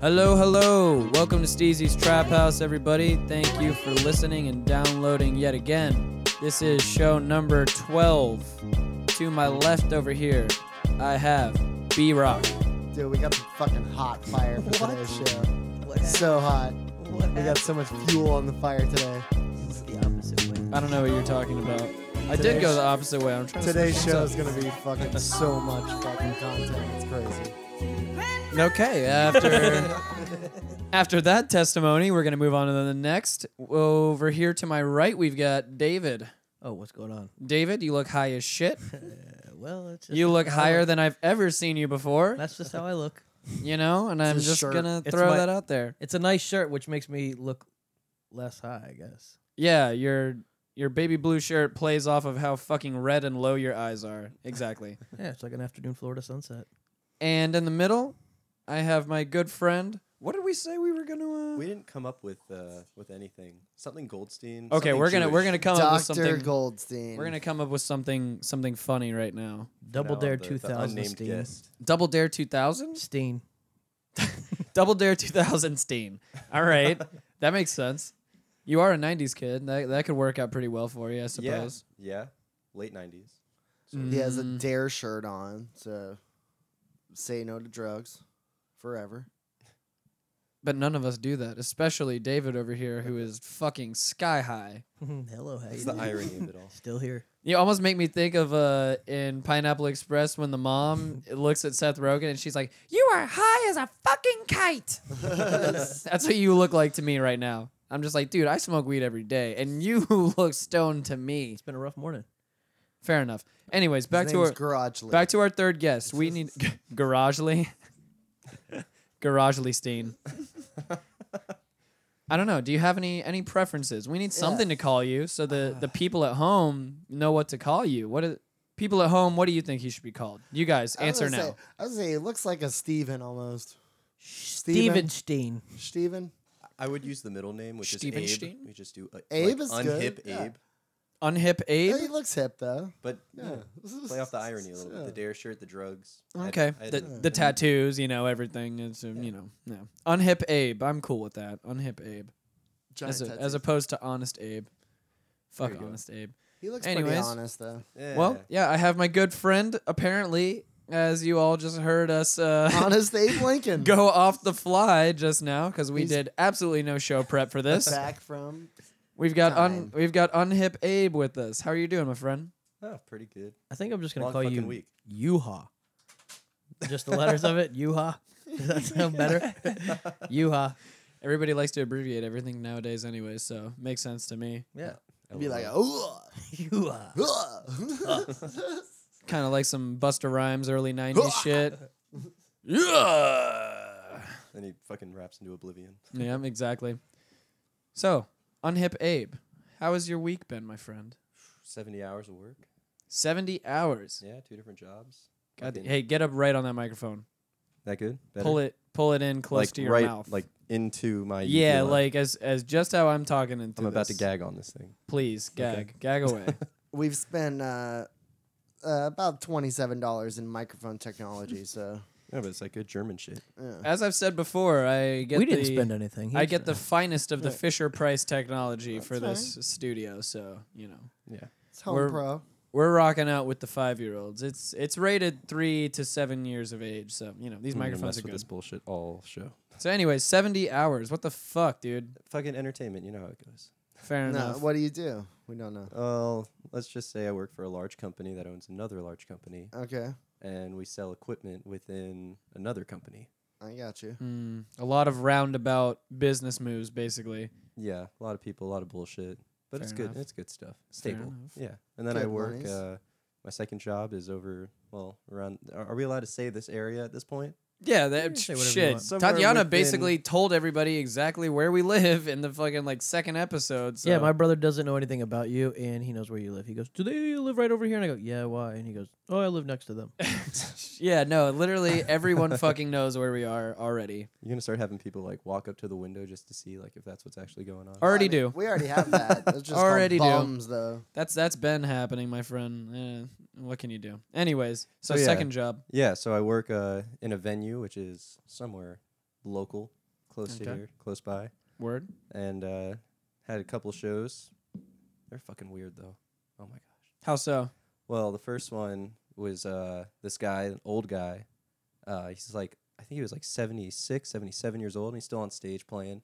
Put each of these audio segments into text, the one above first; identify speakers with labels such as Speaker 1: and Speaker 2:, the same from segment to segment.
Speaker 1: Hello, hello. Welcome to Steezy's Trap House, everybody. Thank you for listening and downloading yet again. This is show number 12. To my left over here, I have B Rock.
Speaker 2: Dude, we got some fucking hot fire for
Speaker 3: What?
Speaker 2: today's show.
Speaker 3: What
Speaker 2: So hot.
Speaker 3: What
Speaker 2: We got so much fuel on the fire today.
Speaker 3: It's the opposite way.
Speaker 1: I don't know what you're talking about. I did
Speaker 2: Today's-
Speaker 1: go the opposite way. I'm trying to
Speaker 2: Today's
Speaker 1: switch
Speaker 2: show
Speaker 1: this
Speaker 2: is gonna be fucking so much fucking content. It's crazy.
Speaker 1: up. Okay, after after that testimony, we're gonna move on to the next. Over here to my right, we've got David.
Speaker 3: Oh, what's going on?
Speaker 1: David, you look high as shit.
Speaker 3: Uh, well, it's just
Speaker 1: You look
Speaker 3: how I
Speaker 1: higher than I've ever seen you before.
Speaker 3: That's just how I look.
Speaker 1: you know, and I'm
Speaker 2: his
Speaker 1: just
Speaker 2: shirt.
Speaker 1: gonna
Speaker 3: It's
Speaker 1: throw
Speaker 3: my-
Speaker 1: that out there.
Speaker 3: It's a nice shirt, which makes me look less high, I guess.
Speaker 1: Yeah, your your baby blue shirt plays off of how fucking red and low your eyes are. Exactly.
Speaker 3: Yeah, it's like an afternoon Florida sunset.
Speaker 1: and in the middle, I have my good friend. What did we say we were gonna? Uh...
Speaker 4: We didn't come up with uh, with anything. Something Goldstein.
Speaker 1: okay,
Speaker 4: something
Speaker 1: we're gonna we're
Speaker 4: Jewish.
Speaker 1: gonna come up Oh, with
Speaker 2: Doctor
Speaker 1: something.
Speaker 2: Goldstein.
Speaker 1: We're gonna come up with something something funny right now.
Speaker 3: Double
Speaker 4: No,
Speaker 3: Dare
Speaker 4: the- the
Speaker 3: 2000
Speaker 4: unnamed
Speaker 3: Steen.
Speaker 4: guest.
Speaker 1: Double Dare 2000?
Speaker 3: Steen.
Speaker 1: Double Dare 2000 Steen. All right, that makes sense. You are a 90s kid. That that could work out pretty well for you, I
Speaker 4: Yeah,
Speaker 1: suppose.
Speaker 4: yeah. Late nineties.
Speaker 2: He has a
Speaker 1: Mm.
Speaker 2: dare shirt on, so say no to drugs. Forever.
Speaker 1: But none of us do that, especially David over here, who is fucking sky high.
Speaker 3: Hello, how
Speaker 4: That's
Speaker 3: you
Speaker 4: the
Speaker 3: doing?
Speaker 4: irony of it all.
Speaker 3: Still here.
Speaker 1: You almost make me think of uh, in Pineapple Express when the mom looks at Seth Rogen and she's like, "You are high as a fucking kite." That's what you look like to me right now. I'm just like, dude, I smoke weed every day, and you look stoned to me.
Speaker 3: It's been a rough morning.
Speaker 1: Fair enough. Anyways, back
Speaker 2: His
Speaker 1: to
Speaker 2: name's
Speaker 1: our
Speaker 2: Garage Lee.
Speaker 1: back to our third guest. We need Garagely. Garagely Steen. I don't know. Do you have any any preferences? We need something to call you so the the people at home know what to call you. What is, people at home, what do you think he should be callalled? You guys
Speaker 2: I was
Speaker 1: answer now.
Speaker 2: gonna say- I was gonna say he looks like a Steven almost.
Speaker 3: Steven Steen.
Speaker 2: Steven?
Speaker 4: I would use the middle name, which
Speaker 1: Steven
Speaker 4: is Abe.
Speaker 1: Steen?
Speaker 4: We just do uh,
Speaker 2: Abe
Speaker 4: like
Speaker 2: is
Speaker 4: unhip
Speaker 2: good, yeah.
Speaker 4: Abe.
Speaker 1: Unhip
Speaker 2: Yeah, he
Speaker 1: Abe?
Speaker 2: looks hip though.
Speaker 4: But yeah.
Speaker 2: Yeah.
Speaker 4: play off the irony a little
Speaker 2: Yeah.
Speaker 4: bit. The dare shirt, the drugs. I-
Speaker 1: Okay.
Speaker 4: I-
Speaker 1: The, the tattoos, you know, everything is um, you know, yeah. Unhip Abe. I'm cool with that. Unhip Abe.
Speaker 2: Giant
Speaker 1: As, a,
Speaker 2: tattoos.
Speaker 1: as opposed to honest Abe. Fuck
Speaker 4: you go.
Speaker 1: honest Abe.
Speaker 2: he looks pretty
Speaker 1: anyways.
Speaker 2: honest though.
Speaker 4: yeah.
Speaker 1: Well, yeah, I have my good friend. Apparently, as you all just heard us uh,
Speaker 2: Honest Abe Lincoln.
Speaker 1: go off the fly just now, because we
Speaker 2: He's-
Speaker 1: did absolutely no show prep for this.
Speaker 2: back from
Speaker 1: We've got un,
Speaker 2: time.
Speaker 1: we've got unhip Abe with us. How are you doing, my friend?
Speaker 4: Oh, pretty good.
Speaker 3: I think I'm just going to
Speaker 4: Long
Speaker 3: call you
Speaker 4: fucking week.
Speaker 3: Yuha. Just the letters of it, Yuha. Does that sound better? Yuha.
Speaker 1: Everybody likes to abbreviate everything nowadays, anyway, so makes sense to me.
Speaker 3: Yeah.
Speaker 2: be like, oh,
Speaker 3: Yuha.
Speaker 1: Kind of like some Buster Rhymes early '90s shit. Yeah.
Speaker 4: And he fucking raps into oblivion.
Speaker 1: Yeah, exactly. So, unhip Abe, how has your week been, my friend?
Speaker 4: Seventy hours of work.
Speaker 1: Seventy hours.
Speaker 4: Yeah, two different jobs.
Speaker 1: God,
Speaker 4: Fucking-
Speaker 1: hey, get up right on that microphone.
Speaker 4: that good? Better?
Speaker 1: Pull it, pull it in close
Speaker 4: like
Speaker 1: to your
Speaker 4: right,
Speaker 1: mouth.
Speaker 4: like into my.
Speaker 1: yeah,
Speaker 4: uvula.
Speaker 1: like as as just how I'm talking. Into
Speaker 4: I'm about to
Speaker 1: this.
Speaker 4: gag on this thing.
Speaker 1: Please gag, gag away.
Speaker 2: We've spent uh, uh, about twenty-seven dollars in microphone technology. So
Speaker 4: Yeah, but it's like good German shit.
Speaker 2: yeah.
Speaker 1: as I've said before, I get
Speaker 3: We
Speaker 1: the,
Speaker 3: didn't spend anything. He
Speaker 1: I
Speaker 3: just-
Speaker 1: get the finest of the Fisher Price technology for
Speaker 2: fine.
Speaker 1: this studio. So you know,
Speaker 4: Yeah.
Speaker 2: it's home
Speaker 1: We're-
Speaker 2: pro.
Speaker 1: we're rocking out with the five year olds. It's it's rated three to seven years of age. So you know these
Speaker 4: I'm gonna
Speaker 1: microphones
Speaker 4: mess
Speaker 1: are
Speaker 4: with
Speaker 1: good.
Speaker 4: this bullshit all show.
Speaker 1: So anyway, seventy hours. What the fuck, dude?
Speaker 4: Fucking entertainment, you know how it goes.
Speaker 1: Fair
Speaker 2: No,
Speaker 1: enough.
Speaker 2: what do you do? We don't know.
Speaker 4: Well, let's just say I work for a large company that owns another large company,
Speaker 2: Okay,
Speaker 4: and we sell equipment within another company.
Speaker 2: I got you.
Speaker 1: Mm, a lot of roundabout business moves, basically.
Speaker 4: Yeah, a lot of people, a lot of bullshit, but it's
Speaker 1: Fair
Speaker 4: good.
Speaker 1: enough.
Speaker 4: It's good stuff.
Speaker 1: Fair
Speaker 4: Stable.
Speaker 1: enough.
Speaker 4: Yeah, and then I
Speaker 2: Good
Speaker 4: work.
Speaker 2: monies.
Speaker 4: Uh, my second job is over. Well, around. Are are we allowed to say this area at this point?
Speaker 1: Yeah,
Speaker 3: can
Speaker 1: that
Speaker 3: say
Speaker 1: sh-
Speaker 3: whatever you
Speaker 1: shit.
Speaker 3: want.
Speaker 4: Somewhere
Speaker 1: Tatiana
Speaker 4: within-
Speaker 1: basically told everybody exactly where we live in the fucking like second episode. So.
Speaker 3: Yeah, my brother doesn't know anything about you, and he knows where you live. He goes, "Do they live right over here?" And I go, "Yeah, why?" And he goes, "Oh, I live next to them."
Speaker 1: yeah, no, literally everyone fucking knows where we are already.
Speaker 4: You're gonna start having people like walk up to the window just to see like if that's what's actually going on.
Speaker 1: Already
Speaker 2: I mean,
Speaker 1: do.
Speaker 2: We already have that. It's just
Speaker 1: Already
Speaker 2: already
Speaker 1: do.
Speaker 2: bums though.
Speaker 1: That's that's been happening, my friend. Eh, what can you do? Anyways, so
Speaker 4: So, yeah.
Speaker 1: second job.
Speaker 4: Yeah, so I work uh, in a venue which is somewhere local, close to
Speaker 1: Okay.
Speaker 4: here, close by,
Speaker 1: Word.
Speaker 4: and uh, had a couple shows. They're fucking weird though. Oh my gosh.
Speaker 1: How so?
Speaker 4: Well, the first one was uh, this guy, an old guy. Uh, he's like, I think he was like 76, 77 years old, and he's still on stage playing.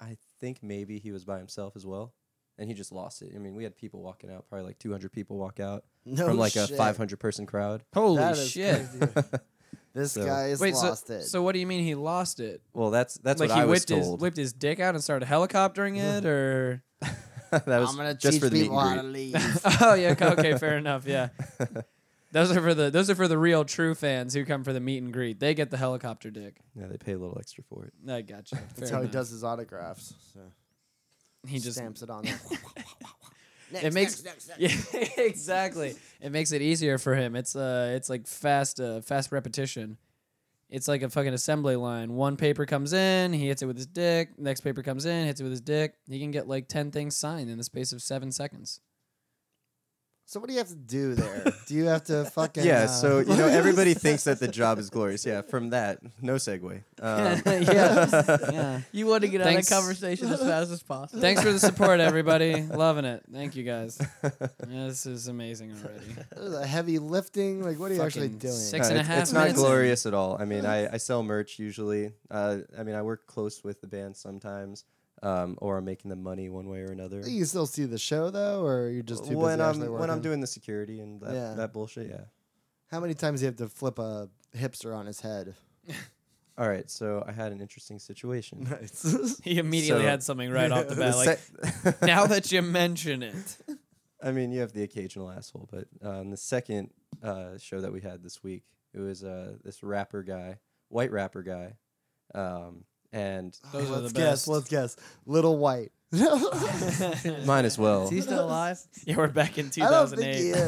Speaker 4: I think maybe he was by himself as well, and he just lost it. I mean, we had people walking out, probably like 200 people walk out
Speaker 2: No
Speaker 4: from like a
Speaker 2: Oh, shit.
Speaker 4: 500 person crowd.
Speaker 1: Holy
Speaker 2: That is
Speaker 1: shit!
Speaker 2: crazy. this
Speaker 4: So-
Speaker 2: guy has
Speaker 1: Wait,
Speaker 2: lost
Speaker 1: so,
Speaker 2: it.
Speaker 1: so what do you mean he lost it?
Speaker 4: Well, that's that's
Speaker 1: like
Speaker 4: what
Speaker 1: he
Speaker 4: I was
Speaker 1: whipped his
Speaker 4: told.
Speaker 1: whipped his dick out and started helicoptering it, or
Speaker 4: that was
Speaker 2: I'm gonna
Speaker 4: just
Speaker 2: teach
Speaker 4: for the meet
Speaker 2: people how to
Speaker 4: and
Speaker 2: leave.
Speaker 1: oh yeah, okay, okay, fair enough. Yeah,
Speaker 4: greet.
Speaker 1: those are for the those are for the real true fans who come for the meet and greet. They get the helicopter dick.
Speaker 4: yeah, they pay a little extra for it.
Speaker 1: I gotcha. Fair
Speaker 2: That's how he
Speaker 1: enough.
Speaker 2: does his autographs. So
Speaker 1: He just
Speaker 2: stamps it on there. next,
Speaker 1: It makes-
Speaker 2: next, next, next.
Speaker 1: yeah, exactly. It makes it easier for him. It's uh, it's like fast, uh, fast repetition. It's like a fucking assembly line. One paper comes in, he hits it with his dick. Next paper comes in, hits it with his dick. He can get like ten things signed in the space of seven seconds.
Speaker 2: So what do you have to do there? do you have to fucking
Speaker 4: yeah,
Speaker 2: uh,
Speaker 4: so you know everybody thinks that the job is glorious. Yeah, from that, no segue.
Speaker 2: Oh.
Speaker 4: Um,
Speaker 1: yeah, yeah.
Speaker 3: You want to get
Speaker 1: Thanks.
Speaker 3: out of conversation as fast as possible.
Speaker 1: Thanks for the support, everybody. Loving it. Thank you guys. Yeah, this is amazing already.
Speaker 2: it was a heavy lifting. Like what are you actually
Speaker 1: Fucking
Speaker 2: doing?
Speaker 1: sick. Six and
Speaker 4: No,
Speaker 1: a
Speaker 4: it's,
Speaker 1: half
Speaker 4: It's not
Speaker 1: minutes in.
Speaker 4: glorious at all. I mean, I, I sell merch usually. Uh, I mean, I work close with the band sometimes, um, or I'm making them money one way or another.
Speaker 2: You can still see the show though, or you're just too
Speaker 4: when
Speaker 2: busy
Speaker 4: I'm
Speaker 2: actually working.
Speaker 4: when I'm doing the security and that,
Speaker 2: Yeah.
Speaker 4: that bullshit, yeah.
Speaker 2: How many times do you have to flip a hipster on his head?
Speaker 4: All right, so I had an interesting situation.
Speaker 2: Nice.
Speaker 1: He immediately
Speaker 4: So-
Speaker 1: had something right off the bat. Like
Speaker 4: sec-
Speaker 1: now that you mention it,
Speaker 4: I mean, you have the occasional asshole, but um, the second uh, show that we had this week, it was uh, this rapper guy, white rapper guy, um, and
Speaker 1: Those are
Speaker 2: let's
Speaker 1: the
Speaker 2: guess.
Speaker 1: best.
Speaker 2: Let's guess. Little White. I
Speaker 4: mine as well.
Speaker 3: Is he still alive?
Speaker 1: yeah, we're back in
Speaker 2: don't think he
Speaker 1: 2008.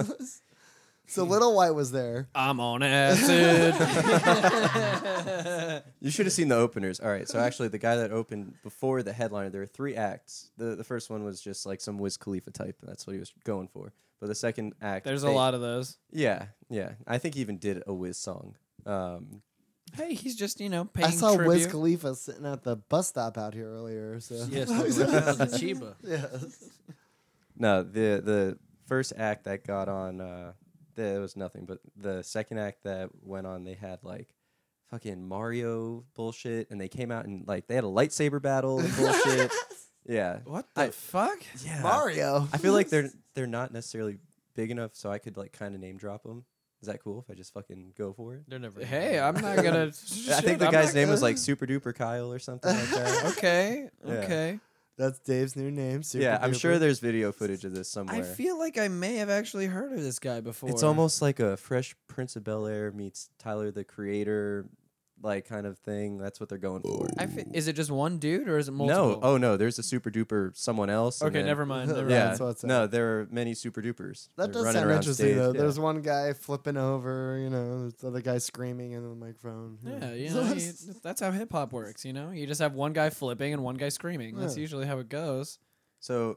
Speaker 2: is. so Little White was there.
Speaker 1: I'm on acid.
Speaker 4: You should have seen the openers. All right, so actually, the guy that opened before the headliner, there were three acts. the The first one was just like some Wiz Khalifa type. That's what he was going for. But the second act,
Speaker 1: There's a
Speaker 4: they-
Speaker 1: lot of those.
Speaker 4: Yeah, yeah. I think he even did a Wiz song. Um,
Speaker 1: Hey, he's just you know paying
Speaker 2: I saw
Speaker 1: tribute.
Speaker 2: Wiz Khalifa sitting at the bus stop out here earlier. So
Speaker 3: Yes, Chiba.
Speaker 2: Yes.
Speaker 4: no, the the first act that got on, uh, there was nothing. But the second act that went on, they had like fucking Mario bullshit, and they came out and like they had a lightsaber battle and bullshit. yeah,
Speaker 1: What the
Speaker 4: I-
Speaker 1: fuck?
Speaker 4: yeah.
Speaker 2: Mario.
Speaker 4: I feel like they're they're not necessarily big enough, so I could like kind of name drop them. Is that cool if I just fucking go for it?
Speaker 3: They're never.
Speaker 1: Hey, I'm not gonna.
Speaker 4: I
Speaker 1: shit,
Speaker 4: think the
Speaker 1: I'm
Speaker 4: guy's
Speaker 1: not
Speaker 4: name was
Speaker 1: gonna-
Speaker 4: like Super Duper Kyle or something like that.
Speaker 1: Okay,
Speaker 4: Yeah.
Speaker 1: okay.
Speaker 2: That's Dave's new name. Super
Speaker 4: yeah, I'm sure
Speaker 2: Duper.
Speaker 4: there's video footage of this somewhere.
Speaker 1: I feel like I may have actually heard of this guy before.
Speaker 4: it's almost like a Fresh Prince of Bel Air meets Tyler the Creator, like kind of thing. That's what they're going for.
Speaker 1: I fe- is it just one dude or is it multiple?
Speaker 4: no, oh no, there's a Super Duper someone else. and
Speaker 1: okay.
Speaker 4: then-
Speaker 1: Never mind. Never
Speaker 4: Yeah,
Speaker 2: That's what's up.
Speaker 4: no, there are many Super Dupers.
Speaker 2: That
Speaker 4: They're
Speaker 2: does
Speaker 4: running
Speaker 2: sound
Speaker 4: around
Speaker 2: interesting
Speaker 4: stage,
Speaker 2: though.
Speaker 4: yeah.
Speaker 2: There's one guy flipping over, you know, there's the other guy screaming into the microphone. you know.
Speaker 1: mind. Yeah, you know, you- that's how hip hop works. You know, you just have one guy flipping and one guy screaming. That's
Speaker 2: Yeah.
Speaker 1: usually how it goes.
Speaker 4: So,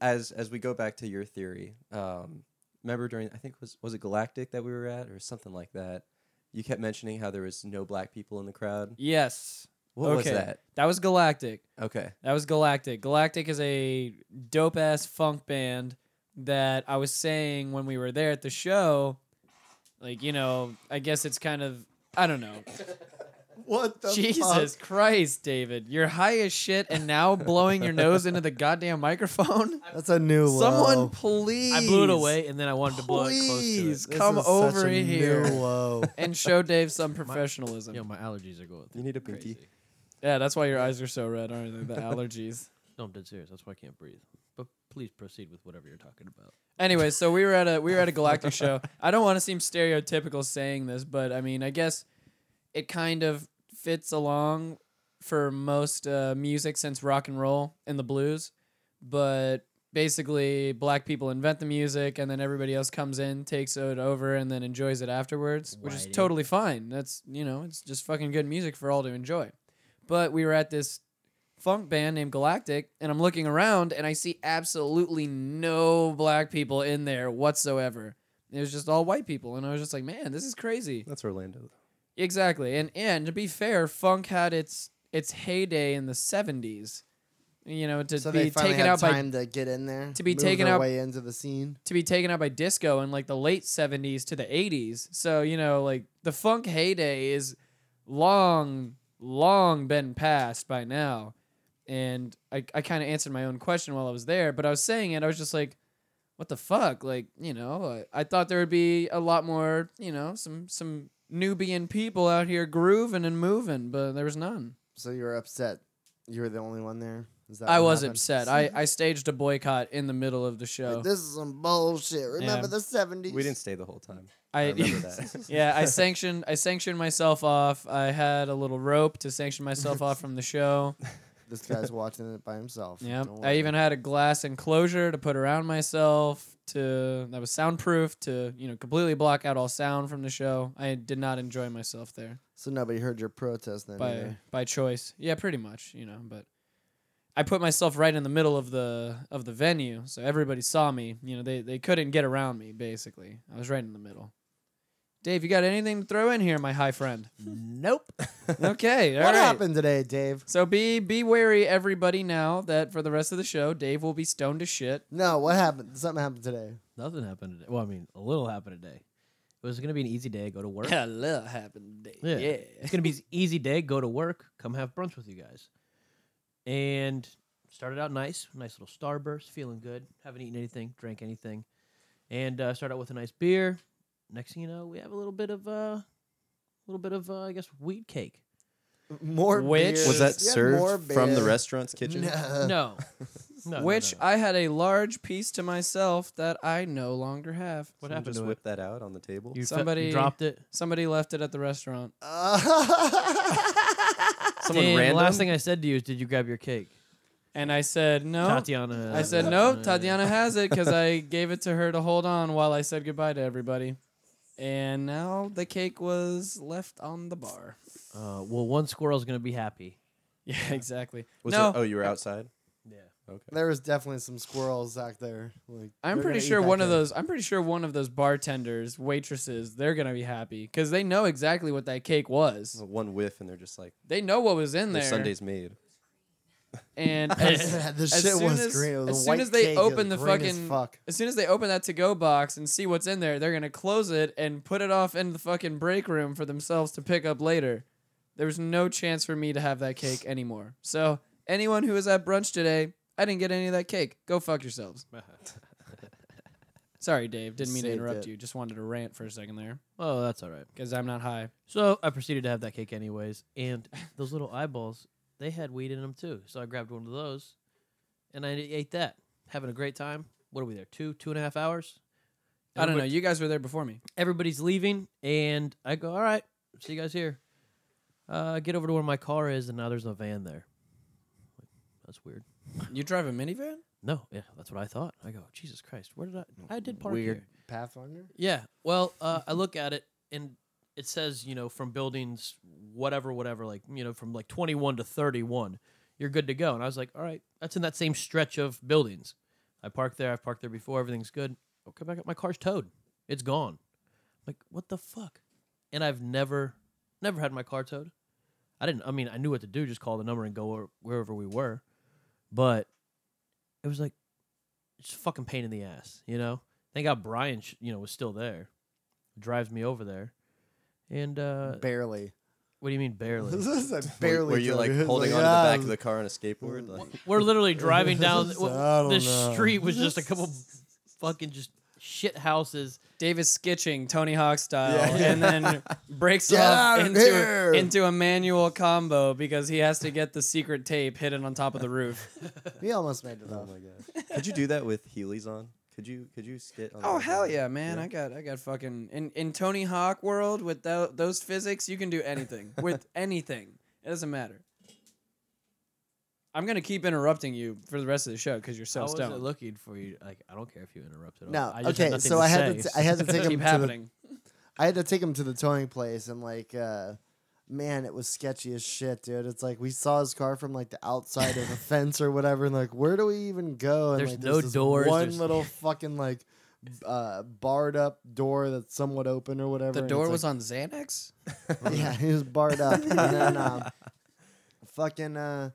Speaker 4: as as we go back to your theory, um, remember during I think it was was it Galactic that we were at or something like that. You kept mentioning how there was no black people in the crowd.
Speaker 1: Yes,
Speaker 4: What was
Speaker 1: Okay.
Speaker 4: that?
Speaker 1: that was Galactic.
Speaker 4: Okay.
Speaker 1: That was Galactic. Galactic is a dope ass funk band that I was saying when we were there at the show. Like, you know, I guess it's kind of I don't know.
Speaker 2: What the
Speaker 1: Jesus Christ, David. You're high as shit and now blowing your nose into the goddamn microphone.
Speaker 2: fuck? That's a new
Speaker 4: Someone,
Speaker 2: low.
Speaker 4: please.
Speaker 1: I blew it away and then I wanted to blow it close
Speaker 4: Please.
Speaker 1: to it.
Speaker 2: This
Speaker 1: Come
Speaker 2: is
Speaker 1: over
Speaker 2: such a
Speaker 1: here
Speaker 2: New low.
Speaker 1: and show Dave some professionalism.
Speaker 3: Yo, my allergies are going.
Speaker 4: You need a pinky.
Speaker 3: crazy.
Speaker 1: Yeah, that's why your eyes are so red, aren't they? The allergies.
Speaker 3: No, I'm dead serious. That's why I can't breathe. But please proceed with whatever you're talking about.
Speaker 1: Anyway, so we were at a we were at a galactic show. I don't want to seem stereotypical saying this, but I mean, I guess it kind of fits along for most uh, music since rock and roll and the blues. But basically, black people invent the music, and then everybody else comes in, takes it over, and then enjoys it afterwards, which is
Speaker 3: Whitey.
Speaker 1: totally fine. That's you know, it's just fucking good music for all to enjoy. But we were at this funk band named Galactic, and I'm looking around and I see absolutely no black people in there whatsoever. It was just all white people, and I was just like, man, this is crazy.
Speaker 4: That's Orlando.
Speaker 1: Exactly. And and to be fair, funk had its its heyday in the 70s. You know, to
Speaker 2: so
Speaker 1: be
Speaker 2: they finally
Speaker 1: taken
Speaker 2: had
Speaker 1: out by
Speaker 2: time to get in there
Speaker 1: to be
Speaker 2: move
Speaker 1: taken
Speaker 2: their
Speaker 1: out-
Speaker 2: way into the scene.
Speaker 1: to be taken out by disco in like the late 70s to the 80s. So, you know, like the funk heyday is long, long been past by now. And I, I kind of answered my own question while I was there, but I was saying it, I was just like, what the fuck? Like, you know, I, I thought there would be a lot more, you know, some, some Nubian people out here grooving and moving, but there was none.
Speaker 2: So you were upset. You were the only one there. Is that
Speaker 1: I
Speaker 2: what
Speaker 1: was
Speaker 2: happened?
Speaker 1: upset. I, I staged a boycott in the middle of the show.
Speaker 2: Like, this is some bullshit. Remember
Speaker 1: Yeah.
Speaker 2: the seventies?
Speaker 4: We didn't stay the whole time.
Speaker 1: I,
Speaker 4: I remember that.
Speaker 1: yeah, I sanctioned I sanctioned myself off. I had a little rope to sanction myself off from the show.
Speaker 2: This guy's watching it by himself.
Speaker 1: Yeah.
Speaker 2: Don't
Speaker 1: I
Speaker 2: worry.
Speaker 1: even had a glass enclosure to put around myself to that was soundproof to, you know, completely block out all sound from the show. I did not enjoy myself there
Speaker 2: so nobody heard your protest then.
Speaker 1: by
Speaker 2: either.
Speaker 1: by choice. Yeah, pretty much, you know, but I put myself right in the middle of the of the venue, so everybody saw me. You know, they they couldn't get around me basically. I was right in the middle. Dave, you got anything to throw in here, my high friend?
Speaker 3: Nope.
Speaker 1: Okay. all
Speaker 2: What
Speaker 1: right.
Speaker 2: happened today, Dave?
Speaker 1: So be be wary, everybody. Now that for the rest of the show, Dave will be stoned to shit.
Speaker 2: No, what happened? Something happened today.
Speaker 3: Nothing happened today. Well, I mean, a little happened today. It was gonna be an easy day. Go to work.
Speaker 1: A little happened, Dave.
Speaker 3: Yeah. It's gonna be an easy day. Go to work. Come have brunch with you guys. And started out nice, nice little starburst, feeling good. Haven't eaten anything, drank anything, and uh, start out with a nice beer. Next thing you know, we have a little bit of uh, little bit of uh, I guess weed cake.
Speaker 2: More
Speaker 1: Which-
Speaker 2: beers.
Speaker 4: Was that
Speaker 2: Yeah, more
Speaker 4: served from the
Speaker 2: beer.
Speaker 4: restaurant's kitchen?
Speaker 2: No.
Speaker 3: No, No, no,
Speaker 1: Which
Speaker 3: no, no.
Speaker 1: I had a large piece to myself that I no longer have.
Speaker 3: what
Speaker 4: Someone
Speaker 3: happened
Speaker 4: Just
Speaker 3: to
Speaker 4: whip
Speaker 3: it?
Speaker 4: that out on the table.
Speaker 3: You fe- you
Speaker 1: Somebody-
Speaker 3: dropped it.
Speaker 1: Somebody left it at the restaurant.
Speaker 4: Someone
Speaker 3: Dan,
Speaker 4: random.
Speaker 3: The last thing I said to you is, "Did you grab your cake?"
Speaker 1: And I said no.
Speaker 3: Tatiana. uh,
Speaker 1: I said no. Tatiana has it because I gave it to her to hold on while I said goodbye to everybody. And now the cake was left on the bar.
Speaker 3: Uh, well, one squirrel's gonna be happy.
Speaker 1: Yeah, exactly.
Speaker 4: was
Speaker 1: no,
Speaker 4: it, oh, you were outside.
Speaker 3: Yeah.
Speaker 4: Okay.
Speaker 2: there was definitely some squirrels out there. Like,
Speaker 1: I'm
Speaker 2: they're
Speaker 1: pretty
Speaker 2: gonna eat
Speaker 1: sure
Speaker 2: that
Speaker 1: one of
Speaker 2: cake.
Speaker 1: those. I'm pretty sure one of those bartenders, waitresses, they're gonna be happy because they know exactly what that cake was.
Speaker 4: One whiff and they're just like
Speaker 1: They know what was in
Speaker 4: their
Speaker 1: there.
Speaker 4: Sunday's made.
Speaker 1: And as,
Speaker 2: the
Speaker 1: as
Speaker 2: shit
Speaker 1: soon
Speaker 2: was
Speaker 1: as,
Speaker 2: green. It was a
Speaker 1: as
Speaker 2: white
Speaker 1: soon as they
Speaker 2: cake. It was
Speaker 1: open the
Speaker 2: green as
Speaker 1: fucking,
Speaker 2: fuck.
Speaker 1: as soon as they open that to-go box and see what's in there, they're gonna close it and put it off in the fucking break room for themselves to pick up later. There was no chance for me to have that cake anymore. So anyone who was at brunch today, I didn't get any of that cake. Go fuck yourselves. Sorry, Dave. Didn't mean to
Speaker 2: Saved
Speaker 1: interrupt
Speaker 2: it.
Speaker 1: you. Just wanted to rant for a second there
Speaker 3: Oh, that's all right.
Speaker 1: because I'm not high.
Speaker 3: So I proceeded to have that cake anyways, and those little eyeballs, they had weed in them too. So I grabbed one of those, and I e-, ate that, having a great time. What are we there? Two, two and a half hours.
Speaker 1: I don't know.
Speaker 3: Everybody-
Speaker 1: You guys were there before me.
Speaker 3: Everybody's leaving, and I go, all right, see you guys here. Uh, I get over to where my car is, and now there's no van there. Like, That's weird.
Speaker 1: You drive a minivan?
Speaker 3: No, yeah, that's what I thought. I go, Jesus Christ, where did I? I did park
Speaker 2: Weird
Speaker 3: here.
Speaker 2: Pathfinder.
Speaker 3: Yeah. Well, uh, I look at it and it says, you know, from buildings, whatever, whatever, like, you know, from like 21 to 31, you're good to go. And I was like, all right, that's in that same stretch of buildings. I parked there. I've parked there before. Everything's good. I'll come back up. My car's towed. It's gone. like, what the fuck? And I've never, never had my car towed. I didn't, I mean, I knew what to do, just call the number and go where- wherever we were. But it was like, it's a fucking pain in the ass, you know? Thank God Brian, sh- you know, was still there. Drives me over there. And uh
Speaker 2: Barely.
Speaker 3: what do you mean barely?
Speaker 2: This is
Speaker 4: Were,
Speaker 2: barely.
Speaker 4: were you
Speaker 2: joke.
Speaker 4: like
Speaker 2: It's
Speaker 4: holding
Speaker 2: like,
Speaker 4: onto the
Speaker 2: ah,
Speaker 4: back of the car on a skateboard? Like,
Speaker 3: We're literally driving down.
Speaker 2: I
Speaker 3: w- the
Speaker 2: don't know.
Speaker 3: street was just a couple fucking just shit houses.
Speaker 1: Dave is skitching Tony Hawk style
Speaker 2: Yeah.
Speaker 1: and then breaks
Speaker 2: Get
Speaker 1: off
Speaker 2: out of
Speaker 1: into,
Speaker 2: here.
Speaker 1: into a manual combo because he has to get the secret tape hidden on top of the roof.
Speaker 2: We almost made it
Speaker 4: oh
Speaker 2: off.
Speaker 4: my gosh. Could you do that with Heelys on? Could you? Could you skit? On
Speaker 1: oh
Speaker 4: those
Speaker 1: hell
Speaker 4: ones?
Speaker 1: yeah, man. I got I got fucking in, in Tony Hawk world with tho- those physics, you can do anything. with anything. It doesn't matter. I'm gonna keep interrupting you for the rest of the show because you're so
Speaker 3: I
Speaker 1: stoned.
Speaker 3: wasn't looking for you. Like I don't care if you interrupted.
Speaker 2: No,
Speaker 3: I just had
Speaker 2: okay.
Speaker 3: nothing
Speaker 2: So
Speaker 3: to
Speaker 2: I had to
Speaker 3: say.
Speaker 2: t- I had to take him
Speaker 1: keep
Speaker 2: to the
Speaker 1: happening.
Speaker 2: I had to take him to the towing place and like uh man, it was sketchy as shit, dude. It's like we saw his car from like the outside of the fence or whatever and like where do we even go? And
Speaker 3: There's
Speaker 2: like
Speaker 3: no
Speaker 2: this
Speaker 3: doors,
Speaker 2: One
Speaker 3: there's-
Speaker 2: little fucking like uh, barred up door that's somewhat open or whatever.
Speaker 1: The
Speaker 2: and
Speaker 1: door was
Speaker 2: it's like-
Speaker 1: on Xanax.
Speaker 2: yeah, he was barred up, and then um, fucking uh,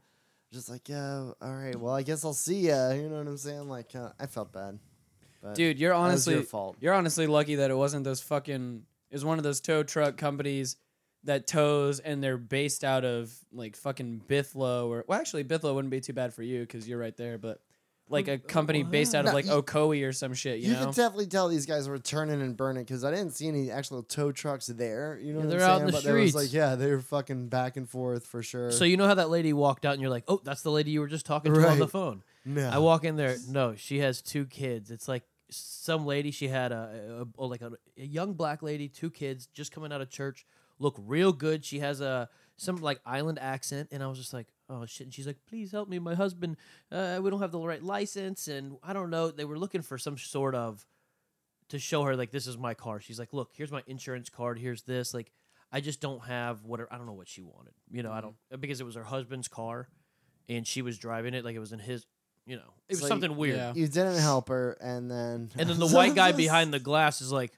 Speaker 2: just like yeah, all right, well I guess I'll see ya. You know what I'm saying? Like uh, I felt bad, but
Speaker 1: Dude, you're
Speaker 2: that was
Speaker 1: honestly
Speaker 2: your fault.
Speaker 1: You're honestly lucky that it wasn't those fucking. It was one of those tow truck companies that tows, and they're based out of like fucking Bithlo or well, actually Bithlo wouldn't be too bad for you because you're right there, but like a company based out of
Speaker 2: No,
Speaker 1: like
Speaker 2: you-
Speaker 1: Ocoee or some shit, you,
Speaker 2: You,
Speaker 1: know.
Speaker 2: could definitely tell these guys were turning and burning because I didn't see any actual tow trucks there. You know, what
Speaker 3: they're
Speaker 2: I'm
Speaker 3: out
Speaker 2: saying?
Speaker 3: in the
Speaker 2: but there was like,
Speaker 3: streets.
Speaker 2: yeah, they were fucking back and forth for sure.
Speaker 3: So you know how that lady walked out, and you're like, "Oh, that's the lady you were just talking to on the
Speaker 2: Right.
Speaker 3: phone."
Speaker 2: no,
Speaker 3: I walk in there. No, she has two kids. It's like some lady. She had a, a, a- like a, a young black lady, two kids, just coming out of church. Look real good. She has a some like island accent, and I was just like, oh shit. And she's like, please help me, my husband. Uh, we don't have the right license, and I don't know. They were looking for some sort of to show her like this is my car. She's like, look, here's my insurance card. Here's this. Like, I just don't have what her, I don't know what she wanted. You know, I don't because it was her husband's car, and she was driving it like it was in his. You know, it was
Speaker 1: like-
Speaker 3: something weird.
Speaker 1: yeah.
Speaker 2: you didn't help her, and then
Speaker 3: And then the white guy behind the glass is like,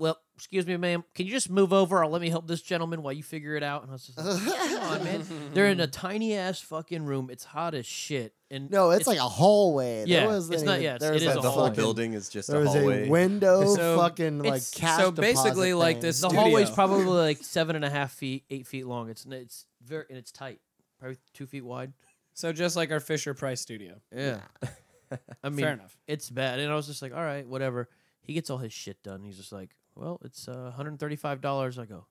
Speaker 3: well, excuse me, ma'am, can you just move over or let me help this gentleman while you figure it out? And I was just like, come on, man. They're in a tiny ass fucking room. It's hot as shit. And
Speaker 2: No, it's, like a hallway.
Speaker 3: Yeah,
Speaker 2: there was
Speaker 3: it's not- yeah, it's- it is
Speaker 4: Like
Speaker 3: a
Speaker 4: the whole
Speaker 3: hallway.
Speaker 4: building is just
Speaker 2: There
Speaker 4: a
Speaker 2: was
Speaker 4: hallway.
Speaker 2: a window,
Speaker 1: So,
Speaker 2: fucking like
Speaker 3: it's-
Speaker 2: cash
Speaker 1: so
Speaker 2: deposit
Speaker 1: basically, like,
Speaker 2: thing.
Speaker 1: this-
Speaker 3: the
Speaker 1: studio.
Speaker 3: hallway's probably like seven and a half feet, eight feet long. It's it's very and it's tight, probably two feet wide.
Speaker 1: so just like our Fisher Price studio.
Speaker 3: Yeah, I mean,
Speaker 1: Fair enough.
Speaker 3: it's bad. And I was just like, all right, whatever. He gets all his shit done. He's just like, well, it's uh, $135. I go,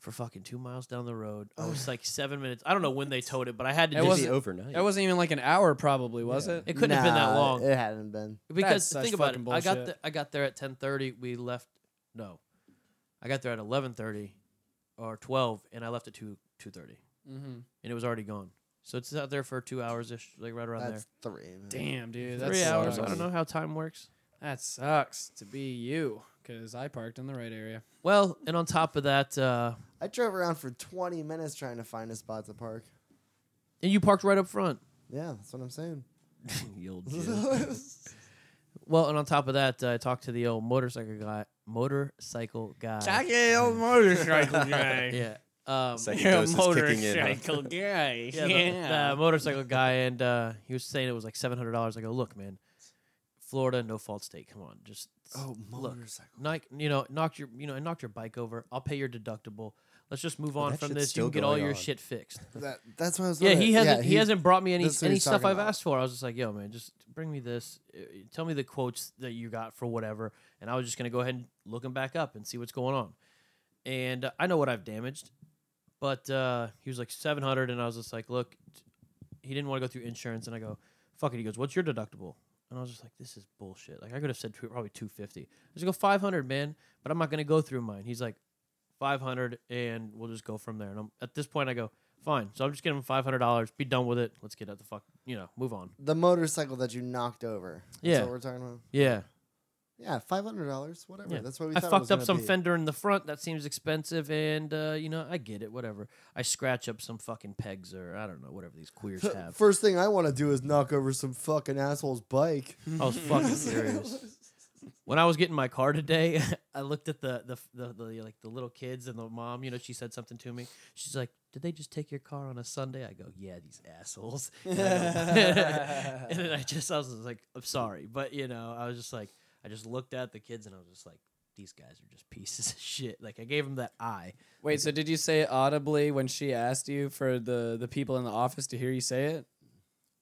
Speaker 3: for fucking two miles down the road. I was like seven minutes. I don't know when they towed it, but I had to
Speaker 1: It
Speaker 3: just-
Speaker 1: wasn't-
Speaker 4: overnight.
Speaker 1: That wasn't even like an hour, probably was
Speaker 4: Yeah.
Speaker 1: it?
Speaker 3: It couldn't have been that
Speaker 2: Nah,
Speaker 3: long.
Speaker 2: It hadn't been.
Speaker 1: That's
Speaker 3: because
Speaker 1: such
Speaker 3: think about it.
Speaker 1: fucking
Speaker 3: I got
Speaker 1: bullshit.
Speaker 3: the, I got there at 10:30. We left no. I got there at 11:30 or 12 and I left at 2 2:30
Speaker 1: Mhm.
Speaker 3: and it was already gone. So it's out there for 2 hours ish, like right around
Speaker 2: That's three. man.
Speaker 1: Damn, dude,
Speaker 3: there.
Speaker 1: that
Speaker 3: 3 hours. I
Speaker 1: sucks.
Speaker 3: don't know how time works.
Speaker 1: That sucks to be you, because I parked in the right area.
Speaker 3: Well, and on top of that uh
Speaker 2: I drove around for 20 minutes trying to find a spot to park.
Speaker 3: and you parked right up front.
Speaker 2: Yeah, that's what I'm saying. Oh,
Speaker 3: You old Jew. well, and on top of that, uh, I talked to the old motorcycle guy. Motorcycle guy.
Speaker 1: motorcycle guy.
Speaker 3: Yeah. Um,
Speaker 4: Second dose is kicking in. huh?
Speaker 1: guy.
Speaker 3: yeah, The, the motorcycle guy, and uh, he was saying it was like seven hundred dollars. I go, look, man, Florida, no fault state. Come on, just
Speaker 2: Oh,
Speaker 3: look,
Speaker 2: motorcycle.
Speaker 3: Nike, you know, knocked your, you know, I knocked your bike over. I'll pay your deductible. Let's just move on
Speaker 4: that
Speaker 3: from
Speaker 4: shit's
Speaker 3: this. You
Speaker 4: still
Speaker 3: can get all
Speaker 4: going
Speaker 3: your
Speaker 4: on.
Speaker 3: shit fixed.
Speaker 2: That, that's what I was
Speaker 3: Yeah,
Speaker 2: looking
Speaker 3: he
Speaker 2: at.
Speaker 3: hasn't. he, hasn't brought me any
Speaker 2: that's what
Speaker 3: any
Speaker 2: he's
Speaker 3: stuff
Speaker 2: talking
Speaker 3: I've
Speaker 2: about.
Speaker 3: asked for. I was just like, yo, man, just bring me this. uh, Tell me the quotes that you got for whatever, and I was just gonna go ahead and look them back up and see what's going on. And uh, I know what I've damaged, but uh, he was like seven hundred, and I was just like, look, t- he didn't want to go through insurance, and I go, fuck it. He goes, what's your deductible? And I was just like, this is bullshit. Like I could have said two, probably two fifty. I just go five hundred, man, but I'm not gonna go through mine. He's like, five hundred, and we'll just go from there. And I'm, at this point, I go fine. So I'm just giving him five hundred dollars. Be done with it. Let's get out the fuck. You know, move on.
Speaker 2: The motorcycle that you knocked over. That's
Speaker 3: Yeah.
Speaker 2: what we're talking about.
Speaker 3: Yeah, yeah.
Speaker 2: Yeah, five hundred dollars, whatever. That's what we
Speaker 3: I
Speaker 2: thought it was
Speaker 3: fucked up
Speaker 2: gonna
Speaker 3: some
Speaker 2: be.
Speaker 3: fender in the front. That seems expensive, and uh, you know, I get it. Whatever. I scratch up some fucking pegs, or I don't know, whatever these queers have.
Speaker 2: First thing I want to do is knock over some fucking asshole's bike.
Speaker 3: I was fucking serious. When I was getting my car today, I looked at the the, the the like the little kids and the mom. You know, she said something to me. She's like, "Did they just take your car on a Sunday?" I go, "Yeah, these assholes." And, I go- and then I just I was just like, "I'm sorry," but you know, I was just like, I just looked at the kids and I was just like, "These guys are just pieces of shit." Like I gave them that eye.
Speaker 1: Wait, so did you say it audibly when she asked you for the the people in the office to hear you say it?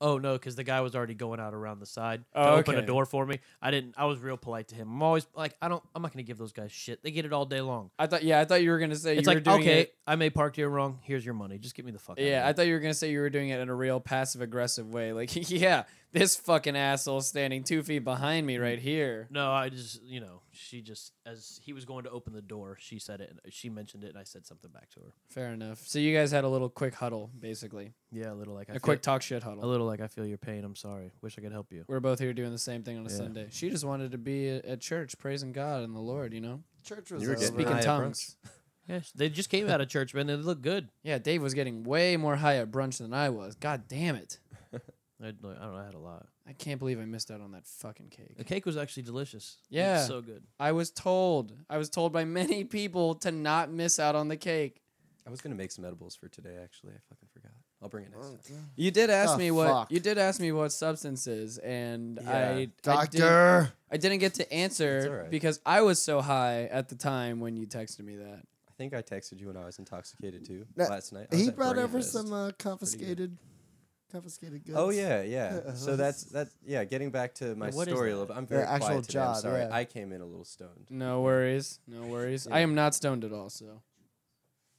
Speaker 3: Oh no, because the guy was already going out around the side to
Speaker 1: Oh,
Speaker 3: open a
Speaker 1: okay.
Speaker 3: door for me. I didn't. I was real polite to him. I'm always like, I don't. I'm not gonna give those guys shit. They get it all day long.
Speaker 1: I thought yeah, I thought you were gonna say
Speaker 3: It's
Speaker 1: you
Speaker 3: like
Speaker 1: were doing
Speaker 3: okay,
Speaker 1: it.
Speaker 3: I may park here wrong. Here's your money. Just get me the fuck.
Speaker 1: Yeah, I
Speaker 3: out
Speaker 1: thought you were gonna say you were doing it in a real passive aggressive way. Like, yeah, this fucking asshole standing two feet behind me right here.
Speaker 3: no, I just you know she just as he was going to open the door, she said it. and She mentioned it, and I said something back to her.
Speaker 1: Fair enough. So you guys had a little quick huddle, basically.
Speaker 3: Yeah, a little like I
Speaker 1: a
Speaker 3: feel-
Speaker 1: quick talk shit
Speaker 3: a
Speaker 1: huddle.
Speaker 3: little like I feel your pain. I'm sorry. Wish I could help you.
Speaker 1: We're both here doing the same thing on a
Speaker 3: Yeah.
Speaker 1: Sunday. She just wanted to be at, at church praising God and the Lord, you know?
Speaker 2: Church was
Speaker 4: You were
Speaker 2: over.
Speaker 4: getting
Speaker 1: Speaking
Speaker 4: high at
Speaker 1: tongues.
Speaker 4: brunch.
Speaker 3: Yes, they just came out of church, man. They look good.
Speaker 1: Yeah, Dave was getting way more high at brunch than I was. God damn it.
Speaker 3: I, d- I don't know. I had a lot.
Speaker 1: I can't believe I missed out on that fucking cake.
Speaker 3: The cake was actually delicious. It was
Speaker 1: Yeah.
Speaker 3: so good.
Speaker 1: I was told, I was told by many people to not miss out on the cake.
Speaker 4: I was gonna make some edibles for today. Actually, I fucking forgot. I'll bring it next time.
Speaker 1: You did
Speaker 4: Ah,
Speaker 1: ask
Speaker 2: Oh,
Speaker 1: me what
Speaker 2: fuck.
Speaker 1: you did ask me what substance is, and
Speaker 4: Yeah.
Speaker 1: I I didn't,
Speaker 2: Doctor.
Speaker 1: I didn't get to
Speaker 4: It's
Speaker 1: answer
Speaker 4: all right.
Speaker 1: because I was so high at the time when you texted me that.
Speaker 4: I think I texted you when I was intoxicated too
Speaker 2: No,
Speaker 4: last night. I was
Speaker 2: He
Speaker 4: at
Speaker 2: brought
Speaker 4: Brain
Speaker 2: over
Speaker 4: Fest.
Speaker 2: some uh, confiscated, confiscated goods.
Speaker 4: Oh yeah, yeah.
Speaker 2: Yeah.
Speaker 4: So that's that's yeah. Getting back to my
Speaker 3: Yeah, what is
Speaker 4: story a
Speaker 3: that?
Speaker 4: little bit. I'm very
Speaker 2: actual
Speaker 4: quiet today.
Speaker 2: job,
Speaker 4: I'm sorry.
Speaker 2: yeah.
Speaker 4: I came in a little stoned.
Speaker 1: No worries, no worries. I
Speaker 4: Yeah.
Speaker 1: am not stoned at all, so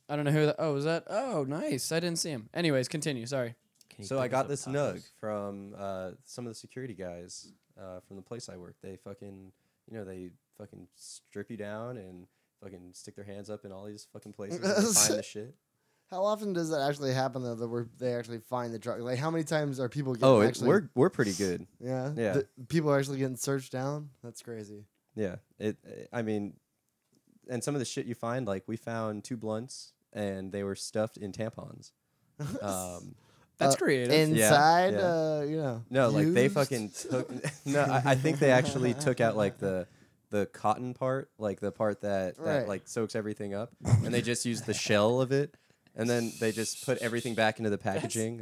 Speaker 1: I don't know who that. Oh, was that? Oh, nice. I didn't see him. Anyways, continue. Sorry.
Speaker 3: Can you
Speaker 4: so I
Speaker 3: pick us
Speaker 4: got
Speaker 3: up
Speaker 4: this
Speaker 3: tacos?
Speaker 4: nug from uh, some of the security guys uh, from the place I work. They fucking, you know, they fucking strip you down and fucking stick their hands up in all these fucking places and find the shit.
Speaker 2: How often does that actually happen though? That we're, they actually find the drug. Like how many times are people getting?
Speaker 4: Oh, it,
Speaker 2: actually,
Speaker 4: we're we're pretty good.
Speaker 2: yeah,
Speaker 4: yeah.
Speaker 2: Th- people are actually getting searched down. That's crazy.
Speaker 4: Yeah. It. I mean, and some of the shit you find, like we found two blunts and they were stuffed in tampons. Um,
Speaker 1: That's
Speaker 2: Uh,
Speaker 1: creative.
Speaker 2: Inside,
Speaker 4: yeah.
Speaker 2: uh, you know.
Speaker 4: No, like they
Speaker 2: used?
Speaker 4: fucking took. no, I, I think they actually took out like the the cotton part, like the part that
Speaker 2: Right.
Speaker 4: that like soaks everything up, and they just used the shell of it, and then they just put everything back into the packaging.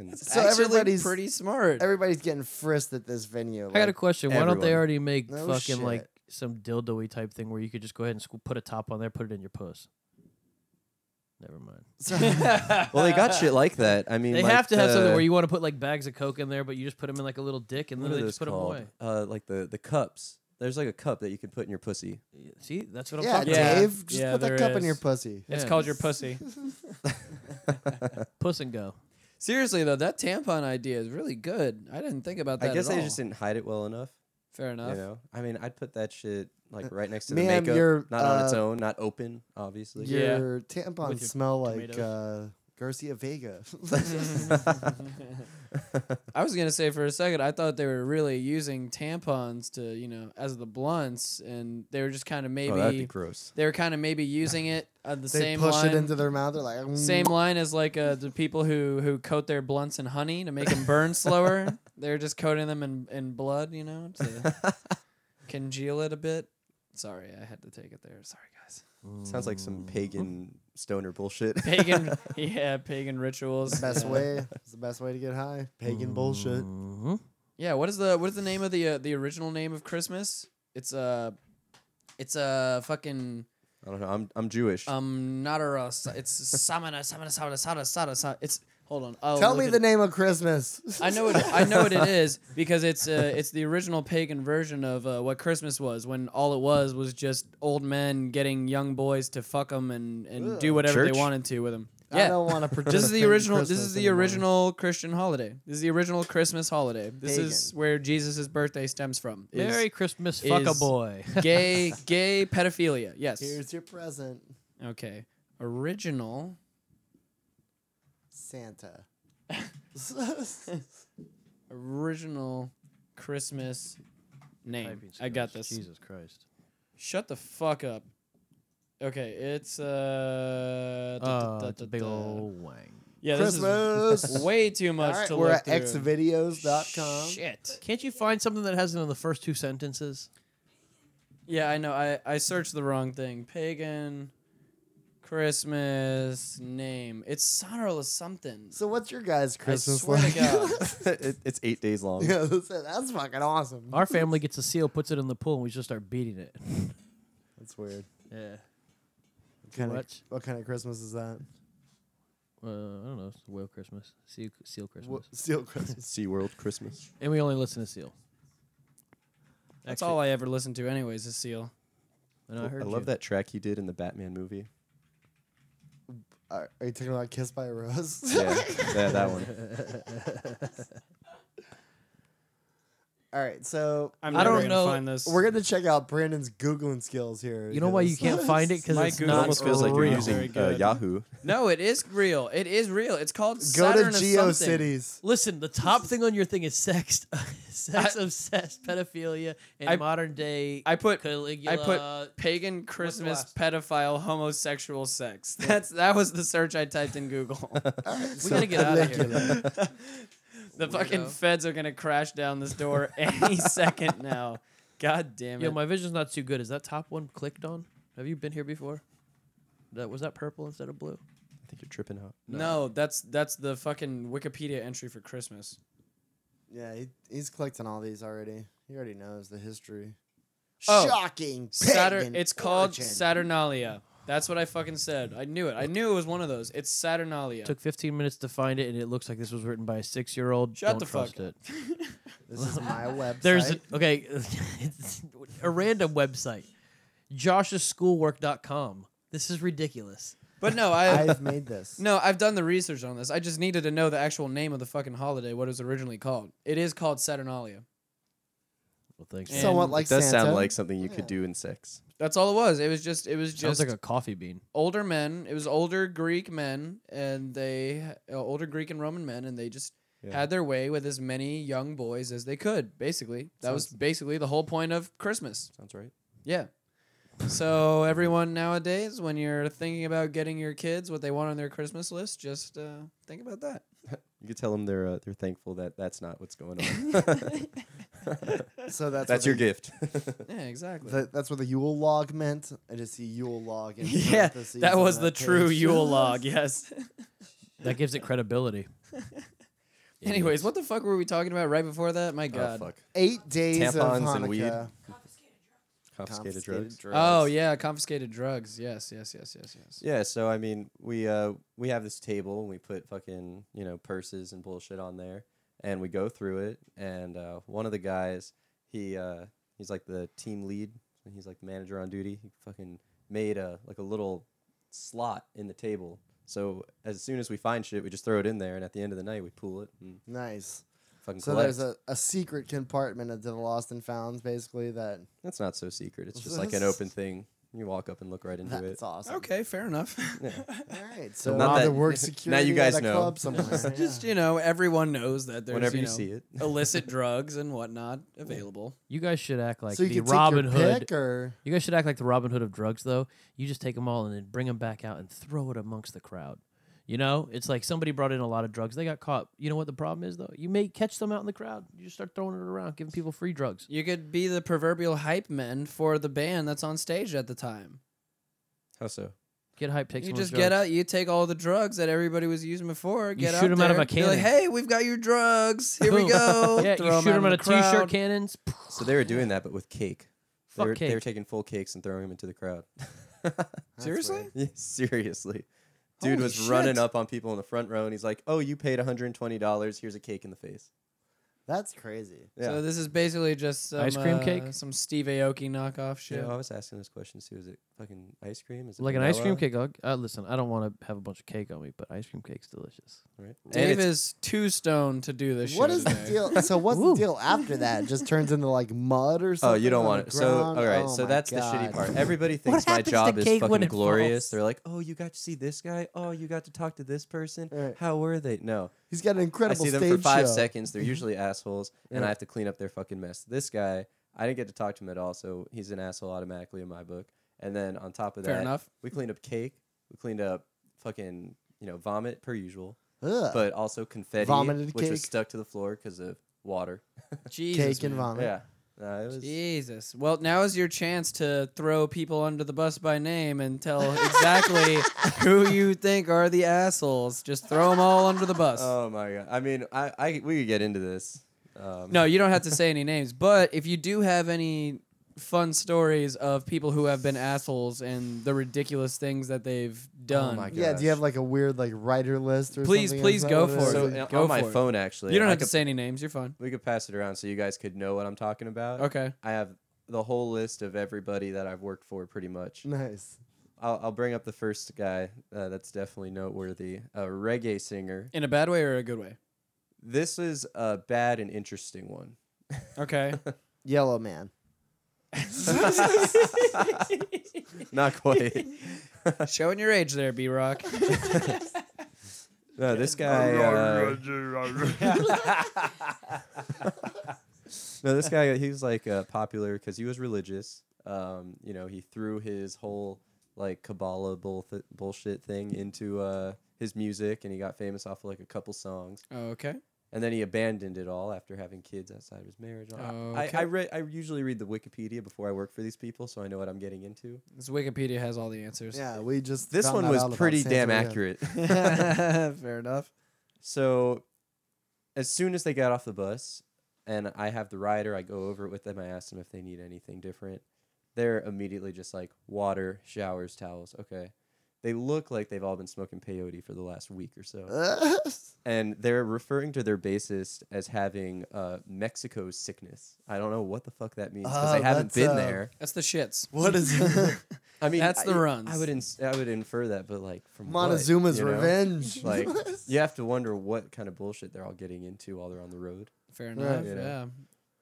Speaker 4: And
Speaker 1: It's
Speaker 2: So
Speaker 1: actually
Speaker 2: everybody's-
Speaker 1: pretty smart.
Speaker 2: Everybody's getting frisked at this venue.
Speaker 3: I got a
Speaker 2: like,
Speaker 3: question. Why don't they
Speaker 4: everyone.
Speaker 3: already make
Speaker 2: No
Speaker 3: fucking
Speaker 2: shit.
Speaker 3: like some dildo-y type thing where you could just go ahead and squ- put a top on there, put it in your puss? Never mind.
Speaker 4: well, they got shit like that. I mean,
Speaker 3: They
Speaker 4: like
Speaker 3: have to have something
Speaker 4: the-
Speaker 3: where you want to put like bags of coke in there, but you just put them in like a little dick and
Speaker 4: what
Speaker 3: then
Speaker 4: are
Speaker 3: they
Speaker 4: those
Speaker 3: just put them
Speaker 4: called?
Speaker 3: away.
Speaker 4: Uh, like the the cups. There's like a cup that you could put in your pussy.
Speaker 3: Yeah, See, that's what I'm
Speaker 2: yeah,
Speaker 3: talking
Speaker 1: Yeah.
Speaker 3: about.
Speaker 2: Dave, just
Speaker 1: Yeah,
Speaker 2: put that
Speaker 1: there
Speaker 2: cup in
Speaker 1: is.
Speaker 2: your pussy.
Speaker 1: it's
Speaker 3: Yeah.
Speaker 1: called your pussy.
Speaker 3: Puss and go.
Speaker 1: Seriously though, that tampon idea is really good. I didn't think about that.
Speaker 4: I guess
Speaker 1: at
Speaker 4: they
Speaker 1: all.
Speaker 4: just didn't hide it well enough.
Speaker 1: Fair enough.
Speaker 4: You know, I mean, I'd put that shit like right next to the
Speaker 2: Uh, ma'am,
Speaker 4: makeup,
Speaker 2: you're,
Speaker 4: not on its
Speaker 2: uh,
Speaker 4: own, not open, obviously.
Speaker 1: Yeah.
Speaker 2: Your tampons
Speaker 3: With your
Speaker 2: smell like uh,
Speaker 3: tomatoes.
Speaker 2: Garcia Vega.
Speaker 1: I was gonna say for a second, I thought they were really using tampons to, you know, as the blunts, and they were just kind of
Speaker 4: oh, that'd be
Speaker 1: maybe
Speaker 4: gross.
Speaker 1: they were kind of maybe using it on the
Speaker 2: they
Speaker 1: same
Speaker 2: push
Speaker 1: line,
Speaker 2: it into their mouth. They're like, mm.
Speaker 1: same line as like uh, the people who who coat their blunts in honey to make them burn slower. They're just coating them in in blood, you know, to congeal it a bit. Sorry, I had to take it there. Sorry, guys.
Speaker 4: Sounds like some pagan stoner bullshit.
Speaker 1: Pagan, yeah, pagan rituals.
Speaker 2: Best
Speaker 1: yeah.
Speaker 2: way. It's the best way to get high. Pagan bullshit.
Speaker 3: Mm-hmm.
Speaker 1: Yeah, what is the what is the name of the uh, the original name of Christmas? It's uh, it's a uh, fucking
Speaker 4: I don't know. I'm I'm Jewish.
Speaker 1: um not a Ross. It's samana samana samana samana samana. samana. It's hold on. I'll
Speaker 2: Tell
Speaker 1: Oh, look
Speaker 2: me
Speaker 1: it-
Speaker 2: the name of Christmas.
Speaker 1: I know it. I know what it is because it's uh, it's the original pagan version of uh, what Christmas was when all it was was just old men getting young boys to fuck them and and do whatever
Speaker 4: Church?
Speaker 1: they wanted to with them.
Speaker 2: I
Speaker 1: Yeah.
Speaker 2: don't want to.
Speaker 1: This is the original. This is the original Christian holiday. This is the original Christmas holiday. This is
Speaker 2: Pagan.
Speaker 1: where Jesus' birthday stems from. is-
Speaker 3: Merry Christmas, fuck a
Speaker 1: is-
Speaker 3: boy.
Speaker 1: gay gay pedophilia. Yes.
Speaker 2: Here's your present,
Speaker 1: okay. Original.
Speaker 2: Santa.
Speaker 1: Original Christmas name.
Speaker 3: Typing
Speaker 1: I got
Speaker 3: skills.
Speaker 1: this.
Speaker 3: Jesus Christ.
Speaker 1: Shut the fuck up. Okay, it's uh. da- da-
Speaker 3: Oh,
Speaker 1: da-
Speaker 3: it's a
Speaker 1: da-
Speaker 3: big
Speaker 1: da.
Speaker 3: old wang.
Speaker 1: Yeah, this is
Speaker 2: Christmas.
Speaker 1: way too much
Speaker 2: All right,
Speaker 1: to
Speaker 2: we're
Speaker 1: look
Speaker 2: at
Speaker 1: through.
Speaker 2: xvideos.com.
Speaker 1: Shit.
Speaker 3: Can't you find something that has it in the first two sentences?
Speaker 1: Yeah, I know. I I searched the wrong thing. Pagan. Christmas name. It's Sonor something.
Speaker 2: So what's your guys' Christmas
Speaker 1: swear to
Speaker 2: like?
Speaker 1: God.
Speaker 4: it, it's eight days long.
Speaker 2: yeah, that's, it. That's fucking awesome.
Speaker 3: Our family gets a seal, puts it in the pool, and we just start beating it.
Speaker 2: That's weird.
Speaker 3: Yeah.
Speaker 2: What kind, of,
Speaker 3: What?
Speaker 2: what kind of Christmas is that?
Speaker 3: Uh, I don't know. It's the whale Christmas, seal, seal Christmas,
Speaker 2: What, Steel Christmas.
Speaker 4: SeaWorld Christmas.
Speaker 3: and we only listen to Seal.
Speaker 1: That's
Speaker 3: Actually-
Speaker 1: all I ever listened to, anyways. Is Seal.
Speaker 3: I, know, I heard
Speaker 4: love
Speaker 3: you.
Speaker 4: that track he did in the Batman movie.
Speaker 2: Are, are you talking about Kiss by a Rose?
Speaker 4: Yeah, that, that one.
Speaker 2: All right, so
Speaker 1: I'm
Speaker 3: I
Speaker 1: never gonna
Speaker 3: don't know-
Speaker 1: Find this.
Speaker 2: we're gonna check out Brandon's googling skills here.
Speaker 3: You know why you can't find it? Because
Speaker 1: My
Speaker 3: it's
Speaker 1: Google
Speaker 4: It
Speaker 3: not
Speaker 4: almost feels like you're
Speaker 3: real.
Speaker 1: Very
Speaker 4: using uh,
Speaker 1: good.
Speaker 4: Yahoo.
Speaker 1: No, it is real. It is real. It's called
Speaker 2: Go
Speaker 1: Saturn
Speaker 2: to
Speaker 1: of
Speaker 2: Geo
Speaker 1: something.
Speaker 2: Cities.
Speaker 3: Listen, the top thing on your thing is sex, sex obsessed pedophilia, and
Speaker 1: I-
Speaker 3: modern day.
Speaker 1: I put
Speaker 3: Caligula.
Speaker 1: I put pagan Christmas
Speaker 3: last?
Speaker 1: pedophile homosexual sex. That's that was the search I typed in Google.
Speaker 2: All right,
Speaker 1: we gotta get out of here.
Speaker 2: Caligula.
Speaker 1: The fucking
Speaker 3: Weirdo.
Speaker 1: feds are gonna crash down this door any second now. God damn it!
Speaker 3: Yo, my vision's not too good. Is that top one clicked on? Have you been here before? That was that purple instead of blue.
Speaker 4: I think you're tripping out.
Speaker 1: no. that's that's the fucking Wikipedia entry for Christmas.
Speaker 2: Yeah, he, he's clicked on all these already. He already knows the history.
Speaker 1: Oh.
Speaker 2: Shocking.
Speaker 1: Saturn.
Speaker 2: pagan
Speaker 1: It's called
Speaker 2: origin.
Speaker 1: Saturnalia. That's what I fucking said. I knew it. I knew it was one of those. It's Saturnalia.
Speaker 3: Took 15 minutes to find it, and it looks like this was written by a six-year-old.
Speaker 1: Shut
Speaker 3: Don't
Speaker 1: the fuck
Speaker 3: trust
Speaker 1: up.
Speaker 3: it.
Speaker 2: This is my website.
Speaker 3: There's okay, it's a random website, josh'schoolwork.com. This is ridiculous.
Speaker 1: But no, I
Speaker 2: I've made this.
Speaker 1: no, I've done the research on this. I just needed to know the actual name of the fucking holiday, what it was originally called. It is called Saturnalia.
Speaker 3: Well, thanks.
Speaker 1: Yeah.
Speaker 2: Somewhat
Speaker 1: and
Speaker 2: like
Speaker 4: it does
Speaker 2: Santa.
Speaker 4: sound like something you
Speaker 2: Yeah.
Speaker 4: could do in six.
Speaker 1: That's all it was. It was just it was
Speaker 3: Sounds
Speaker 1: just
Speaker 3: like a coffee bean.
Speaker 1: older men. It was older Greek men, and they uh, older Greek and Roman men, and they just
Speaker 4: Yeah.
Speaker 1: had their way with as many young boys as they could. Basically, that was
Speaker 4: Sounds-
Speaker 1: basically the whole point of Christmas.
Speaker 4: Sounds right.
Speaker 1: Yeah. So everyone nowadays, when you're thinking about getting your kids what they want on their Christmas list, just uh, think about that.
Speaker 4: You could tell them they're uh, they're thankful that that's not what's going on.
Speaker 2: so that's
Speaker 4: that's
Speaker 2: what
Speaker 4: your gift.
Speaker 1: Yeah, exactly.
Speaker 2: The, that's what the Yule log meant. I just see Yule log. In
Speaker 1: yeah,
Speaker 2: parentheses
Speaker 1: that
Speaker 2: on
Speaker 1: was the
Speaker 2: that
Speaker 1: true
Speaker 2: page.
Speaker 1: Yule log. Yes.
Speaker 3: That gives it credibility.
Speaker 1: Anyways, what the fuck were we talking about right before that? My God.
Speaker 4: Oh fuck!
Speaker 2: Eight days of
Speaker 4: Tampons
Speaker 2: Hanukkah.
Speaker 4: and weed. Confiscated,
Speaker 2: Confiscated
Speaker 4: drugs.
Speaker 1: Oh yeah, confiscated drugs. Yes, yes, yes, yes, yes.
Speaker 4: Yeah, so I mean, we uh we have this table and we put fucking you know purses and bullshit on there, and we go through it. And uh, one of the guys, he uh he's like the team lead, and he's like the manager on duty. He fucking made a like a little slot in the table. So as soon as we find shit, we just throw it in there, and at the end of the night, we pull it and
Speaker 2: Nice.
Speaker 4: fucking
Speaker 2: So
Speaker 4: collect.
Speaker 2: there's a, a secret compartment of the lost and founds, basically. That
Speaker 4: That's not so secret. It's just like an open thing. You walk up and look right into it.
Speaker 2: that's awesome.
Speaker 1: Okay, fair enough.
Speaker 2: All right. So
Speaker 4: not
Speaker 2: now there
Speaker 4: that-
Speaker 2: works
Speaker 4: now you
Speaker 2: security at
Speaker 4: guys
Speaker 2: a
Speaker 4: know.
Speaker 2: club somewhere. yeah.
Speaker 1: Just you know, everyone knows that there's
Speaker 4: Whenever
Speaker 1: you,
Speaker 4: you
Speaker 1: know,
Speaker 4: see it.
Speaker 1: illicit drugs and whatnot available.
Speaker 3: You guys should act like
Speaker 2: so you
Speaker 3: the
Speaker 2: can
Speaker 3: Robin
Speaker 2: take your
Speaker 3: Hood.
Speaker 2: pick or
Speaker 3: You guys should act like the Robin Hood of drugs, though. You just take them all and then bring them back out and throw it amongst the crowd. You know, it's like somebody brought in a lot of drugs. They got caught. You know what the problem is, though? You may catch them out in the crowd. You just start throwing it around, giving people free drugs.
Speaker 1: You could be the proverbial hype men for the band that's on stage at the time.
Speaker 4: How so?
Speaker 3: Get hype, take
Speaker 1: you
Speaker 3: someone's
Speaker 1: just get
Speaker 3: drugs.
Speaker 1: out, you take all the drugs that everybody was using before. Get out
Speaker 3: shoot 'em out of
Speaker 1: there,
Speaker 3: a
Speaker 1: be Like,
Speaker 3: cannon.
Speaker 1: hey, we've got your drugs. Here we
Speaker 3: Boom.
Speaker 1: go.
Speaker 3: yeah,
Speaker 1: Throw
Speaker 3: you
Speaker 1: 'em
Speaker 3: shoot
Speaker 1: out
Speaker 3: them
Speaker 1: in
Speaker 3: out of
Speaker 1: the crowd.
Speaker 3: t-shirt cannons.
Speaker 4: So they were doing that, but with cake. They
Speaker 3: Fuck
Speaker 4: were, They were
Speaker 3: cake.
Speaker 4: taking full cakes and throwing them into the crowd.
Speaker 1: Seriously?
Speaker 4: Yeah, Seriously. Dude
Speaker 1: Holy
Speaker 4: was running
Speaker 1: shit.
Speaker 4: up on people in the front row and he's like, oh, you paid $120. Here's a cake in the face.
Speaker 2: That's crazy.
Speaker 4: Yeah.
Speaker 1: So this is basically just some,
Speaker 3: Ice cream
Speaker 1: uh,
Speaker 3: cake?
Speaker 1: some Steve Aoki knockoff
Speaker 4: You
Speaker 1: shit.
Speaker 4: know, I was asking those questions too. Is it fucking ice cream? Is it
Speaker 3: Like an ice cream
Speaker 4: vanilla?
Speaker 3: cake. I'll- Uh, listen, I don't want to have a bunch of cake on me, but ice cream cake's delicious.
Speaker 4: Right? And
Speaker 1: Dave
Speaker 4: it's-
Speaker 1: is too stoned to do this.
Speaker 2: What
Speaker 1: shit
Speaker 2: is the
Speaker 1: today.
Speaker 2: deal? So what's the
Speaker 3: Woo.
Speaker 2: deal after that? It just turns into like mud or
Speaker 4: Oh,
Speaker 2: something.
Speaker 4: you don't
Speaker 2: on
Speaker 4: want
Speaker 2: the
Speaker 4: it. So,
Speaker 2: ground?
Speaker 4: all right.
Speaker 2: Oh
Speaker 4: so
Speaker 2: my
Speaker 4: that's the shitty
Speaker 2: God.
Speaker 4: part. Everybody thinks my
Speaker 3: happens to
Speaker 4: job is
Speaker 3: cake when
Speaker 4: fucking
Speaker 3: it
Speaker 4: glorious.
Speaker 3: falls?
Speaker 4: They're like, oh, you got to see this guy. Oh, you got to talk to this person.
Speaker 2: Right.
Speaker 4: How were they? No.
Speaker 2: He's got an
Speaker 4: I
Speaker 2: incredible
Speaker 4: see them
Speaker 2: stage
Speaker 4: for five
Speaker 2: show.
Speaker 4: seconds.
Speaker 1: Mm-hmm.
Speaker 4: They're usually assholes, and I have to clean up their fucking mess. This guy, I didn't get to talk to him at all, so he's an asshole automatically in my book. And then on top of
Speaker 1: Fair
Speaker 4: that,
Speaker 1: enough.
Speaker 4: we cleaned up cake. We cleaned up fucking you know vomit per usual,
Speaker 2: Ugh.
Speaker 4: but also confetti,
Speaker 2: Vomited
Speaker 4: which was
Speaker 2: cake.
Speaker 4: stuck to the floor because of water.
Speaker 1: Jesus,
Speaker 2: cake and
Speaker 1: man.
Speaker 2: vomit.
Speaker 4: yeah, no, it was.
Speaker 1: Jesus. Well, now is your chance to throw people under the bus by name and tell exactly who you think are the assholes. Just throw them all under the bus.
Speaker 4: Oh my god! I mean, I, I we could get into this. Um,
Speaker 1: no, you don't have to say any names, but if you do have any fun stories of people who have been assholes and the ridiculous things that they've done.
Speaker 4: Oh my God.
Speaker 2: Yeah, do you have
Speaker 4: Gosh.
Speaker 2: like a weird like writer list or
Speaker 1: Please-
Speaker 2: something?
Speaker 1: please
Speaker 2: Is that
Speaker 1: go
Speaker 2: what it
Speaker 1: for
Speaker 2: is?
Speaker 4: So
Speaker 1: it.
Speaker 4: uh,
Speaker 1: Go
Speaker 4: on my
Speaker 1: for it.
Speaker 4: phone, actually,
Speaker 1: you don't
Speaker 4: I
Speaker 1: have
Speaker 4: could-
Speaker 1: to say any names. You're fine.
Speaker 4: We could pass it around so you guys could know what I'm talking about.
Speaker 1: Okay.
Speaker 4: I have the whole list of everybody that I've worked for pretty much.
Speaker 2: Nice.
Speaker 4: I'll, I'll bring up the first guy uh, that's definitely noteworthy a reggae singer.
Speaker 1: In a bad way or a good way?
Speaker 4: This is a bad and interesting one.
Speaker 1: Okay.
Speaker 2: Yellow man.
Speaker 4: Not quite.
Speaker 1: Showing your age there, B Rock.
Speaker 4: No, this guy. Uh, no, this guy. He was like uh, popular because he was religious. Um, you know, he threw his whole like Kabbalah bull th- bullshit thing into uh, his music, and he got famous off of like a couple songs.
Speaker 1: okay.
Speaker 4: and then he abandoned it all after having kids outside of his marriage. I,
Speaker 1: Okay.
Speaker 4: I, read. I usually read the Wikipedia before I work for these people, so I know what I'm getting into.
Speaker 1: This Wikipedia has all the answers.
Speaker 2: Yeah, we just
Speaker 4: This
Speaker 2: found
Speaker 4: one
Speaker 2: that out
Speaker 4: was
Speaker 2: about
Speaker 4: pretty
Speaker 2: Santa
Speaker 4: damn
Speaker 2: Maria.
Speaker 4: accurate.
Speaker 2: Fair enough.
Speaker 4: So, as soon as they got off the bus, and I have the rider, I go over it with them. I ask them if they need anything different. They're immediately just like water, showers, towels. Okay. They look like they've all been smoking peyote for the last week or so. And they're referring to their bassist as having uh, Mexico sickness. I don't know what the fuck that means because
Speaker 2: Oh,
Speaker 4: I haven't
Speaker 2: that's,
Speaker 4: been
Speaker 2: uh,
Speaker 4: there.
Speaker 1: That's the shits.
Speaker 2: what is it?
Speaker 4: I mean,
Speaker 1: that's the
Speaker 4: I-
Speaker 1: runs.
Speaker 4: I would, ins- I would infer that, but like from what,
Speaker 2: Montezuma's
Speaker 4: you know?
Speaker 2: revenge?
Speaker 4: Like, you have to wonder what kind of bullshit they're all getting into while they're on the road.
Speaker 1: Fair enough.
Speaker 4: Yeah.
Speaker 1: Yeah.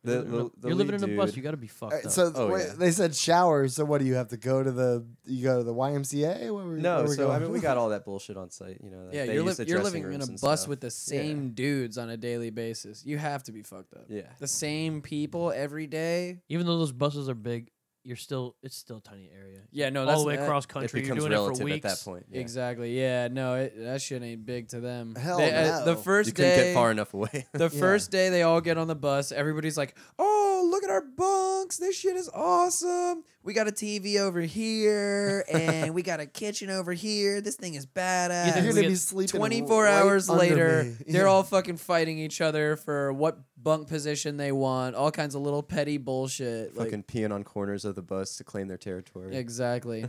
Speaker 4: The,
Speaker 3: You're living in
Speaker 4: the-
Speaker 3: a-
Speaker 4: the
Speaker 3: you're living
Speaker 4: lead
Speaker 3: in a bus.
Speaker 4: dude-
Speaker 3: You got to be fucked
Speaker 2: All right,
Speaker 3: up.
Speaker 2: so
Speaker 4: Oh,
Speaker 2: wait,
Speaker 4: yeah.
Speaker 2: they said shower. So what do you have to go to the? You go to the YMCA? Where were,
Speaker 4: no,
Speaker 2: where we
Speaker 4: so I
Speaker 2: going?
Speaker 4: mean, we got all that bullshit on site. You know,
Speaker 1: Yeah,
Speaker 4: they
Speaker 1: you're,
Speaker 4: use
Speaker 1: li-
Speaker 4: the
Speaker 1: you're
Speaker 4: dressing
Speaker 1: living in a
Speaker 4: rooms and
Speaker 1: bus
Speaker 4: stuff.
Speaker 1: with the same dudes on a daily basis. You have to be fucked up.
Speaker 4: Yeah,
Speaker 1: The same people every day.
Speaker 3: Even though those buses are big, you're still it's still a tiny area.
Speaker 1: Yeah, no, that's
Speaker 3: All the way
Speaker 1: that-
Speaker 3: across
Speaker 4: it
Speaker 3: country, you're
Speaker 4: becomes
Speaker 3: doing it for
Speaker 4: relative at
Speaker 3: weeks.
Speaker 4: that point. Yeah.
Speaker 1: Exactly. Yeah. No, it, that shit ain't big to them.
Speaker 2: Hell
Speaker 1: They- uh, The
Speaker 2: no.
Speaker 1: first
Speaker 4: You couldn't
Speaker 1: day,
Speaker 4: get far enough away.
Speaker 1: the
Speaker 2: Yeah.
Speaker 1: first day they all get on the bus. Everybody's like, "Oh, look at our bunks! This shit is awesome. We got a TV over here, and we got a kitchen over here. This thing is
Speaker 3: You
Speaker 2: You're
Speaker 3: think
Speaker 1: badass."
Speaker 3: we
Speaker 2: gonna be
Speaker 3: get
Speaker 2: sleeping.
Speaker 1: 24
Speaker 2: right
Speaker 1: hours
Speaker 2: under
Speaker 1: later,
Speaker 2: me.
Speaker 1: they're all fucking fighting each other for what bunk position they want, all kinds of little petty bullshit. like-
Speaker 4: Fucking peeing on corners of the bus to claim their territory.
Speaker 1: exactly.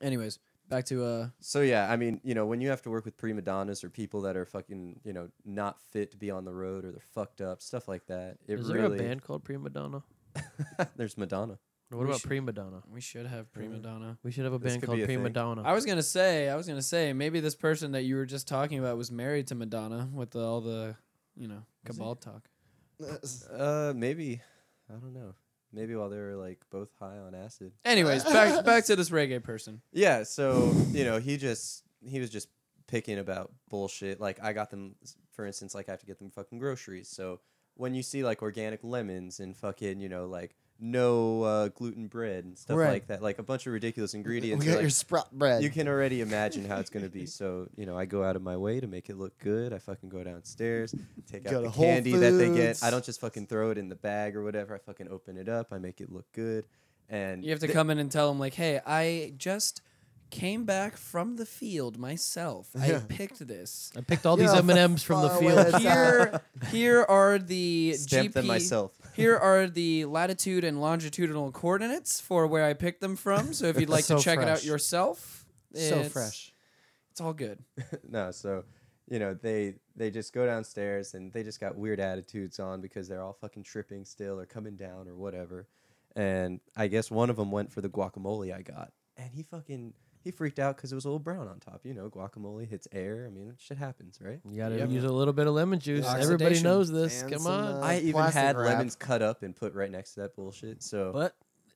Speaker 1: Anyways, back to uh
Speaker 4: So yeah, I mean, you know, when you have to work with prima donnas or people that are fucking, you know, not fit to be on the road or they're fucked up, stuff like that. It
Speaker 3: Is there
Speaker 4: really
Speaker 3: a band called Prima Donna?
Speaker 4: there's Madonna.
Speaker 1: We
Speaker 3: Or what about
Speaker 1: should-
Speaker 3: Prima Donna?
Speaker 1: we should have prima donna.
Speaker 3: We should have a
Speaker 4: This
Speaker 3: band
Speaker 4: could
Speaker 3: called
Speaker 4: be a
Speaker 3: Prima
Speaker 4: thing.
Speaker 3: Donna.
Speaker 1: I was gonna say, I was gonna say, maybe this person that you were just talking about was married to Madonna with the, all the, you know,
Speaker 4: Was he?
Speaker 1: cabal talk.
Speaker 4: Uh, maybe, I don't know. Maybe while they were like both high on acid.
Speaker 1: Anyways, back back to this reggae person.
Speaker 4: Yeah, so you know, he just he was just picking about bullshit. Like I got them, for instance, like I have to get them fucking groceries. So when you see like organic lemons and fucking you know like no uh, gluten bread and stuff
Speaker 1: Right.
Speaker 4: like that, like a bunch of ridiculous
Speaker 2: We
Speaker 4: ingredients,
Speaker 2: got
Speaker 4: you're
Speaker 2: your
Speaker 4: like,
Speaker 2: sprout bread.
Speaker 4: you can already imagine how it's gonna be. So you know, I go out of my way to make it look good. I fucking go downstairs, take
Speaker 2: Go
Speaker 4: out
Speaker 2: to
Speaker 4: the
Speaker 2: Whole
Speaker 4: candy that they get.
Speaker 2: Foods.
Speaker 4: I don't just fucking throw it in the bag or whatever. I fucking open it up. I make it look good. And
Speaker 1: You have to come in and tell them like, hey, I just came back from the field myself. I
Speaker 2: Yeah.
Speaker 1: picked this.
Speaker 3: I picked all these
Speaker 2: Yeah,
Speaker 3: M and M's from the
Speaker 2: far away.
Speaker 3: field.
Speaker 2: That's
Speaker 1: Here, here are the
Speaker 4: stamp
Speaker 1: GP.
Speaker 4: them myself.
Speaker 1: Here are the latitude and longitudinal coordinates for where I picked them from. So if you'd like
Speaker 2: So
Speaker 1: to check it out
Speaker 2: fresh.
Speaker 1: yourself,
Speaker 2: so
Speaker 1: it's-
Speaker 2: fresh.
Speaker 1: It's all good.
Speaker 4: no so you know they they just go downstairs and they just got weird attitudes on because they're all fucking tripping still or coming down or whatever and i guess one of them went for the guacamole i got and he fucking he freaked out because it was a little brown on top you know guacamole hits air i mean shit happens right
Speaker 3: You gotta
Speaker 1: Yep.
Speaker 3: use a little bit of lemon juice. Everybody
Speaker 1: Oxidation
Speaker 3: knows this.
Speaker 2: and
Speaker 3: Come
Speaker 2: some,
Speaker 3: on.
Speaker 2: uh,
Speaker 4: i even
Speaker 2: plastic
Speaker 4: had
Speaker 2: wrap.
Speaker 4: lemons cut up and put right next to that bullshit so
Speaker 3: But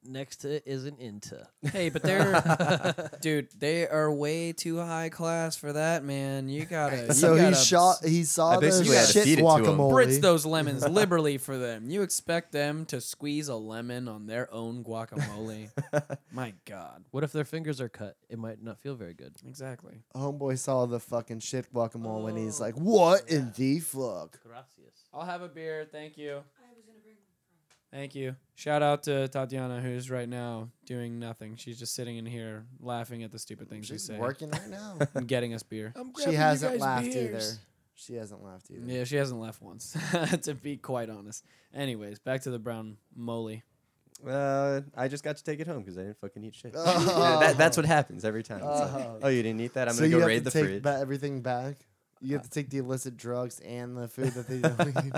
Speaker 3: next to it is an into.
Speaker 1: Hey, but they're dude, they are way too high class for that, man. You gotta you
Speaker 2: So he
Speaker 1: gotta
Speaker 2: shot. He saw
Speaker 4: I
Speaker 2: the
Speaker 4: basically
Speaker 1: had to
Speaker 2: shit
Speaker 4: feed it to him.
Speaker 1: spritz
Speaker 2: guacamole.
Speaker 1: those lemons liberally for them. You expect them to squeeze a lemon on their own guacamole. My God.
Speaker 3: What if their fingers are cut? It might not feel very good.
Speaker 1: Exactly.
Speaker 2: Homeboy saw the fucking shit guacamole, and he's
Speaker 1: Oh,
Speaker 2: like, "What in the fuck?"
Speaker 3: Gracias.
Speaker 1: I'll have a beer, thank you. Thank you. Shout out to Tatiana, who's right now doing nothing. She's just sitting in here laughing at the stupid things we
Speaker 2: She's
Speaker 1: say
Speaker 2: working right now.
Speaker 1: and getting us beer.
Speaker 2: she hasn't laughed either. She hasn't laughed either.
Speaker 1: Yeah, she hasn't left once, to be quite honest. Anyways, back to the brown moly.
Speaker 4: uh, i just got to take it home because i didn't fucking eat shit
Speaker 2: Oh.
Speaker 4: that, that's what happens every time It's like,
Speaker 2: Oh.
Speaker 4: oh you didn't eat that i'm
Speaker 2: so
Speaker 4: gonna
Speaker 2: you
Speaker 4: go
Speaker 2: have
Speaker 4: raid
Speaker 2: to
Speaker 4: the
Speaker 2: take
Speaker 4: fridge
Speaker 2: ba- everything back. You have to take the illicit drugs and the food that they don't eat.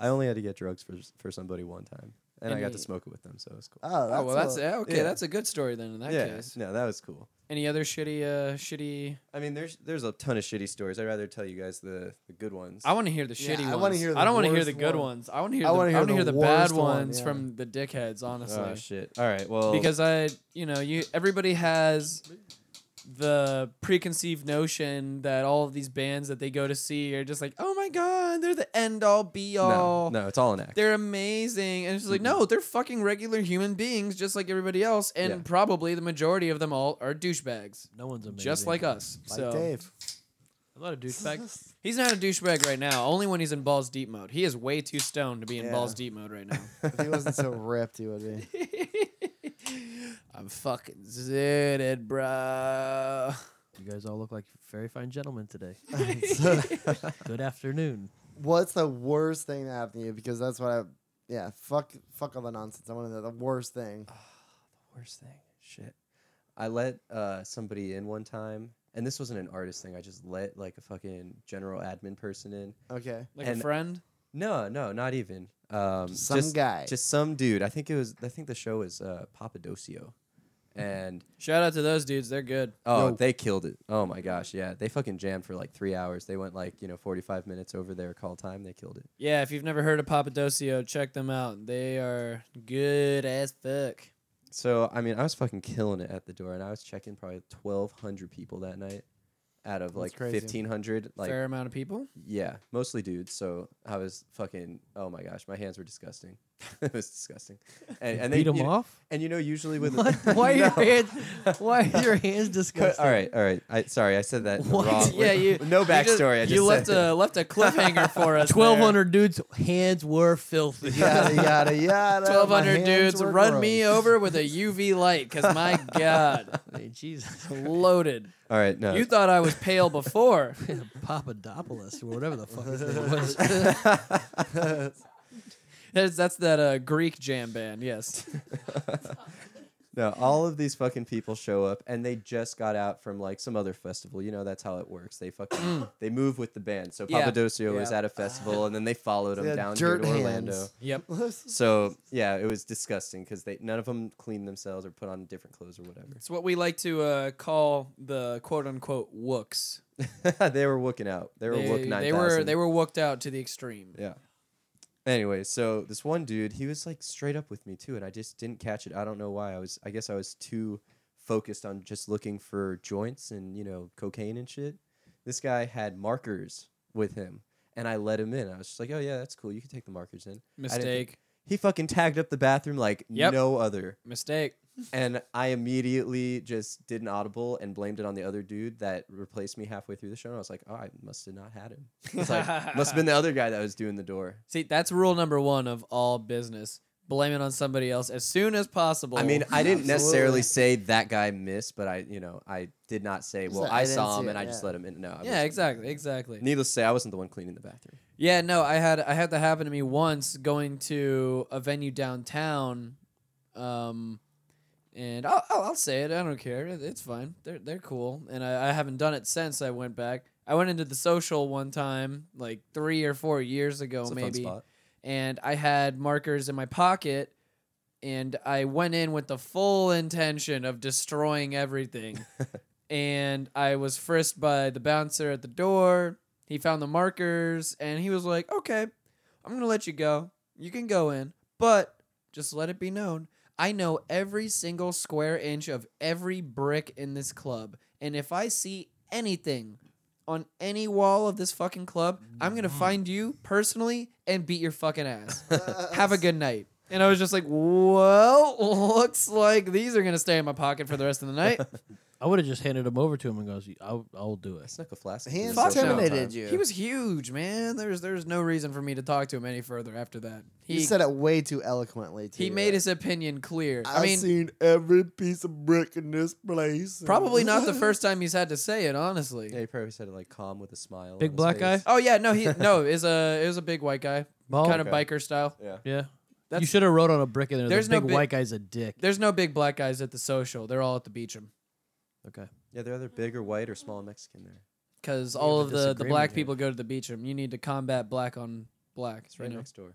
Speaker 4: I only had to get drugs for for somebody one time, and I got
Speaker 1: Any-
Speaker 4: to smoke it with them, so it was cool.
Speaker 2: Oh, that's
Speaker 1: oh well, that's
Speaker 2: a-
Speaker 1: yeah, okay.
Speaker 4: yeah.
Speaker 1: That's a good story then. In that
Speaker 4: yeah,
Speaker 1: case,
Speaker 4: no, that was cool.
Speaker 1: any other shitty, uh, shitty?
Speaker 4: I mean, there's there's a ton of shitty stories. I'd rather tell you guys the the good ones.
Speaker 1: I want to hear the
Speaker 2: Yeah,
Speaker 1: shitty
Speaker 2: I
Speaker 1: ones.
Speaker 2: wanna hear the
Speaker 1: I don't want to hear
Speaker 2: worst
Speaker 1: the good
Speaker 2: one.
Speaker 1: ones. I want to hear.
Speaker 2: I
Speaker 1: the- I want
Speaker 2: wanna hear
Speaker 1: to hear
Speaker 2: the
Speaker 1: the bad
Speaker 2: worst one,
Speaker 1: ones
Speaker 2: yeah.
Speaker 1: from the dickheads, honestly.
Speaker 4: oh shit! All right, well,
Speaker 1: because I, you know, you everybody has the preconceived notion that all of these bands that they go to see are just like, oh my god, they're the end all be
Speaker 4: no,
Speaker 1: all.
Speaker 4: no, it's all an act.
Speaker 1: They're amazing. And it's just like,
Speaker 4: Mm-hmm.
Speaker 1: no, they're fucking regular human beings just like everybody else. And
Speaker 4: Yeah.
Speaker 1: probably the majority of them all are douchebags,
Speaker 3: No one's amazing.
Speaker 1: just like us.
Speaker 2: like
Speaker 1: so
Speaker 2: Dave.
Speaker 3: I'm not a douchebag.
Speaker 1: He's not a douchebag right now. Only when he's in balls deep mode. He is way too stoned to be in
Speaker 2: Yeah.
Speaker 1: balls deep mode right now.
Speaker 2: If he wasn't so ripped, he would be.
Speaker 1: I'm fucking zitted, bro.
Speaker 3: you guys all look like very fine gentlemen today.
Speaker 2: So,
Speaker 3: Good afternoon.
Speaker 2: what's the worst thing that happened to you? Because that's what I. Yeah, fuck, fuck all the nonsense. I want to know the worst thing.
Speaker 4: Worst thing. Shit. I let uh, somebody in one time, and this wasn't an artist thing. I just let like a fucking general admin person in.
Speaker 2: Okay.
Speaker 1: Like a
Speaker 4: And-
Speaker 1: friend?
Speaker 4: No, no, not even. Um,
Speaker 2: Some
Speaker 4: just,
Speaker 2: guy.
Speaker 4: Just some dude. I think it was. I think the show was uh, Papadocio, and
Speaker 1: Shout out to those dudes. They're good.
Speaker 4: oh,
Speaker 2: Yo.
Speaker 4: they killed it. Oh my gosh, yeah, they fucking jammed for like three hours. They went like you know forty five minutes over their call time. They killed it.
Speaker 1: Yeah, if you've never heard of Papadocio, check them out. They are good as fuck.
Speaker 4: So I mean, I was fucking killing it at the door, and I was checking probably twelve hundred people that night, out of like
Speaker 2: crazy.
Speaker 4: fifteen hundred. Like
Speaker 1: Fair amount of people.
Speaker 4: yeah, mostly dudes. So I was fucking. Oh my gosh, my hands were disgusting. it was disgusting. And, and
Speaker 3: Beat
Speaker 4: they,
Speaker 3: them
Speaker 4: you know-
Speaker 3: off.
Speaker 4: And you know, usually with
Speaker 3: Why are your
Speaker 4: No.
Speaker 3: hands? Why are your hands
Speaker 4: Co-
Speaker 3: disgusting?
Speaker 4: all right, all right. I sorry, I said that in the
Speaker 3: What?
Speaker 4: wrong.
Speaker 1: Yeah, you.
Speaker 4: no
Speaker 1: you just-
Speaker 4: backstory. I just
Speaker 1: you left
Speaker 4: said
Speaker 1: a left a cliffhanger for us.
Speaker 3: Twelve hundred dudes' hands were filthy.
Speaker 2: Yada yada yada. My
Speaker 1: Twelve hundred
Speaker 2: hands
Speaker 1: dudes
Speaker 2: were
Speaker 1: run me
Speaker 2: gross.
Speaker 1: over with a UV light, cause my god,
Speaker 3: I mean, Jesus,
Speaker 1: loaded.
Speaker 4: All right, no.
Speaker 1: You thought I was pale before.
Speaker 3: Papadopoulos or whatever the fuck his name was.
Speaker 1: That's, that's that uh, Greek jam band. Yes.
Speaker 4: no, all of these fucking people show up, and they just got out from like some other festival. You know that's how it works. They fucking they move with the band. So
Speaker 1: Yeah.
Speaker 4: Papadocio was
Speaker 1: Yeah.
Speaker 4: at a festival, and then they followed
Speaker 2: Yeah,
Speaker 4: him down here
Speaker 2: dirt
Speaker 4: to Orlando.
Speaker 2: hands.
Speaker 1: Yep.
Speaker 4: So yeah, it was disgusting because they none of them cleaned themselves or put on different clothes or whatever.
Speaker 1: It's what we like to uh, call the quote unquote wooks.
Speaker 4: they were wooking out. They were wook nine thousand.
Speaker 1: they were they were wooked out to the extreme.
Speaker 4: Yeah. Anyway, so this one dude, he was like straight up with me too, and I just didn't catch it. I don't know why. I was, I guess, I was too focused on just looking for joints and you know cocaine and shit. This guy had markers with him, and I let him in. I was just like, oh yeah, that's cool. You can take the markers in. I didn't think-
Speaker 1: Mistake.
Speaker 4: He fucking tagged up the bathroom like
Speaker 1: Yep.
Speaker 4: no other,
Speaker 1: Mistake.
Speaker 4: and I immediately just did an audible and blamed it on the other dude that replaced me halfway through the show. And I was like, oh, I must have not had him. It's like must have been the other guy that was doing the door.
Speaker 1: See, that's rule number one of all business. Blame it on somebody else as soon as possible.
Speaker 4: I mean, I didn't
Speaker 2: Oh, Absolutely.
Speaker 4: necessarily say that guy missed, but I, you know, I did not say, well,
Speaker 2: like,
Speaker 4: I,
Speaker 2: I didn't
Speaker 4: saw him
Speaker 2: see
Speaker 4: and
Speaker 2: it,
Speaker 4: I just
Speaker 2: yeah.
Speaker 4: let him in. No, I
Speaker 1: yeah,
Speaker 4: was-
Speaker 1: exactly, exactly.
Speaker 4: Needless to say, I wasn't the one cleaning the bathroom.
Speaker 1: Yeah, no, I had I had that happen to me once going to a venue downtown, um, and I'll, I'll I'll say it. I don't care. It- It's fine. They're they're cool, and I, I haven't done it since I went back. I went into the social one time, like three or four years ago,
Speaker 4: It's a fun
Speaker 1: Oh, maybe
Speaker 4: spot.
Speaker 1: and I had markers in my pocket and I went in with the full intention of destroying everything. and I was frisked by the bouncer at the door. He found the markers and he was like, "Okay, I'm going to let you go. You can go in, but just let it be known I know every single square inch of every brick in this club. And if I see anything on any wall of this fucking club, I'm gonna
Speaker 4: Mm-hmm.
Speaker 1: find you personally and beat your fucking ass. Have a good night. And I was just like, well, looks like these are gonna stay in my pocket for the rest of the night.
Speaker 3: I would have just handed him over to him and goes, "I'll, I'll do
Speaker 4: I
Speaker 3: it."
Speaker 4: snuck a flask.
Speaker 2: He
Speaker 4: into the
Speaker 1: Fuck
Speaker 4: social
Speaker 1: no.
Speaker 2: intimidated
Speaker 4: time.
Speaker 2: you.
Speaker 1: he was huge, man. There's there's no reason for me to talk to him any further after that.
Speaker 2: He
Speaker 1: He
Speaker 2: said it way too eloquently. Too.
Speaker 1: he made his opinion clear. I,
Speaker 2: I've
Speaker 1: mean,
Speaker 2: seen every piece of brick in this place.
Speaker 1: probably not the first time he's had to say it, honestly.
Speaker 4: Yeah, he probably said it like calm with a smile.
Speaker 3: Big
Speaker 4: on his
Speaker 3: black guy?
Speaker 4: face.
Speaker 1: Oh yeah, no, he no is a is a big white guy,
Speaker 3: Bald?
Speaker 1: kind of
Speaker 4: Oh, Okay.
Speaker 1: biker style.
Speaker 3: Yeah, you
Speaker 1: That's-
Speaker 3: should have wrote on a brick in there.
Speaker 1: There's no
Speaker 3: There's big
Speaker 1: bi-
Speaker 3: white guy's a dick.
Speaker 1: There's no big black guys at the social. They're all at the Beecham.
Speaker 3: Okay,
Speaker 4: Yeah, they're either big or white or small and Mexican there.
Speaker 1: because
Speaker 3: We
Speaker 1: all
Speaker 3: have
Speaker 1: of the,
Speaker 3: a
Speaker 1: the
Speaker 3: disagreement
Speaker 1: black
Speaker 3: here.
Speaker 1: people go to the beach room. You need to combat black on black.
Speaker 4: It's right
Speaker 1: you know?
Speaker 4: next door.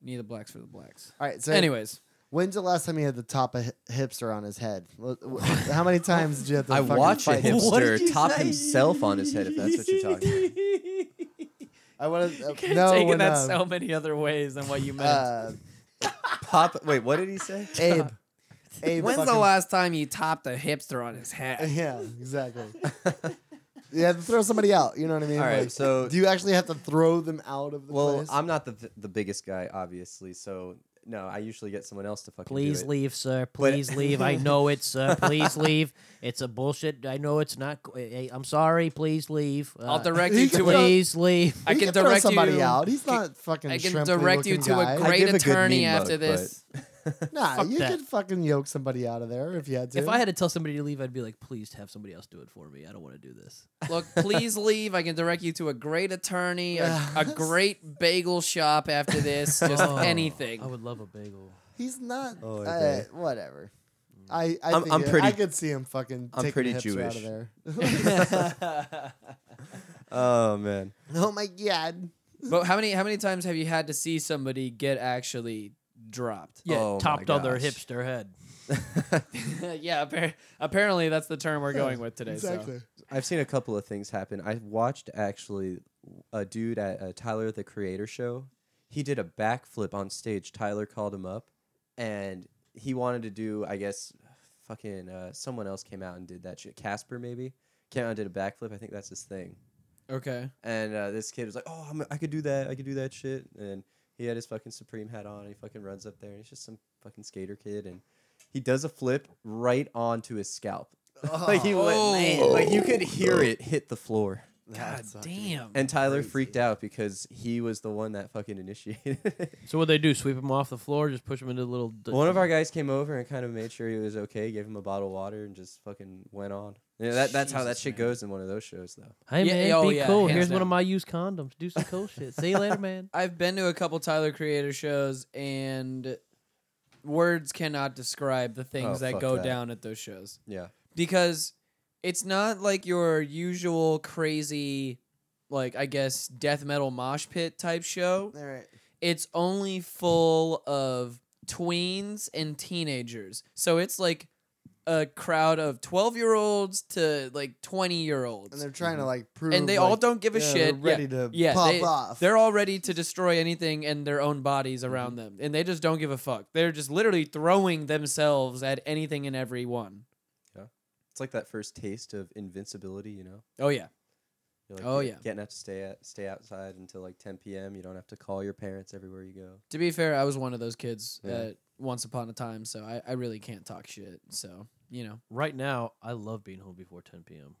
Speaker 1: You need the blacks for the blacks.
Speaker 2: All right. So
Speaker 1: Anyways,
Speaker 2: when's the last time you had the top of hi- hipster on his head? Wh- wh- How many times did you have to?
Speaker 4: I
Speaker 2: fucking
Speaker 4: watch a
Speaker 2: fight him?
Speaker 3: What did
Speaker 4: hipster
Speaker 3: you
Speaker 4: top
Speaker 3: say?
Speaker 4: himself on his head, if that's what you're talking about.
Speaker 2: I want to.
Speaker 1: could have
Speaker 2: no,
Speaker 1: taken
Speaker 2: when,
Speaker 1: that
Speaker 2: um,
Speaker 1: so many other ways than what you meant.
Speaker 2: uh,
Speaker 4: Pop, wait, what did he say?
Speaker 2: Abe. Abe.
Speaker 1: When's the
Speaker 2: fucking-
Speaker 1: last time you topped a hipster on his head?
Speaker 2: Yeah, exactly. you have to throw somebody out. You know what I mean?
Speaker 4: All right,
Speaker 2: Like,
Speaker 4: so-
Speaker 2: do you actually have to throw them out of the
Speaker 4: well,
Speaker 2: place?
Speaker 4: I'm not the the biggest guy, obviously. So no, I usually get someone else to fucking do
Speaker 3: Please
Speaker 4: it.
Speaker 3: leave, sir. Please leave. I know it's sir. Please leave. It's a bullshit. I know it's not. co- eh, eh, I'm sorry. Please leave. Uh,
Speaker 1: I'll direct you to a.
Speaker 3: Please leave.
Speaker 1: I
Speaker 2: He
Speaker 1: can
Speaker 2: throw
Speaker 1: direct
Speaker 2: somebody
Speaker 1: you.
Speaker 2: out. He's not fucking.
Speaker 1: I can
Speaker 2: shrimply
Speaker 1: direct you
Speaker 2: looking
Speaker 1: to
Speaker 2: guy.
Speaker 1: a great
Speaker 4: give a good
Speaker 1: attorney
Speaker 4: mean
Speaker 1: after
Speaker 4: look,
Speaker 1: this.
Speaker 2: Nah,
Speaker 3: Fuck
Speaker 2: you
Speaker 3: that.
Speaker 2: could fucking yoke somebody out of there if you had to.
Speaker 3: If I had to tell somebody to leave, I'd be like, please have somebody else do it for me. I don't want to do this.
Speaker 1: Look, please leave. I can direct you to a great attorney, a, a great bagel shop after this. Just
Speaker 3: Oh,
Speaker 1: anything.
Speaker 3: I would love a bagel.
Speaker 2: he's not.
Speaker 4: Oh,
Speaker 2: uh,
Speaker 4: okay. Mm.
Speaker 2: whatever. I, I
Speaker 4: I'm-
Speaker 2: think
Speaker 4: I'm
Speaker 2: it- I
Speaker 4: pretty-
Speaker 2: could see him fucking.
Speaker 4: I'm
Speaker 2: taking
Speaker 4: pretty
Speaker 2: hips Out of
Speaker 4: Jewish.
Speaker 2: there.
Speaker 4: Oh man,
Speaker 2: oh my god.
Speaker 1: But how many how many times have you had to see somebody get actually dropped?
Speaker 3: Yeah,
Speaker 4: Oh my
Speaker 3: topped on their
Speaker 4: gosh.
Speaker 3: hipster head.
Speaker 1: yeah, appar- apparently that's the term we're going with today.
Speaker 2: Exactly.
Speaker 4: I've seen a couple of things happen. I watched actually a dude at uh, Tyler the Creator show. He did a backflip on stage. Tyler called him up, and he wanted to do, I guess, fucking uh, someone else came out and did that shit. Casper maybe came out and did a backflip. I think that's his thing.
Speaker 1: So. Okay.
Speaker 4: And uh, this kid was like, "Oh, I'm, I could do that. I could do that shit." And he had his fucking Supreme hat on. And he fucking runs up there, and he's just some fucking skater kid, and he does a flip right onto his scalp. like
Speaker 2: Oh,
Speaker 4: he went,
Speaker 1: Oh.
Speaker 4: like you could hear it hit the floor.
Speaker 1: God
Speaker 2: That's fucking-
Speaker 1: damn.
Speaker 4: And Tyler freaked out because he was the one that fucking initiated. it.
Speaker 3: So what they do? Sweep him off the floor? Just push him into the little. d-
Speaker 4: one of our guys came over and kind of made sure he was okay, gave him a bottle of water, and just fucking went on. Yeah, that, that's how that
Speaker 1: Jesus,
Speaker 4: shit
Speaker 1: man.
Speaker 4: goes in one of those shows, though.
Speaker 3: Hey
Speaker 1: Yeah,
Speaker 3: man,
Speaker 1: oh,
Speaker 3: be
Speaker 1: yeah,
Speaker 3: cool.
Speaker 1: hands
Speaker 3: Here's one
Speaker 1: down.
Speaker 3: of my used condoms. Do some cool shit. See you later, man.
Speaker 1: I've been to a couple Tyler Creator shows and words cannot describe the things
Speaker 4: Oh,
Speaker 1: that
Speaker 4: fuck
Speaker 1: go
Speaker 4: that.
Speaker 1: down at those shows.
Speaker 4: Yeah.
Speaker 1: because it's not like your usual crazy like i guess death metal mosh pit type show
Speaker 2: All right.
Speaker 1: it's only full of tweens and teenagers so it's like a crowd of 12 year olds to like 20 year
Speaker 2: And
Speaker 1: olds
Speaker 2: they're
Speaker 4: Mm-hmm.
Speaker 2: trying to like prove.
Speaker 1: and they all
Speaker 2: like,
Speaker 1: don't give a
Speaker 2: yeah,
Speaker 1: shit
Speaker 2: They're ready
Speaker 1: yeah.
Speaker 2: to
Speaker 1: yeah,
Speaker 2: pop
Speaker 1: they,
Speaker 2: off. Mm-hmm.
Speaker 1: They're all ready to destroy anything and their own bodies around them. And they just don't give a fuck. They're just literally throwing themselves at anything and everyone.
Speaker 4: It's like that first taste of invincibility, you know?
Speaker 1: Oh, yeah.
Speaker 4: You're like,
Speaker 1: Oh,
Speaker 4: "You're
Speaker 1: yeah.
Speaker 4: Getting up to stay, at, stay outside until like 10 p.m. You don't have to call your parents everywhere you go.
Speaker 1: To be fair, I was one of those kids
Speaker 4: Yeah.
Speaker 1: at once upon a time, so I, I really can't talk shit. So, you know,
Speaker 3: Right now, I love being home before 10 p.m.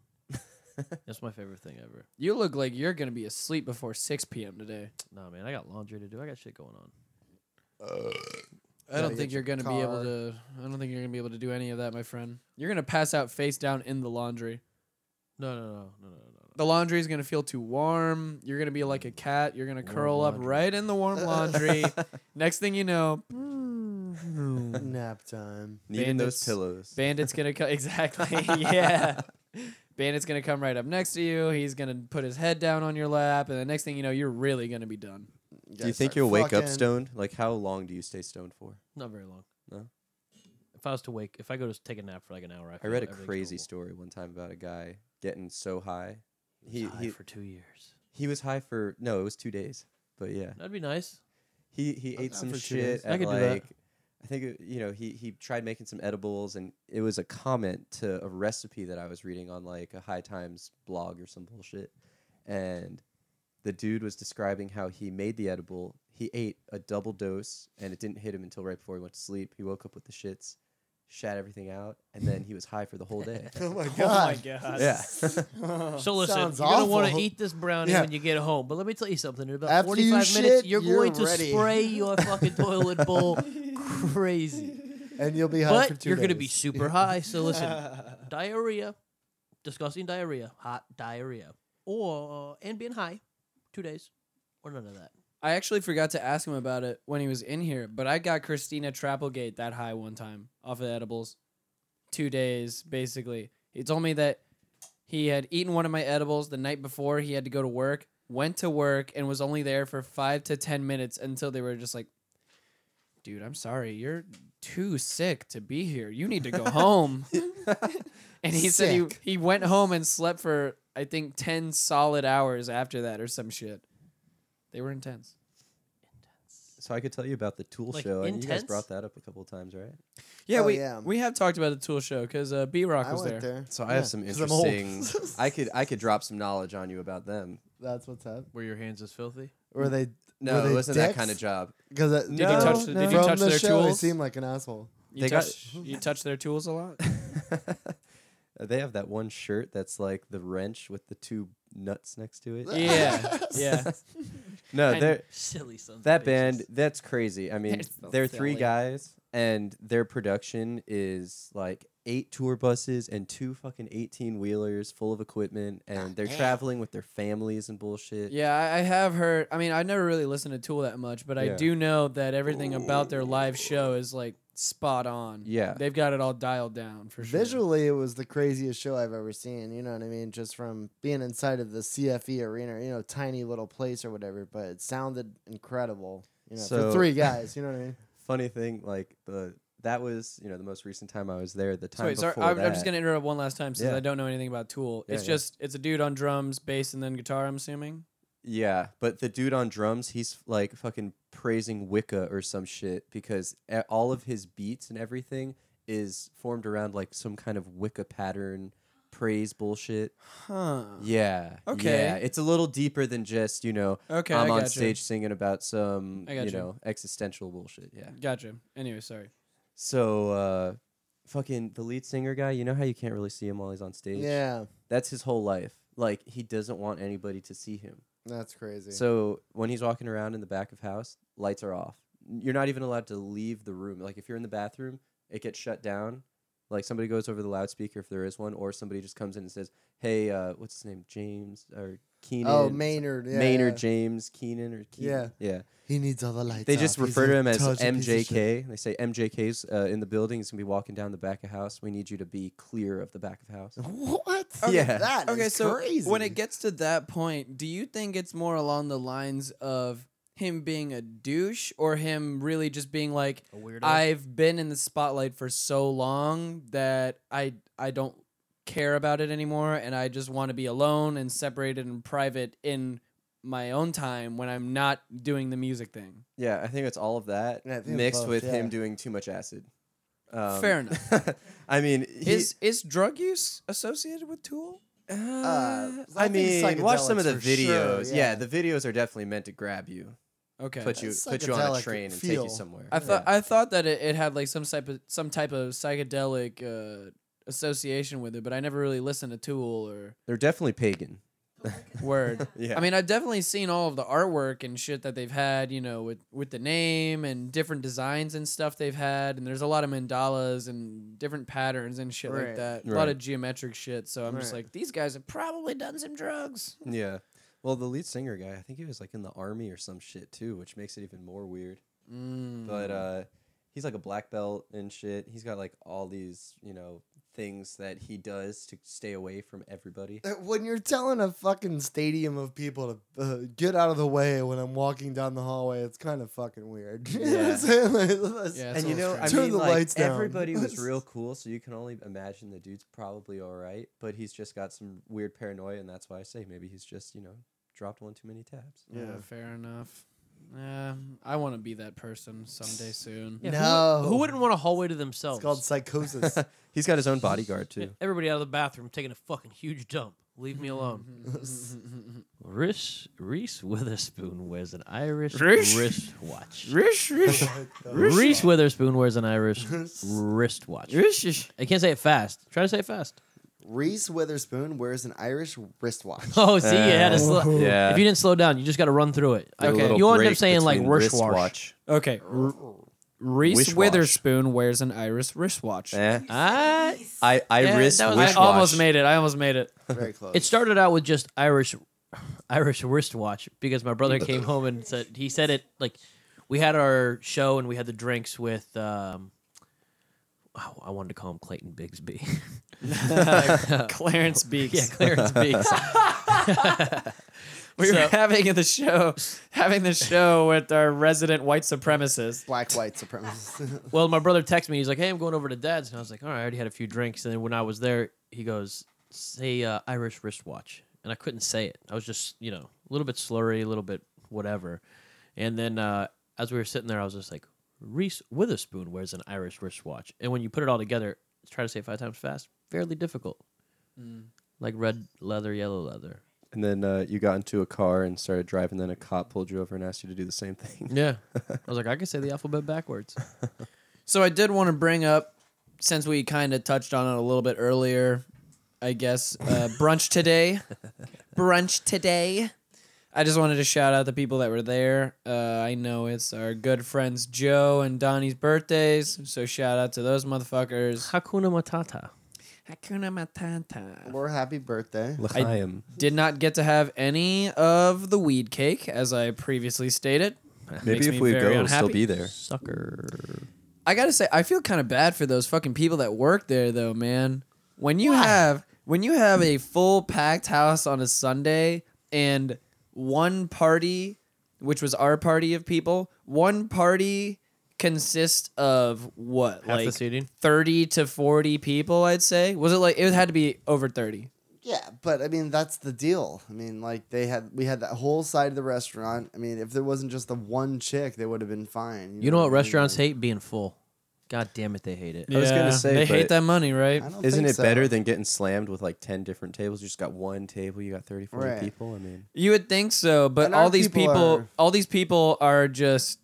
Speaker 3: That's my favorite thing ever.
Speaker 1: you look like you're going to be asleep before 6 p.m. today.
Speaker 3: Nah, man, I got laundry to do. I got shit going on.
Speaker 1: I
Speaker 2: Yeah,
Speaker 1: don't
Speaker 2: get
Speaker 1: think
Speaker 2: your
Speaker 1: you're going to be able
Speaker 2: car.
Speaker 1: to I don't think you're going to be able to do any of that, my friend. You're going to pass out face down in the laundry.
Speaker 3: No, no, no, no, no, no.
Speaker 1: The laundry is going to feel too warm. You're going to be like a cat. You're going to
Speaker 3: Warm
Speaker 1: curl up
Speaker 3: laundry.
Speaker 1: right in the warm laundry. Next thing you know,
Speaker 2: nap time.
Speaker 4: Needing
Speaker 1: Bandits.
Speaker 4: those pillows.
Speaker 1: Bandit's gonna come exactly. Yeah, Bandit's gonna come right up next to you. He's gonna put his head down on your lap, and the next thing you know, you're really gonna be done.
Speaker 4: do you think you'll wake up stoned? Like, how long do you stay stoned for?
Speaker 3: Not very long.
Speaker 4: No?
Speaker 3: If I was to wake, if I go to s- take a nap for like an hour, I,
Speaker 4: I
Speaker 3: feel
Speaker 4: read a
Speaker 3: everything's
Speaker 4: crazy
Speaker 3: normal.
Speaker 4: story one time about a guy getting so
Speaker 3: I
Speaker 4: high.
Speaker 3: was
Speaker 4: He,
Speaker 3: high
Speaker 4: he,
Speaker 3: for two years.
Speaker 4: he was high for, no, it was two days. But yeah.
Speaker 3: That'd be nice.
Speaker 4: He he
Speaker 2: I'm
Speaker 4: ate
Speaker 2: down
Speaker 4: some
Speaker 2: for two
Speaker 4: shit
Speaker 2: days.
Speaker 3: I
Speaker 4: at
Speaker 3: could do that.
Speaker 4: like I think it- you know he he tried making some edibles and it was a comment to a recipe that I was reading on like a High Times blog or some bullshit, and the dude was describing how he made the edible. He ate a double dose and it didn't hit him until right before he went to sleep. He woke up with the shits, shat everything out, and then he was high for the whole day.
Speaker 2: Oh my god.
Speaker 1: god!
Speaker 4: yeah,
Speaker 3: So listen,
Speaker 2: Sounds
Speaker 3: you're gonna want to
Speaker 2: awful.
Speaker 3: eat this brownie
Speaker 2: Yeah.
Speaker 3: when you get home. But let me tell you something. In about
Speaker 2: After you
Speaker 3: 45
Speaker 2: shit,
Speaker 3: minutes, you're,
Speaker 2: you're
Speaker 3: going to
Speaker 2: ready.
Speaker 3: spray your fucking toilet bowl crazy.
Speaker 2: and you'll be high for
Speaker 3: But
Speaker 2: two
Speaker 3: you're gonna be
Speaker 2: days.
Speaker 3: super high. So listen, diarrhea, disgusting diarrhea, hot diarrhea, or uh, and being high, two days, or none of that.
Speaker 1: I actually forgot to ask him about it when he was in here, but I got Christina Trapplegate that high one time off of edibles, two days basically. He told me that he had eaten one of my edibles the night before. He had to go to work, went to work, and was only there for five to ten minutes until they were just like. Dude, I'm sorry. You're too sick to be here. You need to go home. and he said
Speaker 2: Sick.
Speaker 1: he, he went home and slept for, I think, 10 solid hours after that or some shit. They were intense.
Speaker 4: so I could tell you about the Tool
Speaker 3: Like,
Speaker 4: show, and you guys
Speaker 3: intense?
Speaker 4: brought that up a couple times, right?
Speaker 1: Yeah,
Speaker 2: Oh,
Speaker 1: we
Speaker 2: yeah.
Speaker 1: we have talked about the Tool show because uh, B Rock
Speaker 2: I
Speaker 1: was
Speaker 2: went
Speaker 1: there.
Speaker 2: there.
Speaker 4: So I
Speaker 2: Yeah,
Speaker 4: have some
Speaker 2: 'cause I'm old.
Speaker 4: interesting. I could I could drop some knowledge on you about them.
Speaker 2: That's what's up.
Speaker 3: Were your hands as filthy?
Speaker 2: Were they?
Speaker 4: No,
Speaker 2: were they
Speaker 4: it wasn't that kind of job.
Speaker 2: Because
Speaker 1: you touch the- did you
Speaker 2: from
Speaker 1: touch
Speaker 2: the
Speaker 1: their
Speaker 2: show, He
Speaker 1: tools?
Speaker 2: seemed like an asshole.
Speaker 1: You
Speaker 4: They got-
Speaker 1: touch you touch their tools a lot.
Speaker 4: they have that one shirt that's like the wrench with the two nuts next to it.
Speaker 1: yeah, yeah.
Speaker 4: No,
Speaker 1: And-
Speaker 4: they're
Speaker 3: Silly son.
Speaker 4: Uh, that band. That's crazy. I mean,
Speaker 1: That's so
Speaker 4: they're three
Speaker 1: silly.
Speaker 4: guys, and their production is like eight tour buses and two fucking eighteen wheelers full of equipment, and they're traveling with their families and bullshit.
Speaker 1: Yeah, I, I have heard. I mean, I never really listened to Tool that much, but I
Speaker 4: Yeah.
Speaker 1: do know that everything about their live show is like spot on.
Speaker 4: Yeah.
Speaker 1: they've got it all dialed down for sure.
Speaker 2: Visually, it was the craziest show I've ever seen. You know what I mean? Just from being inside of the CFE arena, you know, tiny little place or whatever, but it sounded incredible. You know, for
Speaker 4: So-
Speaker 2: three guys, you know what I mean?
Speaker 4: Funny thing, like the that was you know the most recent time I was there. The
Speaker 1: So
Speaker 4: time
Speaker 1: wait, sorry,
Speaker 4: before
Speaker 1: I'm, I'm
Speaker 4: that,
Speaker 1: just gonna interrupt one last time since
Speaker 4: Yeah.
Speaker 1: I don't know anything about Tool.
Speaker 4: Yeah,
Speaker 1: it's
Speaker 4: yeah.
Speaker 1: just it's a dude on drums, bass, and then guitar. I'm assuming.
Speaker 4: Yeah, but the dude on drums, he's like fucking praising Wicca or some shit because a- all of his beats and everything is formed around like some kind of Wicca pattern praise bullshit.
Speaker 1: Huh.
Speaker 4: Yeah. Yeah,
Speaker 1: Okay.
Speaker 4: it's a little deeper than just, you know,
Speaker 1: Okay,
Speaker 4: I'm
Speaker 1: I
Speaker 4: on
Speaker 1: gotcha.
Speaker 4: stage singing about some,
Speaker 1: I
Speaker 4: you
Speaker 1: gotcha.
Speaker 4: know, existential bullshit. Yeah.
Speaker 1: Gotcha. Anyway, sorry.
Speaker 4: So, uh, fucking the lead singer guy, you know how you can't really see him while he's on stage?
Speaker 2: Yeah,
Speaker 4: That's his whole life. Like, he doesn't want anybody to see him.
Speaker 2: that's crazy.
Speaker 4: So when he's walking around in the back of house, lights are off. You're not even allowed to leave the room. Like if you're in the bathroom, it gets shut down. Like somebody goes over the loudspeaker if there is one, or somebody just comes in and says, "Hey, uh, what's his name? James or Keenan?
Speaker 2: oh, Maynard. Yeah,
Speaker 4: Maynard
Speaker 2: yeah.
Speaker 4: James Keenan or Keenan? Yeah, yeah."
Speaker 2: He needs all the lights.
Speaker 4: They just
Speaker 2: off. He's
Speaker 4: refer to
Speaker 2: a
Speaker 4: him as
Speaker 2: total piece of shit.
Speaker 4: MJK. They say MJK's uh, in the building. He's gonna be walking down the back of house. We need you to be clear of the back of house.
Speaker 2: What?
Speaker 4: Okay, Yeah.
Speaker 2: That
Speaker 1: okay,
Speaker 2: is
Speaker 1: so
Speaker 2: crazy.
Speaker 1: when it gets to that point, do you think it's more along the lines of him being a douche or him really just being like
Speaker 3: A weirdo.
Speaker 1: I've been in the spotlight for so long that I I don't care about it anymore and I just want to be alone and separated and private in my own time when I'm not doing the music thing.
Speaker 4: Yeah, I think it's all of that
Speaker 2: Yeah, I think it's
Speaker 4: mixed
Speaker 2: both,
Speaker 4: with him
Speaker 2: yeah.
Speaker 4: doing too much acid. Um,
Speaker 1: Fair enough.
Speaker 4: I mean, he,
Speaker 1: is is drug use associated with Tool?
Speaker 4: uh,
Speaker 2: I
Speaker 4: I
Speaker 2: think it's
Speaker 4: mean, watch some of the
Speaker 2: psychedelics for sure,
Speaker 4: videos. yeah.
Speaker 2: yeah.
Speaker 4: the videos are definitely meant to grab you,
Speaker 1: Okay.
Speaker 4: put you
Speaker 2: It's
Speaker 4: put you on a
Speaker 2: psychedelic
Speaker 4: train and take
Speaker 2: feel.
Speaker 4: you somewhere.
Speaker 1: I thought
Speaker 4: Yeah.
Speaker 1: I thought that it, it had like some type of some type of psychedelic uh, association with it, but I never really listened to Tool or
Speaker 4: they're definitely pagan.
Speaker 1: Word.
Speaker 4: Yeah.
Speaker 1: I mean, I've definitely seen all of the artwork and shit that they've had, you know, with with the name and different designs and stuff they've had, and there's a lot of mandalas and different patterns and shit
Speaker 2: Right.
Speaker 1: like that. A lot
Speaker 4: Right.
Speaker 1: of geometric shit. So I'm just
Speaker 2: Right.
Speaker 1: like, these guys have probably done some drugs.
Speaker 4: yeah. Well, the lead singer guy, I think he was like in the army or some shit too, which makes it even more weird.
Speaker 1: Mm.
Speaker 4: But uh, he's like a black belt and shit. He's got like all these, you know, things that he does to stay away from everybody.
Speaker 2: when you're telling a fucking stadium of people to uh, get out of the way when I'm walking down the hallway, it's kind of fucking weird. You know what I'm
Speaker 4: Yeah.
Speaker 2: saying? Like, let's-
Speaker 1: Yeah,
Speaker 4: and you know, I
Speaker 2: strange. Turn
Speaker 4: mean,
Speaker 2: the
Speaker 4: like,
Speaker 2: lights down.
Speaker 4: everybody was real cool, so you can only imagine the dude's probably all right, but he's just got some weird paranoia, and that's why I say maybe he's just, you know, dropped one too many tabs.
Speaker 1: yeah, fair enough. Yeah, I want to be that person someday soon.
Speaker 3: Yeah,
Speaker 2: No.
Speaker 3: Who, who wouldn't want a hallway to themselves?
Speaker 2: It's called psychosis.
Speaker 4: he's got his own bodyguard
Speaker 3: Yeah,
Speaker 4: too.
Speaker 3: Everybody out of the bathroom taking a fucking huge dump. Leave me alone. Reese Reese Witherspoon wears an Irish
Speaker 1: Reese?
Speaker 3: wristwatch.
Speaker 1: Rish, rish,
Speaker 3: Reese Witherspoon wears an Irish wristwatch.
Speaker 1: rish.
Speaker 3: I can't say it fast. Try to say it fast.
Speaker 2: Reese Witherspoon wears an Irish wristwatch.
Speaker 3: Oh, see, you had to slow.
Speaker 4: yeah.
Speaker 3: If you didn't slow down, you just got to run through it.
Speaker 4: A
Speaker 1: Okay.
Speaker 4: little
Speaker 3: you end up
Speaker 4: break
Speaker 3: saying like
Speaker 4: between wrist
Speaker 3: wristwatch.
Speaker 4: watch.
Speaker 1: Okay. R- Reese
Speaker 4: Wishwash.
Speaker 1: Witherspoon wears an Iris wristwatch.
Speaker 4: Eh?
Speaker 3: Ah,
Speaker 4: I, I
Speaker 3: Yeah,
Speaker 4: wrist
Speaker 3: that was- I
Speaker 1: I
Speaker 4: wish
Speaker 1: almost made it. I almost made it.
Speaker 2: Very close.
Speaker 3: it started out with just Irish, Irish wristwatch because my brother came home and said he said it like we had our show and we had the drinks with. Um, oh, I wanted to call him Clayton Bigsby.
Speaker 1: Clarence Beeks.
Speaker 3: yeah, Clarence Biggs.
Speaker 1: we were
Speaker 3: So-
Speaker 1: having the show, having the show with our resident white supremacist.
Speaker 2: Black white supremacist.
Speaker 3: Well, my brother texted me. He's like, "Hey, I'm going over to Dad's," and I was like, "All right, I already had a few drinks." And then when I was there, he goes, "Say uh, Irish wristwatch," and I couldn't say it. I was just, you know, a little bit slurry, a little bit whatever. And then uh, as we were sitting there, I was just like, "Reese Witherspoon wears an Irish wristwatch," and when you put it all together, try to say it five times fast, fairly difficult. Like red leather, yellow leather,
Speaker 4: And then uh, you got into a car and started driving. Then a cop pulled you over and asked you to do the same thing.
Speaker 3: Yeah. I was like, I could say the alphabet backwards.
Speaker 1: So I did want to bring up, since we kind of touched on it a little bit earlier, I guess uh, brunch today. brunch today. I just wanted to shout out the people that were there. Uh, I know it's our good friends Joe and Donnie's birthdays, so shout out to those motherfuckers.
Speaker 3: Hakuna Matata.
Speaker 1: Hakuna Matata.
Speaker 2: Or happy birthday.
Speaker 4: L'chaim.
Speaker 1: Did not get to have any of the weed cake, as I previously stated. Makes
Speaker 4: Maybe
Speaker 1: me
Speaker 4: if we go,
Speaker 1: very
Speaker 4: we'll still
Speaker 1: unhappy.
Speaker 4: be there.
Speaker 3: Sucker.
Speaker 1: I gotta say, I feel kind of bad for those fucking people that work there, though, man. When you have when you have a full packed house on a Sunday and one party, which was our party of people, one party consists of what,
Speaker 3: Half the
Speaker 1: like
Speaker 3: seating?
Speaker 1: thirty to forty people? I'd say was it like it had to be over thirty.
Speaker 2: Yeah, but I mean that's the deal. I mean, like they had we had that whole side of the restaurant. I mean, if there wasn't just the one chick, they would have been fine.
Speaker 3: You know
Speaker 2: I
Speaker 3: what
Speaker 2: mean?
Speaker 3: restaurants
Speaker 2: Like,
Speaker 3: hate? Being full. God damn it, they hate it.
Speaker 4: I was gonna
Speaker 1: Yeah,
Speaker 4: say,
Speaker 1: they hate
Speaker 4: but-
Speaker 1: that money, right?
Speaker 2: I don't
Speaker 4: Isn't
Speaker 2: think
Speaker 4: it
Speaker 2: so.
Speaker 4: better than getting slammed with like 10 different tables? You just got one table, you got 30, 40
Speaker 2: Right.
Speaker 4: people. I mean,
Speaker 1: You would think so, but
Speaker 2: And
Speaker 1: all
Speaker 2: our
Speaker 1: these people,
Speaker 2: people are-
Speaker 1: all these people are just,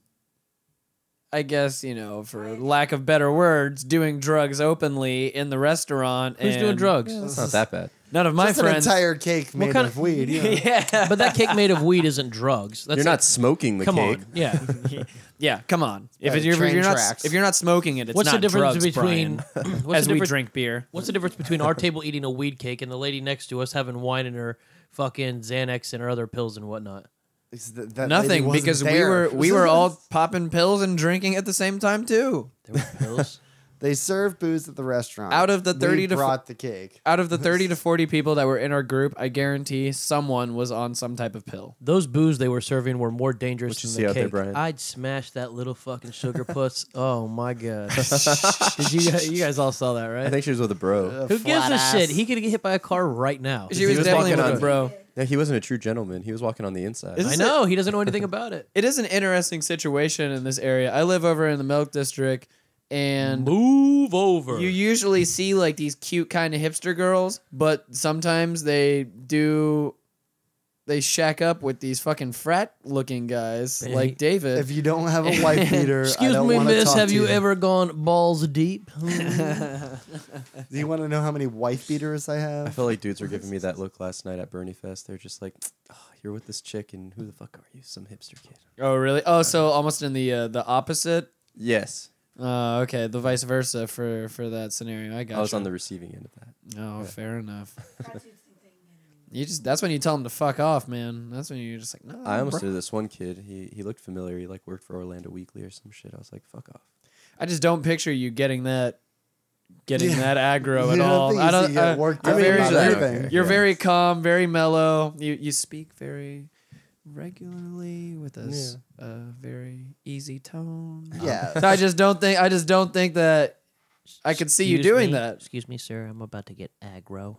Speaker 1: I guess you know, for lack of better words, doing drugs openly in the restaurant.
Speaker 3: Who's doing
Speaker 1: and
Speaker 3: drugs?
Speaker 4: it's not that bad.
Speaker 1: None of my
Speaker 2: just
Speaker 1: friends.
Speaker 2: an entire cake made
Speaker 3: kind
Speaker 2: of,
Speaker 3: of-
Speaker 2: weed? you know?
Speaker 1: yeah,
Speaker 3: But that cake made of weed isn't drugs. That's
Speaker 4: You're not
Speaker 3: it.
Speaker 4: smoking the
Speaker 3: Come
Speaker 4: cake.
Speaker 3: on. Yeah.
Speaker 1: yeah. Come on, if
Speaker 2: Right,
Speaker 1: you're, if
Speaker 2: train
Speaker 1: you're not
Speaker 2: tracks.
Speaker 1: if you're not smoking it, it's
Speaker 3: What's the
Speaker 1: not
Speaker 3: difference
Speaker 1: drugs,
Speaker 3: between
Speaker 1: Brian,
Speaker 3: what's
Speaker 1: as
Speaker 3: the
Speaker 1: we
Speaker 3: difference-
Speaker 1: drink beer.
Speaker 3: What's the difference between our table eating a weed cake and the lady next to us having wine in her fucking Xanax and her other pills and whatnot?
Speaker 2: It's th- that lady
Speaker 1: Nothing
Speaker 2: wasn't
Speaker 1: because we
Speaker 2: there.
Speaker 1: were we were all popping pills and drinking at the same time too.
Speaker 3: There were pills.
Speaker 2: they serve booze at the restaurant.
Speaker 1: Out of the
Speaker 2: We
Speaker 1: 30 to fo-
Speaker 2: brought the cake.
Speaker 1: Out of the thirty to forty people that were in our group, I guarantee someone was on some type of pill.
Speaker 3: Those booze they were serving were more dangerous
Speaker 4: What you
Speaker 3: than
Speaker 4: see
Speaker 3: the
Speaker 4: out there,
Speaker 3: cake.
Speaker 4: Brian?
Speaker 3: I'd smash that little fucking sugar puss. Oh my god! Did you guys- you guys all saw that,
Speaker 4: I
Speaker 3: right?
Speaker 4: think she was with a bro.
Speaker 3: Who gives a shit? He could get hit by a car right now.
Speaker 1: She was,
Speaker 4: was
Speaker 1: definitely
Speaker 4: walking
Speaker 1: with
Speaker 4: on-
Speaker 1: it, bro.
Speaker 4: Yeah, he wasn't a true gentleman. He was walking on the inside.
Speaker 1: Is-
Speaker 3: I
Speaker 1: This
Speaker 3: know he doesn't know anything about it.
Speaker 1: It is an interesting situation in this area. I live over in the Milk District, and
Speaker 3: Move over.
Speaker 1: you usually see like these cute kind of hipster girls, but sometimes they do. They shack up with these fucking frat looking guys like David.
Speaker 2: If you don't have a wife beater, I
Speaker 3: Excuse
Speaker 2: don't
Speaker 3: me,
Speaker 2: wanna
Speaker 3: miss.
Speaker 2: talk
Speaker 3: Have
Speaker 2: to
Speaker 3: you ever gone balls deep? Hmm.
Speaker 2: Do you want to know how many wife beaters I
Speaker 4: I
Speaker 2: have?
Speaker 4: felt like dudes were giving me that look last night at Bernie Fest. They're just like, "Oh, you're with this chick, and who the fuck are you? Some hipster kid.
Speaker 1: oh really? Oh, so almost in the uh, the opposite.
Speaker 4: Yes.
Speaker 1: Uh, okay, the vice versa for for that scenario. I got.
Speaker 4: I was on the receiving end of that.
Speaker 1: Oh, fair enough. You just that's when you tell them to fuck off, man. That's when you're just like, no.
Speaker 4: I almost
Speaker 1: bro.
Speaker 4: did this one kid. He he looked familiar. He like worked for Orlando Weekly or some shit. I was like, fuck off.
Speaker 1: I just don't picture you getting that, getting
Speaker 2: Yeah.
Speaker 1: that aggro
Speaker 2: You
Speaker 1: at
Speaker 2: don't
Speaker 1: all.
Speaker 2: think
Speaker 1: I
Speaker 2: you
Speaker 1: don't.
Speaker 2: see it
Speaker 1: uh,
Speaker 2: worked
Speaker 1: you're
Speaker 2: up
Speaker 1: very,
Speaker 2: about
Speaker 1: you're,
Speaker 2: anything.
Speaker 1: you're
Speaker 4: Yeah.
Speaker 1: very calm, very mellow. You you speak very regularly with a s- uh, very easy tone.
Speaker 2: Yeah.
Speaker 1: So I just don't think. I just don't think that I could see you
Speaker 3: Excuse
Speaker 1: doing
Speaker 3: me.
Speaker 1: that.
Speaker 3: Excuse me, sir. I'm about to get aggro.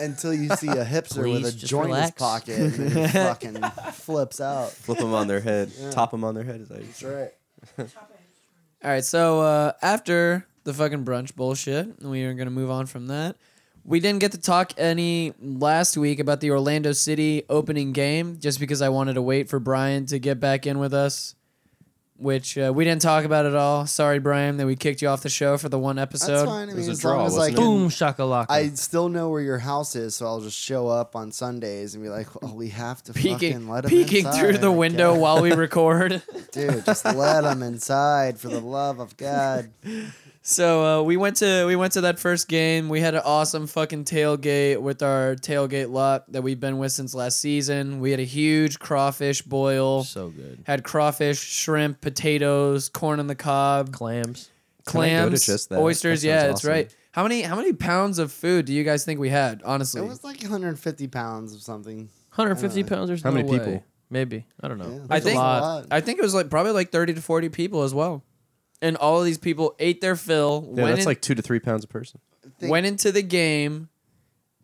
Speaker 2: Until you see a hipster
Speaker 3: Please
Speaker 2: with a
Speaker 3: just
Speaker 2: joint in his
Speaker 3: relax.
Speaker 2: pocket and then he fucking flips out.
Speaker 4: Flip them on their head. Top them on their head. Is like,
Speaker 2: That's right.
Speaker 1: All right. So uh, after the fucking brunch bullshit, we are gonna move on from that. We didn't get to talk any last week about the Orlando City opening game just because I wanted to wait for Brian to get back in with us, which uh, we didn't talk about at all. Sorry, Brian, that we kicked you off the show for the one episode.
Speaker 2: That's fine. I
Speaker 4: It was
Speaker 2: mean,
Speaker 4: a
Speaker 2: as long
Speaker 4: draw,
Speaker 2: as I
Speaker 4: wasn't
Speaker 2: can-
Speaker 3: Boom shakalaka.
Speaker 2: I still know where your house is, so I'll just show up on Sundays and be like, "Oh, we have to
Speaker 1: Peeking,
Speaker 2: fucking let 'em
Speaker 1: peeking through
Speaker 2: inside,
Speaker 1: the
Speaker 2: I
Speaker 1: window
Speaker 2: guess."
Speaker 1: while we record.
Speaker 2: dude. Just let them inside for the love of God."
Speaker 1: So uh, we went to we went to that first game. We had an awesome fucking tailgate with our tailgate lot that we've been with since last season. We had a huge crawfish boil.
Speaker 3: so good.
Speaker 1: Had crawfish, shrimp, potatoes, corn on the cob,
Speaker 3: Clams.
Speaker 4: Can I go to
Speaker 1: clams,
Speaker 4: just that?
Speaker 1: oysters.
Speaker 4: That
Speaker 1: yeah,
Speaker 4: sounds
Speaker 1: that's
Speaker 4: awesome.
Speaker 1: right. How many how many pounds of food do you guys think we had? Honestly,
Speaker 2: It was like 150 pounds of something.
Speaker 3: 150 pounds. There's
Speaker 4: How
Speaker 3: no
Speaker 4: many
Speaker 3: way.
Speaker 4: people?
Speaker 3: Maybe I don't know.
Speaker 2: Yeah.
Speaker 1: I
Speaker 2: That's a
Speaker 1: think
Speaker 2: lot.
Speaker 1: I think it was like probably like thirty to forty people as well, and all of these people ate their fill.
Speaker 4: yeah,
Speaker 1: went
Speaker 4: that's
Speaker 1: in-
Speaker 4: like two to three pounds a person.
Speaker 2: think-
Speaker 1: went into the game.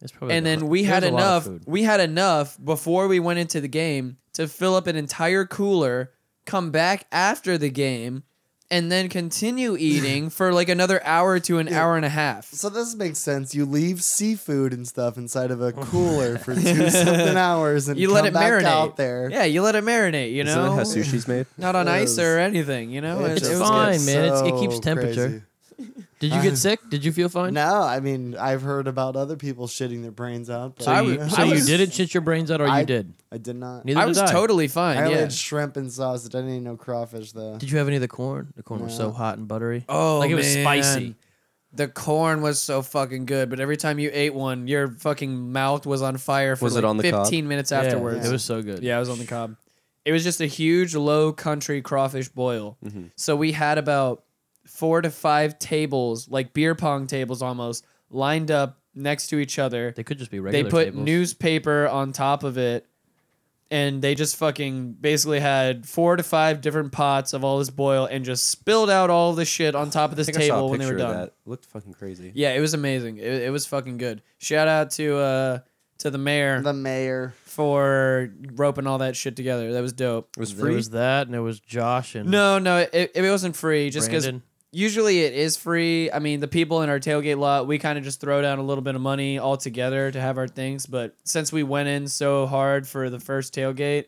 Speaker 3: It's probably
Speaker 1: and
Speaker 3: not-
Speaker 1: then we
Speaker 3: There's
Speaker 1: had
Speaker 3: a lot
Speaker 1: enough
Speaker 3: of food.
Speaker 1: we had enough before we went into the game to fill up an entire cooler come back after the game and then continue eating for like another hour to an hour and a half.
Speaker 2: So this makes sense. You leave seafood and stuff inside of a cooler for two something hours, and
Speaker 1: You
Speaker 2: come
Speaker 1: let it
Speaker 2: back
Speaker 1: marinate
Speaker 2: out there.
Speaker 1: Yeah, you let it marinate. You
Speaker 4: Isn't that
Speaker 1: know,
Speaker 4: how sushi's made?
Speaker 1: not on ice
Speaker 2: is.
Speaker 1: or anything. You know,
Speaker 2: It
Speaker 1: It-
Speaker 2: just
Speaker 1: it was
Speaker 2: gets
Speaker 1: good.
Speaker 3: fine, man. It's- it keeps
Speaker 2: so
Speaker 3: temperature.
Speaker 2: crazy.
Speaker 3: Did you get sick? Did you feel fine?
Speaker 2: No, I mean I've heard about other people shitting their brains out, but
Speaker 3: So,
Speaker 1: I
Speaker 3: you,
Speaker 1: was-
Speaker 3: so
Speaker 1: I
Speaker 3: you
Speaker 1: was-
Speaker 3: didn't shit your brains out, or
Speaker 2: I-
Speaker 3: you did?
Speaker 2: I did not.
Speaker 3: Neither
Speaker 1: I
Speaker 3: did
Speaker 1: was
Speaker 3: I.
Speaker 1: totally
Speaker 2: I
Speaker 1: fine.
Speaker 2: only
Speaker 1: yeah.
Speaker 2: had shrimp and sausage. I didn't eat no crawfish though.
Speaker 3: Did you have any of the corn? The corn was so
Speaker 2: No.
Speaker 3: hot and buttery.
Speaker 1: Oh,
Speaker 3: like it was
Speaker 1: man.
Speaker 3: spicy.
Speaker 1: The corn was so fucking good, but every time you ate one, your fucking mouth was on fire for
Speaker 4: Was it
Speaker 1: like
Speaker 4: on the cob?
Speaker 1: 15 minutes afterwards.
Speaker 3: it was so good.
Speaker 1: Yeah, I was on the cob. It was just a huge low country crawfish boil.
Speaker 4: Mm-hmm.
Speaker 1: So we had about four to five tables, like beer pong tables almost, lined up next to each other.
Speaker 3: they could just be
Speaker 1: They
Speaker 3: regular.
Speaker 1: put
Speaker 3: tables.
Speaker 1: newspaper on top of it, and they just fucking basically had four to five different pots of all this boil and just spilled out all the shit on top of
Speaker 4: I
Speaker 1: this
Speaker 4: think I saw
Speaker 1: table
Speaker 4: a
Speaker 1: when they were
Speaker 4: picture of
Speaker 1: done.
Speaker 4: that. It looked fucking crazy.
Speaker 1: Yeah, it was amazing. It, it was fucking good. Shout out to uh to the mayor
Speaker 2: The mayor.
Speaker 1: for roping all that shit together. That was dope.
Speaker 4: It was
Speaker 3: There
Speaker 4: free.
Speaker 3: was that, and there was Josh and
Speaker 1: No, no, it, it wasn't free. Just because
Speaker 3: Brandon.
Speaker 1: usually it is free. I mean, the people in our tailgate lot, we kind of just throw down a little bit of money all together to have our things. But since we went in so hard for the first tailgate,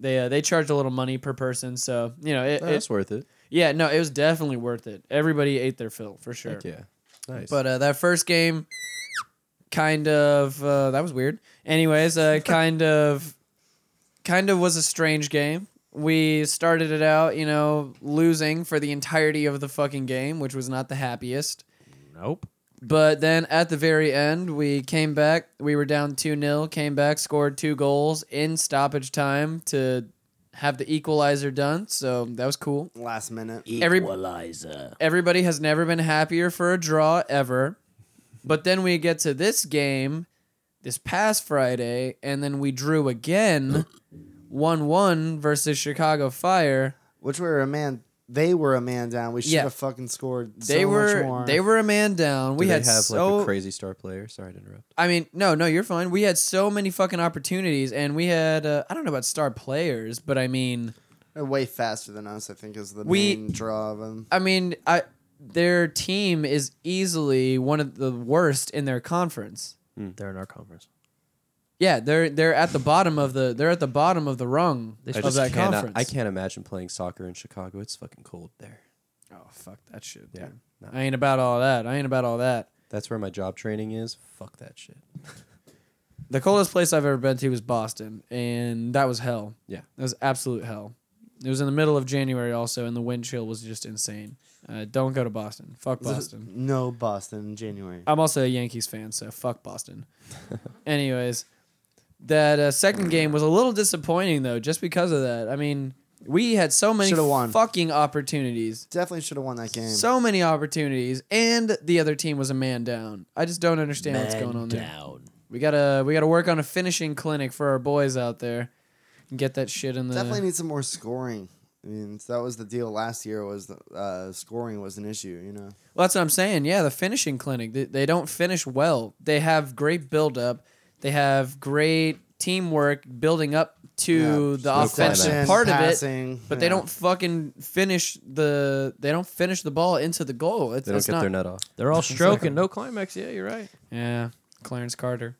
Speaker 1: they uh, they charged a little money per person. So you know, it,
Speaker 4: Oh,
Speaker 1: it-
Speaker 4: that's worth it.
Speaker 1: yeah, no, it was definitely worth it. Everybody ate their fill for sure.
Speaker 4: Heck yeah. Nice.
Speaker 1: But uh, that first game, kind of uh, that was weird. Anyways, uh, kind of, kind of was a strange game. We started it out, you know, losing for the entirety of the fucking game, which was not the happiest.
Speaker 3: Nope.
Speaker 1: But then at the very end, we came back. We were down 2 0, came back, scored two goals in stoppage time to have the equalizer done. So that was cool.
Speaker 2: Last minute.
Speaker 1: Every- everybody has never been happier for a draw ever. But then we get to this game this past Friday, and then we drew again 1 1 versus Chicago Fire.
Speaker 2: Which we were a man. They were a man down. We should
Speaker 1: Yeah.
Speaker 2: have fucking scored.
Speaker 1: They
Speaker 2: so much
Speaker 1: were
Speaker 2: more.
Speaker 1: they were a man down.
Speaker 4: Do
Speaker 1: we
Speaker 4: they
Speaker 1: had
Speaker 4: have
Speaker 1: so
Speaker 4: like a crazy star player. Sorry to interrupt.
Speaker 1: I mean, no, no, you're fine. We had so many fucking opportunities, and we had uh, I don't know about star players, but I mean,
Speaker 2: They're way faster than us. I think is the
Speaker 1: We-
Speaker 2: main draw of them.
Speaker 1: I mean, I their team is easily one of the worst in their conference.
Speaker 2: Hmm.
Speaker 3: They're in our conference.
Speaker 1: Yeah, they're they're at the bottom of the they're at the bottom of the rung
Speaker 3: They
Speaker 1: of
Speaker 3: just
Speaker 1: that
Speaker 4: cannot,
Speaker 1: conference.
Speaker 4: I can't imagine playing soccer in Chicago. It's fucking cold there.
Speaker 1: Oh fuck that shit.
Speaker 4: Yeah.
Speaker 1: dude. I ain't about all that. I ain't about all that.
Speaker 4: That's where my job training is. Fuck that shit.
Speaker 1: The coldest place I've ever been to was Boston, and that was hell.
Speaker 4: Yeah.
Speaker 1: That was absolute hell. It was in the middle of January also, and the wind chill was just insane. Uh, don't go to Boston. Fuck Boston.
Speaker 2: No, Boston in January.
Speaker 1: I'm also a Yankees fan, so fuck Boston. Anyways, that uh, second game was a little disappointing though, just because of that. I mean, we had so many
Speaker 2: Shoulda won.
Speaker 1: fucking opportunities,
Speaker 2: Definitely should have won that game.
Speaker 1: so uh, many opportunities, and the other team was a man down. I just don't understand what's going on there.
Speaker 3: Down.
Speaker 1: We gotta we gotta work on a finishing clinic for our boys out there, and get that shit in the.
Speaker 2: Definitely need some more scoring. I mean, that was the deal last year. Was the, uh, scoring was an issue? You know.
Speaker 1: Well, that's what I'm saying. Yeah, the finishing clinic. They, they don't finish well. They have great buildup. They have great teamwork building up to the
Speaker 4: No
Speaker 1: offensive
Speaker 4: climax.
Speaker 1: part of it.
Speaker 2: Passing,
Speaker 1: But they
Speaker 2: yeah.
Speaker 1: don't fucking finish the. They don't finish the ball into the goal. It's,
Speaker 4: They don't
Speaker 1: it's
Speaker 4: get
Speaker 1: not.
Speaker 4: their nut off.
Speaker 3: They're all stroking. No climax. Yeah, you're right.
Speaker 1: Yeah, Clarence Carter.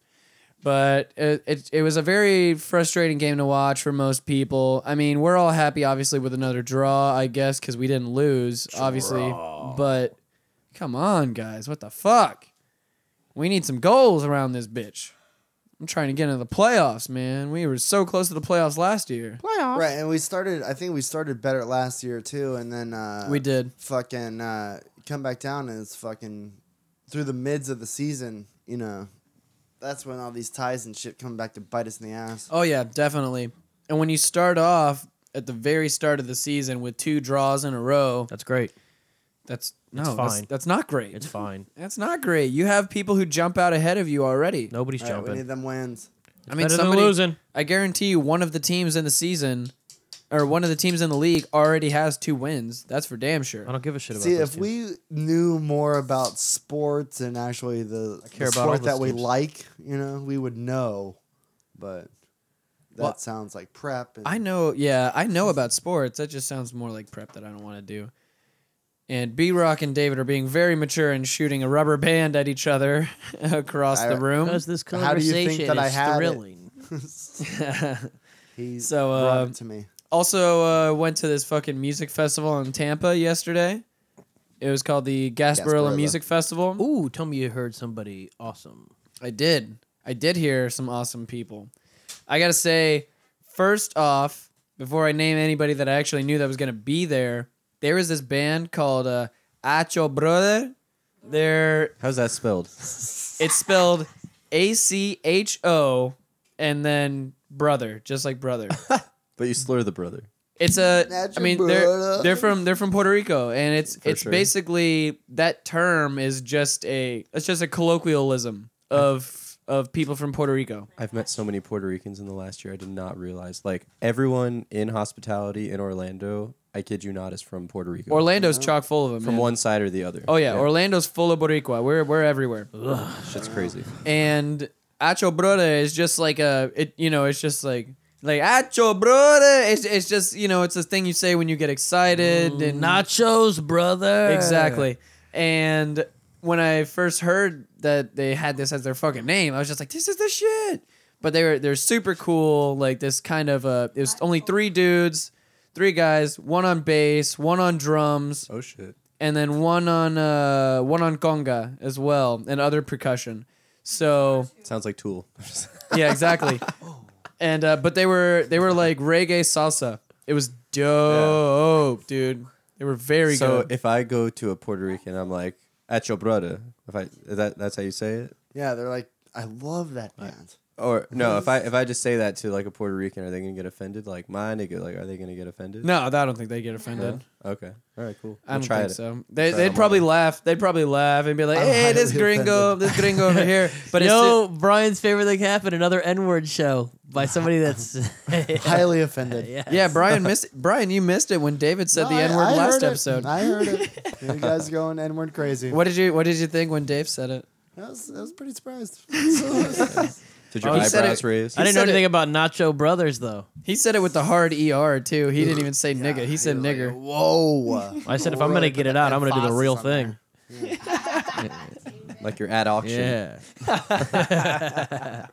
Speaker 1: But it, it, it was a very frustrating game to watch for most people. I mean, we're all happy, obviously, with another draw, I guess, because we didn't lose, obviously. But come on, guys. What the fuck? We need some goals around this bitch. I'm trying to get into the playoffs, man. We were so close to the playoffs last year.
Speaker 2: Right, and we started. I think we started better last year too, and then uh,
Speaker 1: We did.
Speaker 2: fucking uh, come back down, and it's fucking through the mids of the season. You know, that's when all these ties and shit come back to bite us in the ass.
Speaker 1: Oh yeah, definitely. And when you start off at the very start of the season with two draws in a row,
Speaker 3: That's great.
Speaker 1: that's no,
Speaker 3: It's
Speaker 1: that's-
Speaker 3: fine.
Speaker 1: that's not great.
Speaker 3: It's fine.
Speaker 1: That's not great. You have people who jump out ahead of you already.
Speaker 3: Nobody's
Speaker 2: All right, we
Speaker 3: jumping.
Speaker 2: need them wins.
Speaker 1: I mean,
Speaker 3: Better than
Speaker 1: somebody,
Speaker 3: losing.
Speaker 1: I guarantee you, one of the teams in the season, or one of the teams in the league, already has two wins. That's for damn sure.
Speaker 3: I don't give a shit about.
Speaker 2: See, if
Speaker 3: those teams.
Speaker 2: we knew more about sports and actually the,
Speaker 3: care
Speaker 2: the
Speaker 3: about all
Speaker 2: sport
Speaker 3: those
Speaker 2: that we
Speaker 3: teams.
Speaker 2: like, you know, we would know. But that
Speaker 1: Well,
Speaker 2: sounds like prep. And
Speaker 1: I know. Yeah, I know about sports. That just sounds more like prep that I don't want to do. And B Rock and David are being very mature and shooting a rubber band at each other across
Speaker 2: I-
Speaker 1: the room.
Speaker 3: Because this
Speaker 2: How do you
Speaker 3: conversation
Speaker 2: think that I
Speaker 3: is
Speaker 2: had it?
Speaker 3: thrilling.
Speaker 2: He
Speaker 1: So,
Speaker 2: brought
Speaker 1: uh,
Speaker 2: it to me.
Speaker 1: also uh, went to this fucking music festival in Tampa yesterday. It was called the Gasparilla,
Speaker 2: Gasparilla.
Speaker 1: Music Festival.
Speaker 3: Ooh, tell me you heard somebody awesome.
Speaker 1: I did. I did hear some awesome people. I gotta say, first off, before I name anybody that I actually knew that was gonna be there, there was this band called uh, Acho Brother. They're
Speaker 4: How's that spelled?
Speaker 1: it's spelled A C H O and then brother, just like brother.
Speaker 4: but you slur the brother.
Speaker 1: It's a.
Speaker 2: That's
Speaker 1: I
Speaker 2: your
Speaker 1: mean,
Speaker 2: brother.
Speaker 1: they're they're from they're from Puerto Rico, and it's it's
Speaker 4: sure.
Speaker 1: basically that term is just a it's just a colloquialism of of people from Puerto Rico.
Speaker 4: I've met so many Puerto Ricans in the last year. I did not realize. Like everyone in hospitality in Orlando, I kid you not, is from Puerto Rico.
Speaker 1: Orlando's chock full of them.
Speaker 4: from
Speaker 1: man.
Speaker 4: one side or the other.
Speaker 1: Oh yeah, Orlando's full of Boricua. We're we're everywhere.
Speaker 4: Mm-hmm. shit's crazy.
Speaker 1: And Acho Brother is just like a it you know it's just like like Acho Brother. It's it's just you know it's a thing you say when you get excited
Speaker 4: Mm-hmm.
Speaker 1: and
Speaker 3: Nachos, brother.
Speaker 1: Exactly. And when I first heard that they had this as their fucking name, I was just like, this is the shit. But they were they're super cool. Like this kind of uh, it was only three dudes, three guys, one on bass, one on drums,
Speaker 4: Oh shit.
Speaker 1: and then one on uh one on conga as well, and other percussion. So
Speaker 4: Sounds like Tool.
Speaker 1: yeah, exactly. And uh, but they were they were like reggae salsa. It was dope, dude. They were very
Speaker 4: so
Speaker 1: good.
Speaker 4: if I go to a Puerto Rican, I'm like at your brother. If I is that that's how you say it.
Speaker 2: Yeah, they're like, I love that band.
Speaker 4: Or no, if I if I just say that to like a Puerto Rican, are they gonna get offended? Like my nigga, like are they gonna get offended?
Speaker 1: no, I don't think they get offended.
Speaker 4: Okay. All right. Cool.
Speaker 1: I
Speaker 4: We'll
Speaker 1: don't
Speaker 4: try
Speaker 1: think
Speaker 4: it.
Speaker 1: so. They,
Speaker 4: Try it
Speaker 1: they'd
Speaker 4: on
Speaker 1: probably laugh. They'd probably laugh and be like,
Speaker 2: I'm
Speaker 1: "Hey, this
Speaker 2: highly
Speaker 1: gringo, this gringo over here." But
Speaker 3: But
Speaker 1: it's
Speaker 3: no, Brian's favorite thing happened another N word show by somebody that's.
Speaker 2: Highly offended.
Speaker 3: yeah.
Speaker 1: yeah, Brian missed. Brian, you missed it when David said
Speaker 2: No,
Speaker 1: the
Speaker 2: I-
Speaker 1: N word
Speaker 2: I
Speaker 1: last
Speaker 2: heard it.
Speaker 1: episode.
Speaker 2: I heard it. you guys going N word crazy.
Speaker 1: What did you What did you think when Dave said it?
Speaker 2: I was, I was pretty surprised.
Speaker 4: Did your
Speaker 1: Oh, he said
Speaker 4: eyebrows
Speaker 1: it-
Speaker 4: raise?
Speaker 3: I didn't know
Speaker 1: said it-
Speaker 3: anything about Nacho Brothers, though.
Speaker 1: He said it with the hard er too. He didn't even say nigga. He said
Speaker 2: "Oh."
Speaker 1: nigger.
Speaker 2: Whoa.
Speaker 3: I said, if
Speaker 2: We'll
Speaker 3: I'm going
Speaker 2: really
Speaker 3: to
Speaker 2: put
Speaker 3: get it
Speaker 2: that
Speaker 3: out, I'm going to do the
Speaker 2: emphasis
Speaker 3: real
Speaker 2: on there.
Speaker 3: thing.
Speaker 4: Like you're at auction.
Speaker 3: Yeah.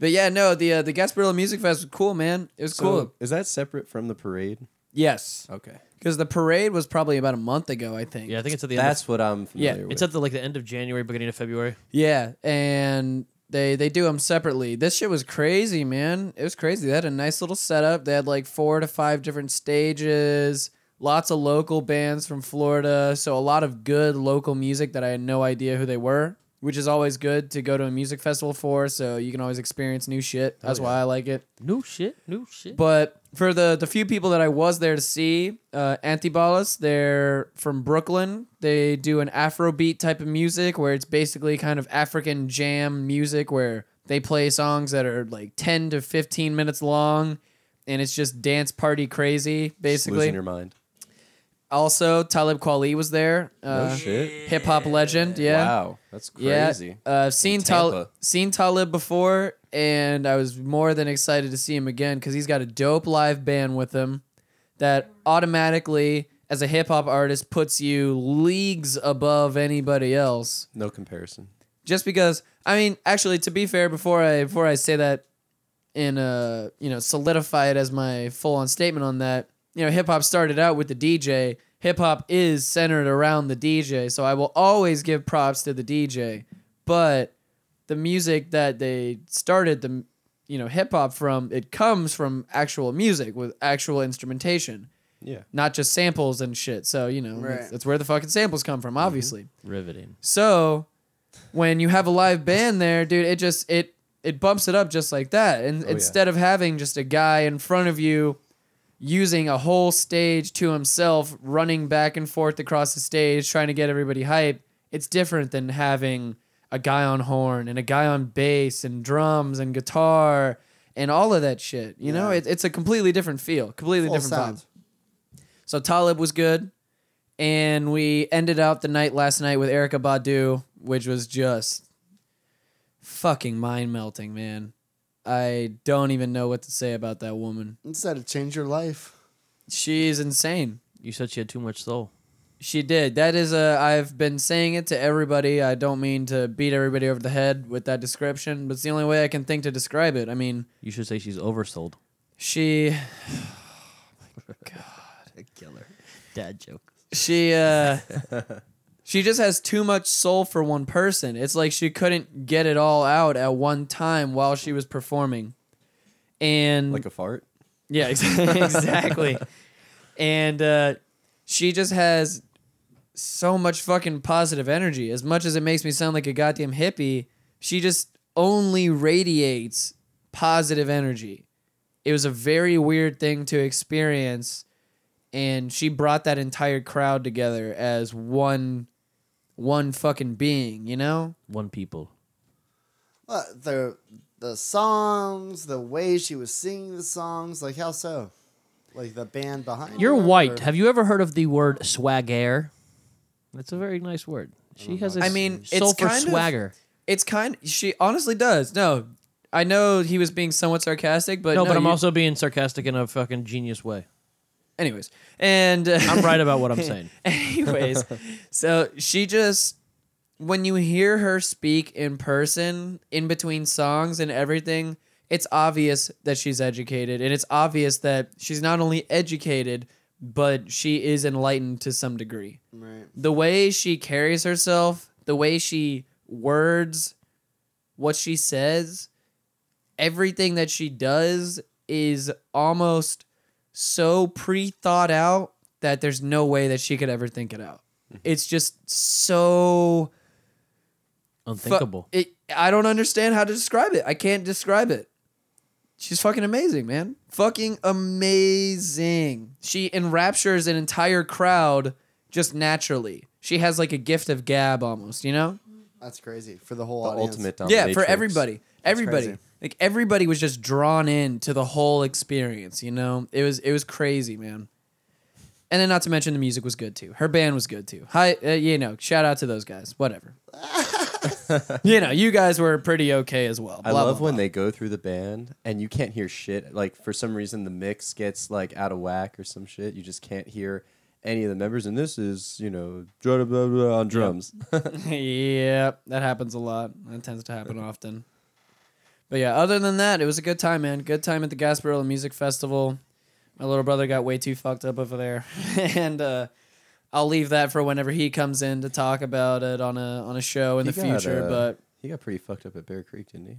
Speaker 1: But yeah, no, the uh, the Gasparilla Music Fest was cool, man. It was
Speaker 4: So,
Speaker 1: cool.
Speaker 4: Is that separate from the parade?
Speaker 1: Yes,
Speaker 4: Okay.
Speaker 1: because the parade was probably about a month ago, I think.
Speaker 3: Yeah, I think it's at the end. Of,
Speaker 4: That's what I'm familiar
Speaker 1: Yeah,
Speaker 4: with.
Speaker 3: it's at the like the end of January, beginning of February.
Speaker 1: Yeah, and they they do them separately. This shit was crazy, man. It was crazy. They had a nice little setup. They had like four to five different stages. Lots of local bands from Florida, so a lot of good local music that I had no idea who they were, which is always good to go to a music festival for. So you can always experience new shit. That's why I like it.
Speaker 3: New shit, new shit.
Speaker 1: But for the the few people that I was there to see, uh, Antibalas, they're from Brooklyn. They do an Afrobeat type of music where it's basically kind of African jam music where they play songs that are like ten to fifteen minutes long, and it's just dance party crazy
Speaker 4: Just losing
Speaker 1: basically.
Speaker 4: your mind.
Speaker 1: Also, Talib Kweli was there, uh,
Speaker 4: shit.
Speaker 1: hip hop legend. Yeah.
Speaker 4: Wow. That's
Speaker 1: Yeah,
Speaker 4: crazy.
Speaker 1: uh, I've seen Tal-
Speaker 4: Tampa.
Speaker 1: seen Talib before, and I was more than excited to see him again because he's got a dope live band with him that automatically, as a hip hop artist, puts you leagues above anybody else.
Speaker 4: No comparison.
Speaker 1: Just because, I mean, actually, to be fair, before I before I say that and uh, you know solidify it as my full on statement on that, you know, hip hop started out with the DJ. Hip hop is centered around the DJ, so I will always give props to the DJ. But the music that they started the you know hip hop from it comes from actual music with actual instrumentation
Speaker 4: Yeah.
Speaker 1: not just samples and shit so you know that's,
Speaker 2: Right.
Speaker 1: that's where the fucking samples come from obviously
Speaker 3: Riveting.
Speaker 1: so when you have a live band there, dude, it just it it bumps it up just like that. And
Speaker 2: Oh,
Speaker 4: yeah.
Speaker 1: instead of having just a guy in front of you using a whole stage to himself, running back and forth across the stage trying to get everybody hype, it's different than having a guy on horn and a guy on bass and drums and guitar and all of that shit. You know,
Speaker 2: Yeah.
Speaker 1: it, it's a completely different feel, completely
Speaker 2: Full
Speaker 1: different
Speaker 2: sound.
Speaker 1: vibe. So Talib was good, and we ended out the night last night with Erica Badu, which was just fucking mind melting, man. I don't even know what to say about that woman.
Speaker 2: Instead of change your life.
Speaker 1: She's insane.
Speaker 3: You said she had too much soul.
Speaker 1: She did. That is a. I've been saying it to everybody. I don't mean to beat everybody over the head with that description, but it's the only way I can think to describe it. I mean,
Speaker 5: You should say she's oversold.
Speaker 1: she
Speaker 5: Killer. Dad joke.
Speaker 1: she uh she just has too much soul for one person. It's like she couldn't get it all out at one time while she was performing. And
Speaker 4: Like a fart.
Speaker 1: Yeah, ex- exactly. and uh, she just has so much fucking positive energy. As much as it makes me sound like a goddamn hippie, she just only radiates positive energy. It was a very weird thing to experience, and she brought that entire crowd together as one, one fucking being. You know?
Speaker 5: One people.
Speaker 2: Uh, the the songs, the way she was singing the songs, like how so? Like the band behind.
Speaker 5: You're
Speaker 2: her,
Speaker 5: white.
Speaker 2: or-
Speaker 5: Have you ever heard of the word swagger? That's a very nice word. She has a
Speaker 1: I mean, it's
Speaker 5: soul for
Speaker 1: kind of-
Speaker 5: swagger.
Speaker 1: It's kind. She honestly does. No, I know he was being somewhat sarcastic, but
Speaker 3: no, but I'm
Speaker 1: you-
Speaker 3: also being sarcastic in a fucking genius way.
Speaker 1: Anyways, and uh,
Speaker 3: I'm right about what I'm saying.
Speaker 1: Anyways, so she just when you hear her speak in person in between songs and everything, it's obvious that she's educated and it's obvious that she's not only educated but she is enlightened to some degree.
Speaker 2: Right.
Speaker 1: The way she carries herself, the way she words what she says, everything that she does is almost so pre thought out that there's no way that she could ever think it out. It's just so fu-
Speaker 5: Unthinkable.
Speaker 1: it, I don't understand how to describe it. I can't describe it. She's fucking amazing, man. Fucking amazing. She enraptures an entire crowd just naturally. She has like a gift of gab almost, you know?
Speaker 2: That's crazy for the whole
Speaker 4: The
Speaker 2: audience.
Speaker 4: ultimate
Speaker 1: Yeah, for
Speaker 4: dominatrix.
Speaker 1: everybody. Everybody.
Speaker 2: crazy.
Speaker 1: Like everybody was just drawn in to the whole experience, you know? It was it was crazy, man. And then not to mention the music was good too. Her band was good too. Hi, uh, you know, shout out to those guys. Whatever. you know, you guys were pretty okay as well.
Speaker 4: I
Speaker 1: Blah,
Speaker 4: love
Speaker 1: blah,
Speaker 4: when
Speaker 1: blah.
Speaker 4: they go through the band and you can't hear shit. Like for some reason the mix gets like out of whack or some shit. You just can't hear any of the members. And this is you know blah, blah, blah, on drums.
Speaker 1: yeah, that happens a lot. That tends to happen often. But yeah, other than that, it was a good time, man. Good time at the Gasparilla Music Festival. My little brother got way too fucked up over there, and uh, I'll leave that for whenever he comes in to talk about it on a on a show in
Speaker 4: He
Speaker 1: the
Speaker 4: got,
Speaker 1: future.
Speaker 4: uh,
Speaker 1: but
Speaker 4: he got pretty fucked up at Bear Creek, didn't he?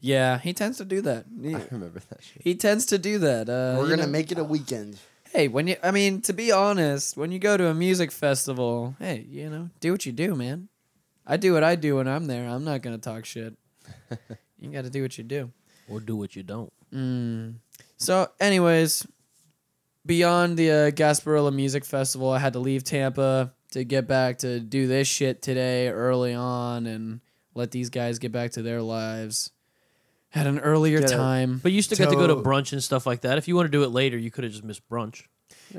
Speaker 1: yeah, he tends to do that. He,
Speaker 4: I remember that shit.
Speaker 1: he tends to do that. Uh,
Speaker 2: We're
Speaker 1: you
Speaker 2: gonna
Speaker 1: know-
Speaker 2: make it a weekend.
Speaker 1: Hey, when you, I mean, to be honest, when you go to a music festival, hey, you know, do what you do, man. I do what I do when I'm there. I'm not gonna talk shit. you got to do what you do.
Speaker 5: or do what you don't.
Speaker 1: Mm. So, anyways, beyond the uh, Gasparilla Music Festival, I had to leave Tampa to get back to do this shit today early on and let these guys get back to their lives at an earlier
Speaker 2: Get out.
Speaker 1: time.
Speaker 3: But you still got to go to
Speaker 2: So-
Speaker 3: brunch and stuff like that. If you want to do it later, you could have just missed brunch.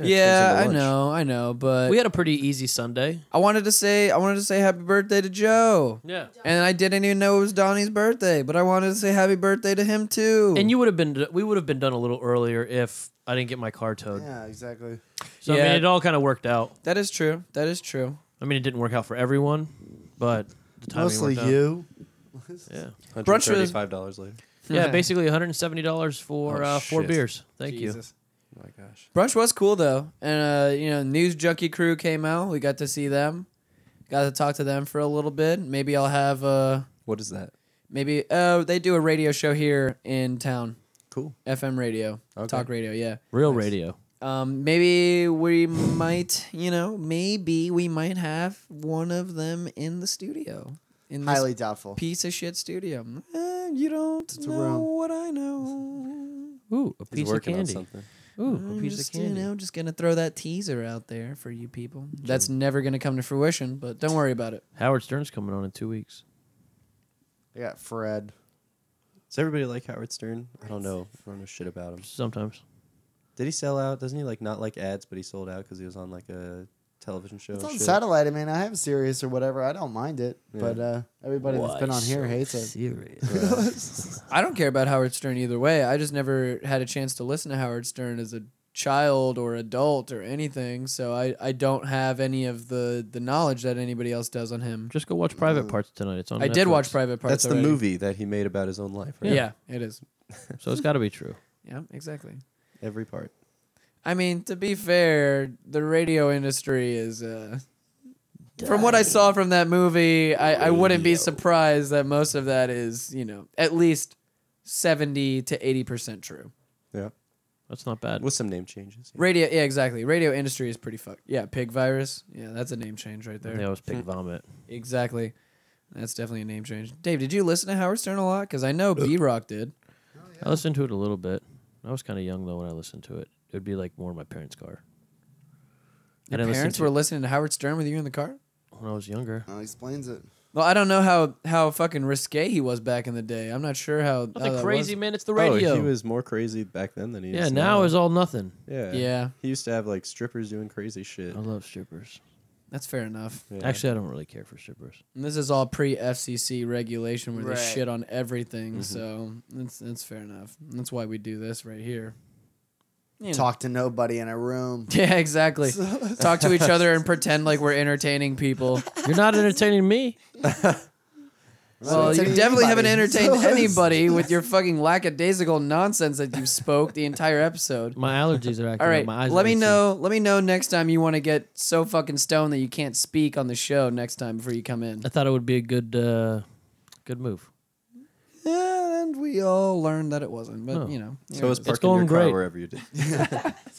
Speaker 1: yeah, I know, I know, but
Speaker 3: We had a pretty easy Sunday.
Speaker 1: I wanted to say I wanted to say happy birthday to Joe.
Speaker 3: Yeah.
Speaker 1: And I didn't even know it was Donnie's birthday, but I wanted to say happy birthday to him too.
Speaker 3: And you would have been we would have been done a little earlier if I didn't get my car towed.
Speaker 2: Yeah, exactly.
Speaker 3: So I
Speaker 1: Yeah.
Speaker 3: mean it all kind of worked out.
Speaker 1: that is true. That is true.
Speaker 3: I mean it didn't work out for everyone, but the timing
Speaker 2: Mostly
Speaker 3: worked out.
Speaker 2: you.
Speaker 3: Yeah.
Speaker 1: Brunch was-
Speaker 4: five dollars later.
Speaker 3: Yeah, basically $170 for
Speaker 4: Oh,
Speaker 3: uh, four
Speaker 4: shit.
Speaker 3: beers. Thank
Speaker 4: Oh my gosh.
Speaker 1: Brunch was cool though. And uh, you know, news junkie crew came out. We got to see them. Got to talk to them for a little bit. Maybe I'll have uh
Speaker 4: What is that?
Speaker 1: maybe oh, they do a radio show here in town.
Speaker 4: Cool.
Speaker 1: FM radio.
Speaker 4: Okay.
Speaker 1: Talk radio, yeah.
Speaker 3: you. Real radio.
Speaker 1: Um, maybe we might, you know, maybe we might have one of them in the studio. In this
Speaker 2: Highly doubtful.
Speaker 1: piece of shit studio. Eh, you don't
Speaker 2: a
Speaker 1: know
Speaker 2: room.
Speaker 1: what I know.
Speaker 5: Ooh, a
Speaker 4: He's
Speaker 5: piece of
Speaker 4: working on
Speaker 5: candy.
Speaker 4: something.
Speaker 5: Ooh,
Speaker 1: I'm
Speaker 5: a piece
Speaker 1: just,
Speaker 5: of candy.
Speaker 1: You know, just gonna throw that teaser out there for you people. That's never gonna come to fruition, but don't worry about it.
Speaker 3: Howard Stern's coming on in 2 weeks.
Speaker 2: I got Fred.
Speaker 4: Does everybody like Howard Stern? I don't know. I don't know shit about him.
Speaker 3: Sometimes.
Speaker 4: Did he sell out? Doesn't he like not like ads, but he sold out because he was on like a television show?
Speaker 2: It's
Speaker 4: and
Speaker 2: on
Speaker 4: Oh, shit?
Speaker 2: satellite. I mean, I have a Sirius or whatever. I don't mind it, but uh, everybody that's been on here hates it.
Speaker 5: Serious.
Speaker 1: I don't care about Howard Stern either way. I just never had a chance to listen to Howard Stern as a child or adult or anything, so I, I don't have any of the, the knowledge that anybody else does on him.
Speaker 3: Just go watch Private Parts tonight. It's on.
Speaker 1: I did
Speaker 3: Netflix.
Speaker 1: watch Private Parts.
Speaker 4: That's the
Speaker 1: already.
Speaker 4: movie that he made about his own life, right?
Speaker 1: Yeah, it is.
Speaker 3: so it's got to be true.
Speaker 1: Yeah, exactly.
Speaker 4: Every part.
Speaker 1: I mean, to be fair, the radio industry is. Uh, from what I saw from that movie, I, I wouldn't be surprised that most of that is, you know, at least 70 to 80% true.
Speaker 4: Yeah.
Speaker 3: That's not bad.
Speaker 4: With some name changes. yeah.
Speaker 1: Radio, yeah, exactly. Radio industry is pretty fucked. Yeah, pig virus. Yeah, that's a name change right there.
Speaker 3: They always pick vomit.
Speaker 1: Exactly. That's definitely a name change. Dave, did you listen to Howard Stern a lot? Because I know B Rock did.
Speaker 3: I listened to it a little bit. I was kind of young though when I listened to it. It would be like more in my parents' car. I
Speaker 1: Your
Speaker 3: didn't listen
Speaker 1: parents
Speaker 3: to-
Speaker 1: were listening to Howard Stern with you in the car?
Speaker 3: when I was younger.
Speaker 2: That explains it.
Speaker 1: Well, I don't know how, how fucking risque he was back in the day. I'm not sure how. how
Speaker 3: Nothing
Speaker 1: Oh, that
Speaker 3: crazy,
Speaker 1: was.
Speaker 3: man. It's the radio.
Speaker 4: Oh, he was more crazy back then than he
Speaker 3: yeah,
Speaker 4: is
Speaker 3: now is all nothing.
Speaker 4: yeah.
Speaker 1: Yeah.
Speaker 4: He used to have like strippers doing crazy shit.
Speaker 3: I love strippers.
Speaker 1: That's fair enough.
Speaker 4: Yeah.
Speaker 3: Oh, Actually, I don't really care for strippers.
Speaker 1: And this is all pre FCC regulation where they
Speaker 2: Right.
Speaker 1: shit on everything.
Speaker 3: Mm-hmm.
Speaker 1: So that's that's fair enough. That's why we do this right here. You know.
Speaker 2: Talk to nobody in a room.
Speaker 1: Yeah, exactly. Talk to each other and pretend like we're entertaining people.
Speaker 3: You're not entertaining me.
Speaker 1: Well, you
Speaker 2: Entertaining
Speaker 1: definitely haven't
Speaker 2: anybody.
Speaker 1: entertained
Speaker 2: So-
Speaker 1: anybody with your fucking lackadaisical nonsense that you spoke the entire episode.
Speaker 3: My allergies are acting.
Speaker 1: All
Speaker 3: up.
Speaker 1: right,
Speaker 3: My eyes are
Speaker 1: let me
Speaker 3: itching.
Speaker 1: know. Let me know next time you want to get so fucking stoned that you can't speak on the show next time before you come in.
Speaker 3: I thought it would be a good, uh, good move.
Speaker 1: And we all learned that it wasn't, but
Speaker 3: No.
Speaker 1: you know.
Speaker 4: So it's
Speaker 1: it is.
Speaker 4: parking
Speaker 3: going
Speaker 4: your car
Speaker 3: great.
Speaker 4: wherever you did.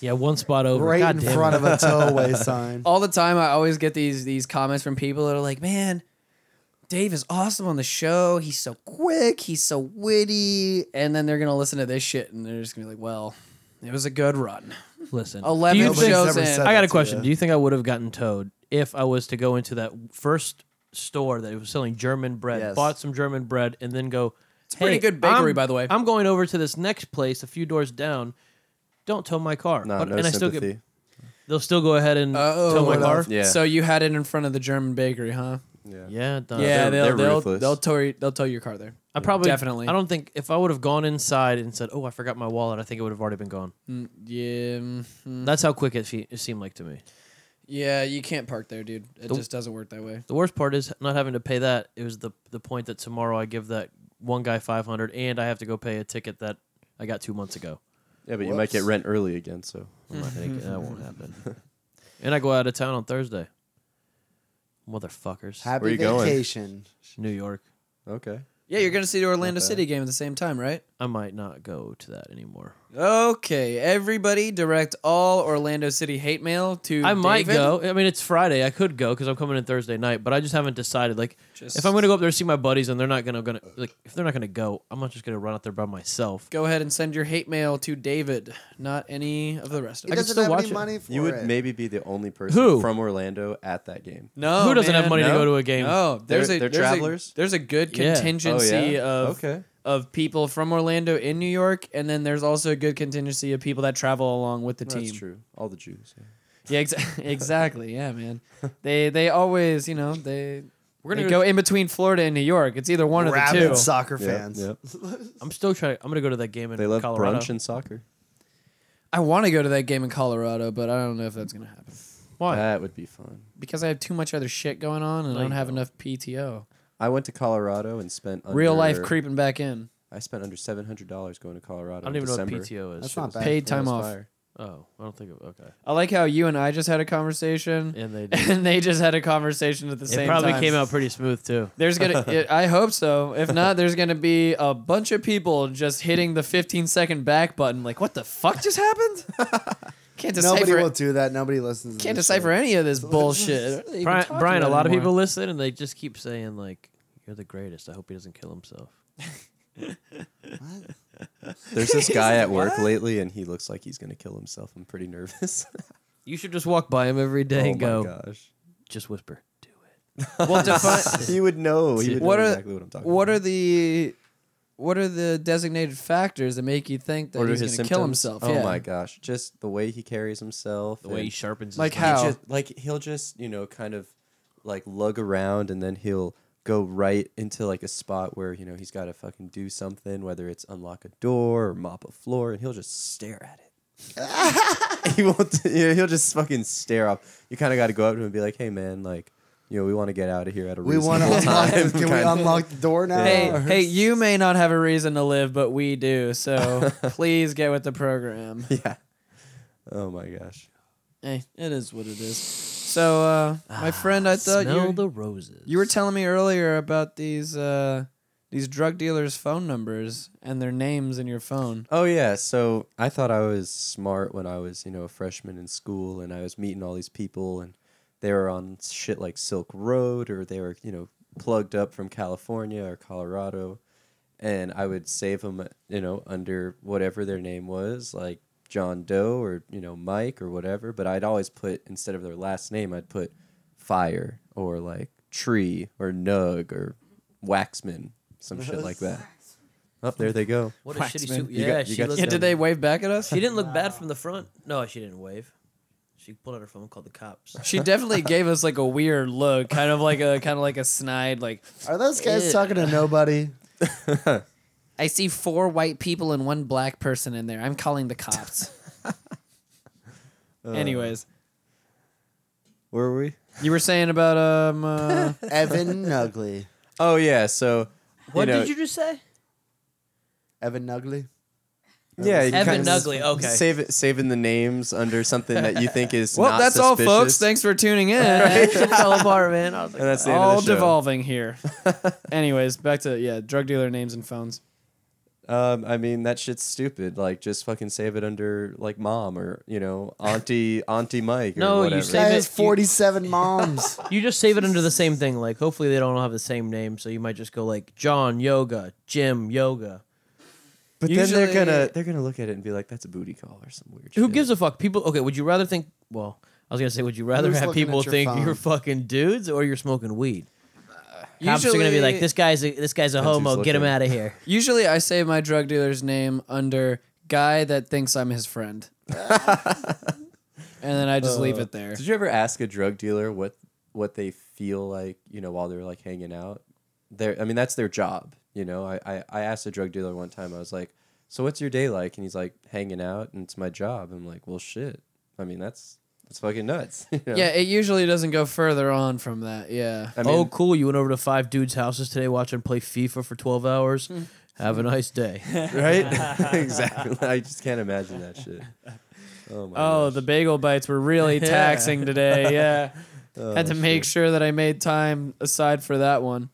Speaker 3: Yeah, one spot over.
Speaker 2: Right
Speaker 3: God
Speaker 2: in
Speaker 3: damn
Speaker 2: front
Speaker 3: it.
Speaker 2: of a towaway sign.
Speaker 1: all the time I always get these these comments from people that are like, "Man, Dave is awesome on the show. He's so quick, he's so witty." And then they're going to listen to this shit and they're just going to be like, "Well, it was a good run."
Speaker 3: Listen,
Speaker 1: 11
Speaker 3: do you
Speaker 2: Nobody's
Speaker 3: think-
Speaker 1: shows
Speaker 2: ever
Speaker 1: in.
Speaker 2: said
Speaker 1: I
Speaker 3: I got
Speaker 2: that
Speaker 3: a
Speaker 2: to
Speaker 3: question.
Speaker 2: you.
Speaker 3: Do you think I would have gotten towed if I was to go into that first store that was selling German bread,
Speaker 2: Yes.
Speaker 3: bought some German bread, and then go? It's a
Speaker 1: pretty good bakery, by the way."
Speaker 3: I'm going over to this next place a few doors down. Don't tow my car.
Speaker 4: No,
Speaker 3: But-
Speaker 4: no
Speaker 3: and I still
Speaker 4: sympathy.
Speaker 3: get. They'll still go ahead and
Speaker 1: Oh,
Speaker 3: tow my
Speaker 1: what
Speaker 3: car.
Speaker 1: else?
Speaker 4: Yeah.
Speaker 1: So you had it in front of the German bakery, huh?
Speaker 4: yeah.
Speaker 3: Yeah, done.
Speaker 1: yeah,
Speaker 4: Uh, they're- they're
Speaker 1: they'll they'll
Speaker 4: ruthless.
Speaker 1: they'll tow, your- they'll tow your car there.
Speaker 3: I probably
Speaker 1: Definitely.
Speaker 3: I don't think if I would have gone inside and said, "Oh, I forgot my wallet," I think it would have already been gone.
Speaker 1: Mm, yeah, mhm.
Speaker 3: That's how quick it, fe- it seemed like to me.
Speaker 1: yeah, you can't park there, dude. It
Speaker 3: The-
Speaker 1: just doesn't work that way.
Speaker 3: The worst part is not having to pay that. It was the the point that tomorrow I give that one guy five hundred, and I have to go pay a ticket that I got two months ago.
Speaker 4: Yeah, but you might get
Speaker 2: Whoops.
Speaker 4: rent early again, so
Speaker 3: I'm not gonna get- that won't happen. And I go out of town on Thursday. Motherfuckers,
Speaker 2: Happy
Speaker 4: Where you going?
Speaker 2: vacation.
Speaker 3: New York.
Speaker 4: okay.
Speaker 1: Yeah, you're going to see the Orlando
Speaker 4: bad.
Speaker 1: City game at the same time, right?
Speaker 3: I might not go to that anymore.
Speaker 1: Okay, everybody direct all Orlando City hate mail to
Speaker 3: I might
Speaker 1: David.
Speaker 3: go. I mean, it's Friday. I could go because I'm coming in Thursday night, but I just haven't decided. Like,
Speaker 1: Just-
Speaker 3: if I'm gonna go up there to see my buddies and they're not gonna gonna like if they're not gonna go, I'm not just gonna run out there by myself.
Speaker 1: Go ahead and send your hate mail to David, not any of the rest of
Speaker 2: He
Speaker 1: us.
Speaker 2: doesn't
Speaker 3: still
Speaker 2: have
Speaker 3: watch
Speaker 2: any
Speaker 3: it.
Speaker 2: money for
Speaker 4: You would
Speaker 2: it.
Speaker 4: maybe be the only person
Speaker 3: Who?
Speaker 4: from Orlando at that game.
Speaker 1: No,
Speaker 3: Who doesn't have
Speaker 1: man.
Speaker 3: money to
Speaker 4: No?
Speaker 3: go to a game?
Speaker 1: No, Oh, there's
Speaker 4: They're-
Speaker 1: a
Speaker 4: they're
Speaker 1: there's a-
Speaker 4: travelers?
Speaker 1: there's a good
Speaker 3: Yeah.
Speaker 1: contingency
Speaker 4: oh, yeah?
Speaker 1: of
Speaker 4: okay.
Speaker 1: of people from Orlando in New York, and then there's also a good contingency of people that travel along with the
Speaker 4: No,
Speaker 1: team.
Speaker 4: That's true. All the Jews. yeah.
Speaker 1: Yeah, exa- exactly. Yeah, man. They they always you know they
Speaker 3: We're
Speaker 1: they
Speaker 3: gonna
Speaker 1: go
Speaker 3: go.
Speaker 1: in between Florida and New York. It's either one of the
Speaker 2: rabid
Speaker 1: two.
Speaker 2: soccer
Speaker 4: Yep,
Speaker 2: fans.
Speaker 4: yep.
Speaker 3: I'm still trying. I'm gonna go to that game in
Speaker 4: They love
Speaker 3: Colorado.
Speaker 4: brunch and soccer.
Speaker 1: I want to go to that game in Colorado, but I don't know if that's gonna happen.
Speaker 3: Why?
Speaker 4: That would be fun.
Speaker 1: because I have too much other shit going on and
Speaker 3: No,
Speaker 1: I don't
Speaker 3: you
Speaker 1: have
Speaker 3: don't.
Speaker 1: enough PTO.
Speaker 4: I went to Colorado and spent under,
Speaker 1: Real life creeping back in.
Speaker 4: I spent under seven hundred dollars going to Colorado.
Speaker 3: I don't
Speaker 4: in
Speaker 3: even
Speaker 4: December.
Speaker 3: know what PTO is.
Speaker 2: That's not
Speaker 3: Shit.
Speaker 2: bad.
Speaker 1: Paid time
Speaker 4: That was
Speaker 1: off.
Speaker 4: fire.
Speaker 3: Oh, I don't think. It, okay.
Speaker 1: I like how you and I just had a conversation
Speaker 3: And they. Did.
Speaker 1: and they just had a conversation at the
Speaker 3: it
Speaker 1: same
Speaker 3: probably
Speaker 1: time.
Speaker 3: came out pretty smooth too.
Speaker 1: There's gonna. It, I hope so. If not, there's gonna be a bunch of people just hitting the 15 second back button. Like, what the fuck just happened? Can't
Speaker 2: Nobody
Speaker 1: decipher.
Speaker 2: will do that. Nobody listens. To
Speaker 1: can't
Speaker 2: this
Speaker 1: decipher
Speaker 2: shit.
Speaker 1: any of this bullshit. What are they even
Speaker 3: Brian,
Speaker 1: talking
Speaker 3: Brian a
Speaker 1: about
Speaker 3: lot of people
Speaker 1: anymore?
Speaker 3: listen and they just keep saying like, "You're the greatest." I hope he doesn't kill himself.
Speaker 4: There's this guy at work lately, and he looks like he's gonna kill himself. I'm pretty nervous.
Speaker 3: You should just walk by him every day
Speaker 4: oh
Speaker 3: and go.
Speaker 4: my gosh,
Speaker 3: Just whisper. Do it.
Speaker 1: Well, define.
Speaker 4: he would know. He would
Speaker 1: What
Speaker 4: know
Speaker 1: are-
Speaker 4: exactly what I'm talking
Speaker 1: What
Speaker 4: about.
Speaker 1: are the what are the designated factors that make you think that
Speaker 4: What are
Speaker 1: he's going
Speaker 4: his symptoms?
Speaker 1: to kill himself?
Speaker 4: Oh
Speaker 1: yeah.
Speaker 4: my gosh! Just the way he carries himself.
Speaker 3: The way he
Speaker 4: and-
Speaker 3: sharpens his
Speaker 1: Like
Speaker 3: knife.
Speaker 4: He
Speaker 1: How?
Speaker 4: just- like he'll just you know kind of like lug around and then he'll go right into like a spot where you know he's got to fucking do something whether it's unlock a door or mop a floor and he'll just stare at it he won't. You know, he'll just fucking stare up. You kind of got to go up to him and be like, "Hey, man, like, you know, we want to get out of here at a
Speaker 2: We
Speaker 4: reasonable
Speaker 2: want to unlock.
Speaker 4: time."
Speaker 2: Can we
Speaker 4: kinda.
Speaker 2: unlock the door now?
Speaker 1: Hey,
Speaker 2: Or-
Speaker 1: hey, you may not have a reason to live, but we do. So please get with the program.
Speaker 4: yeah. Oh my gosh.
Speaker 1: Hey, it is what it is. So, uh, my friend, I thought
Speaker 5: Smell
Speaker 1: you
Speaker 5: the roses.
Speaker 1: you were telling me earlier about these uh, these drug dealers' phone numbers and their names in your phone.
Speaker 4: Oh yeah. So I thought I was smart when I was, you know, a freshman in school, and I was meeting all these people, and they were on shit like Silk Road, or they were, you know, plugged up from California or Colorado, and I would save them, you know, under whatever their name was, like John Doe or you know Mike or whatever. But I'd always put instead of their last name, I'd put Fire or like Tree or Nug or Waxman, some shit like that. Up there they go.
Speaker 3: What a shitty
Speaker 1: Waxman.
Speaker 3: suit.
Speaker 4: You
Speaker 3: Yeah,
Speaker 4: got- you
Speaker 3: she
Speaker 4: got
Speaker 3: looked.
Speaker 1: Yeah, did they wave back at us?
Speaker 3: She didn't look bad from the front. No, she didn't wave. She pulled out her phone, and called the cops.
Speaker 1: She definitely gave us like a weird look, kind of like a kind of like a snide, like
Speaker 2: Are those guys talking to nobody?
Speaker 1: I see four white people and one black person in there. I'm calling the cops. Anyways,
Speaker 4: Where were we?
Speaker 1: you were saying about um uh,
Speaker 2: Evan Nugley.
Speaker 4: Oh yeah, so
Speaker 3: What
Speaker 4: you know,
Speaker 3: did you just say?
Speaker 2: Evan Nugley.
Speaker 4: Yeah, you
Speaker 3: Evan
Speaker 4: kinda s-
Speaker 3: Nugley. Okay.
Speaker 4: Save it, saving the names under something that you think is
Speaker 1: well,
Speaker 4: not
Speaker 1: that's all,
Speaker 4: suspicious.
Speaker 1: folks. Thanks for tuning in.
Speaker 3: fell apart, man. I was like,
Speaker 4: And that's the end
Speaker 1: all
Speaker 4: of the show.
Speaker 1: devolving here. Anyways, back to yeah, drug dealer names and phones.
Speaker 4: Um, I mean, that shit's stupid. Like, just fucking save it under like mom or you know, auntie, auntie Mike. Or
Speaker 3: No, you
Speaker 4: whatever.
Speaker 2: Guy
Speaker 3: save-
Speaker 2: has
Speaker 3: it, you-
Speaker 2: 47 moms.
Speaker 3: you just save it under the same thing. Like, hopefully they don't have the same name, so you might just go like John Yoga, Jim Yoga.
Speaker 4: But then they're
Speaker 1: Usually-
Speaker 4: gonna they're gonna look at it and be like, that's a booty call or some weird.
Speaker 3: Who
Speaker 4: shit.
Speaker 3: gives a fuck? People. Okay, would you rather think? Well, I was gonna say, would you rather
Speaker 2: Who's
Speaker 3: have
Speaker 2: looking
Speaker 3: people
Speaker 2: at your
Speaker 3: think
Speaker 2: phone?
Speaker 3: you're fucking dudes or you're smoking weed? Cops are gonna be like, this guy's a, this guy's a
Speaker 4: Depends who's
Speaker 3: homo. Get him
Speaker 4: looking.
Speaker 3: out of here.
Speaker 1: Usually, I save my drug dealer's name under guy that thinks I'm his friend, and then I just leave it there.
Speaker 4: Did you ever ask a drug dealer what what they feel like, you know, while they're like hanging out? They're, I mean, that's their job. You know, I, I, I asked a drug dealer one time, I was like, So what's your day like? And he's like, hanging out and it's my job. I'm like, Well shit. I mean, that's that's fucking nuts. you know?
Speaker 1: Yeah, it usually doesn't go further on from that. Yeah.
Speaker 4: I mean,
Speaker 3: oh, cool! You went over to five dudes' houses today, watch them play FIFA for twelve hours. have a nice day.
Speaker 4: right? exactly. I just can't imagine that shit. Oh my
Speaker 1: Oh,
Speaker 4: gosh.
Speaker 1: the bagel bites were really taxing today. Yeah.
Speaker 4: Oh,
Speaker 1: Had to make sure that I made time aside for that one.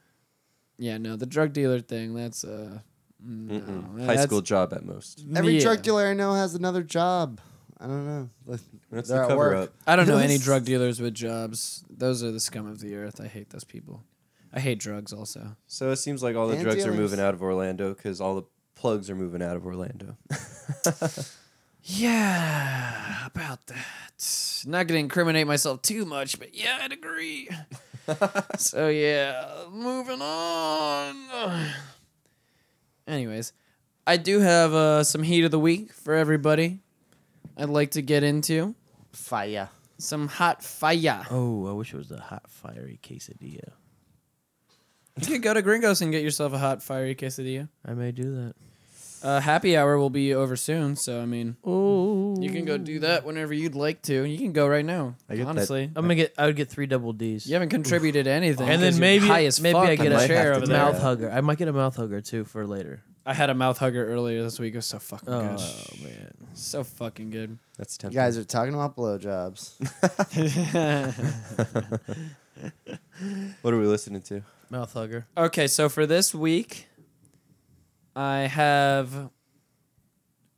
Speaker 1: Yeah, no, the drug dealer thing, that's uh no,
Speaker 4: Mm-mm. high
Speaker 1: that's-
Speaker 4: school job at most.
Speaker 2: Every
Speaker 1: yeah.
Speaker 2: drug dealer I know has another job. I don't know. Like,
Speaker 4: That's
Speaker 2: they're
Speaker 4: the
Speaker 2: at
Speaker 4: cover
Speaker 2: work.
Speaker 4: up.
Speaker 1: I don't know any drug dealers with jobs. Those are the scum of the earth. I hate those people. I hate drugs also.
Speaker 4: So it seems like all the
Speaker 2: And
Speaker 4: drugs are
Speaker 2: dealers.
Speaker 4: moving out of Orlando because all the plugs are moving out of Orlando.
Speaker 1: Yeah, about that. Not gonna incriminate myself too much, but yeah, I'd agree. so yeah, moving on. Anyways, I do have uh, some heat of the week for everybody. I'd like to get into
Speaker 2: Fire.
Speaker 1: some hot fire.
Speaker 3: Oh, I wish it was a hot fiery quesadilla.
Speaker 1: You could go to Gringos and get yourself a hot fiery quesadilla.
Speaker 3: I may do that.
Speaker 1: Uh, happy hour will be over soon, so I mean,
Speaker 3: Oh,
Speaker 1: you can go do that whenever you'd like to. You can go right now.
Speaker 4: I get that-
Speaker 1: honestly.
Speaker 3: I'm gonna get. I would get three double D's.
Speaker 1: You haven't contributed anything.
Speaker 3: And
Speaker 1: 'cause
Speaker 3: then
Speaker 1: you're
Speaker 3: maybe
Speaker 1: high as
Speaker 3: maybe
Speaker 1: fuck
Speaker 3: I
Speaker 1: in
Speaker 3: get
Speaker 1: the
Speaker 4: might
Speaker 3: a
Speaker 4: have
Speaker 1: chair
Speaker 4: to
Speaker 1: over
Speaker 4: do
Speaker 1: there.
Speaker 3: mouth
Speaker 4: that.
Speaker 3: hugger. I might get a mouth hugger too for later.
Speaker 1: I had a mouth hugger earlier this week. It was so fucking
Speaker 3: Oh
Speaker 1: good.
Speaker 3: man,
Speaker 1: So fucking good.
Speaker 4: That's
Speaker 2: You
Speaker 4: tempting.
Speaker 2: guys are talking about blowjobs.
Speaker 4: What are we listening to?
Speaker 3: mouth hugger.
Speaker 1: okay, so for this week, I have.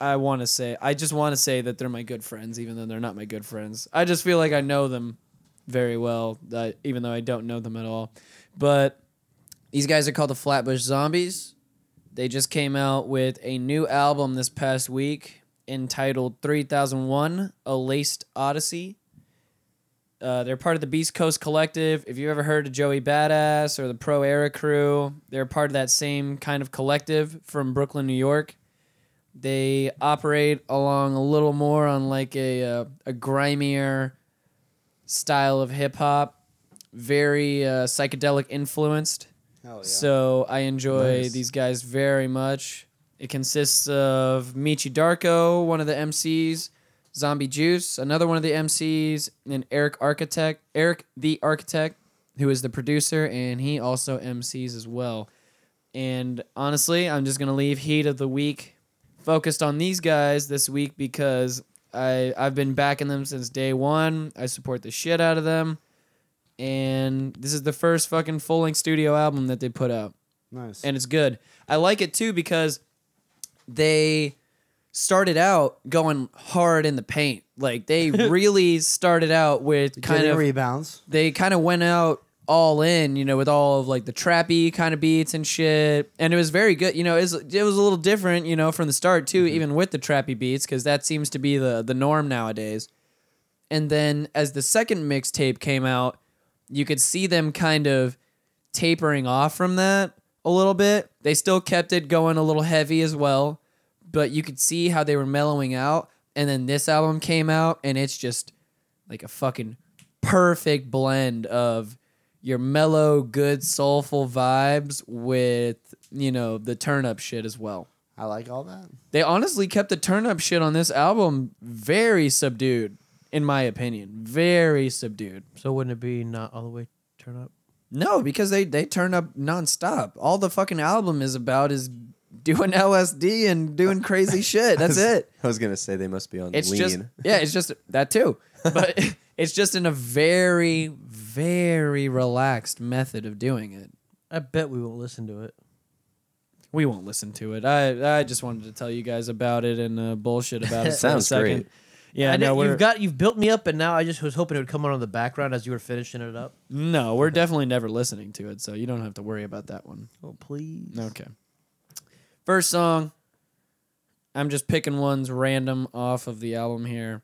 Speaker 1: I want to say. I just want to say that they're my good friends, even though they're not my good friends. I just feel like I know them very well, uh, even though I don't know them at all. But these guys are called the Flatbush Zombies. They just came out with a new album this past week entitled 3001 A Laced Odyssey. Uh, they're part of the Beast Coast Collective. If you've ever heard of Joey Badass or the Pro Era Crew, they're part of that same kind of collective from Brooklyn, New York. They operate along a little more on like a uh, a grimier style of hip hop, very uh, psychedelic influenced.
Speaker 2: Hell yeah.
Speaker 1: So I enjoy
Speaker 4: Nice.
Speaker 1: these guys very much. It consists of Michi Darko, one of the MCs, Zombie Juice, another one of the MCs, and Eric Architect, Eric the Architect, who is the producer, and he also MCs as well. And honestly, I'm just gonna leave Heat of the Week focused on these guys this week because I I've been backing them since day one. I support the shit out of them, and this is the first fucking full length studio album that they put out
Speaker 2: Nice.
Speaker 1: and it's good. I like it too because they started out going hard in the paint. Like they really started out with kind
Speaker 2: Getting
Speaker 1: of
Speaker 2: rebounds.
Speaker 1: they kind of went out all in, you know, with all of like the trappy kind of beats and shit. And it was very good, you know. It was, it was a little different, you know, from the start too, even with the trappy beats, because that seems to be the the norm nowadays. And then as the second mixtape came out, you could see them kind of tapering off from that a little bit. They still kept it going a little heavy as well, but you could see how they were mellowing out. And then this album came out, and it's just like a fucking perfect blend of your mellow, good, soulful vibes with, you know, the turn up shit as well.
Speaker 2: I like all that.
Speaker 1: They honestly kept the turn up shit on this album very subdued, in my opinion. Very subdued.
Speaker 3: So wouldn't it be not all the way turn up?
Speaker 1: No, because they they turn up nonstop. All the fucking album is about is doing LSD and doing crazy shit. That's it.
Speaker 4: I was gonna say they must be on
Speaker 1: It's
Speaker 4: lean.
Speaker 1: just yeah, it's just that too. But it's just in a very very relaxed method of doing it.
Speaker 3: I bet we won't listen to it.
Speaker 1: We won't listen to it. I I just wanted to tell you guys about it and uh, bullshit about it. for a
Speaker 4: Sounds
Speaker 1: second.
Speaker 4: great.
Speaker 1: Yeah,
Speaker 3: I
Speaker 1: no,
Speaker 3: know
Speaker 1: we're
Speaker 3: you've got you've built me up, and now I just was hoping it would come on in the background as you were finishing it up.
Speaker 1: no, we're definitely never listening to it, so you don't have to worry about that one.
Speaker 3: Oh please!
Speaker 1: Okay. First song. I'm just picking ones random off of the album here.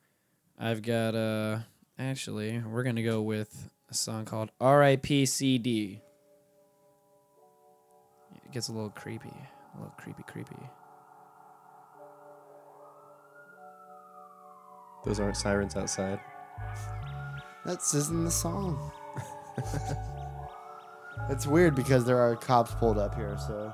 Speaker 1: I've got uh actually we're gonna go with a song called R.I.P.C.D. It gets a little creepy, a little creepy, creepy.
Speaker 4: Those aren't sirens outside.
Speaker 2: That's isn't the song. it's weird because there are cops pulled up here, so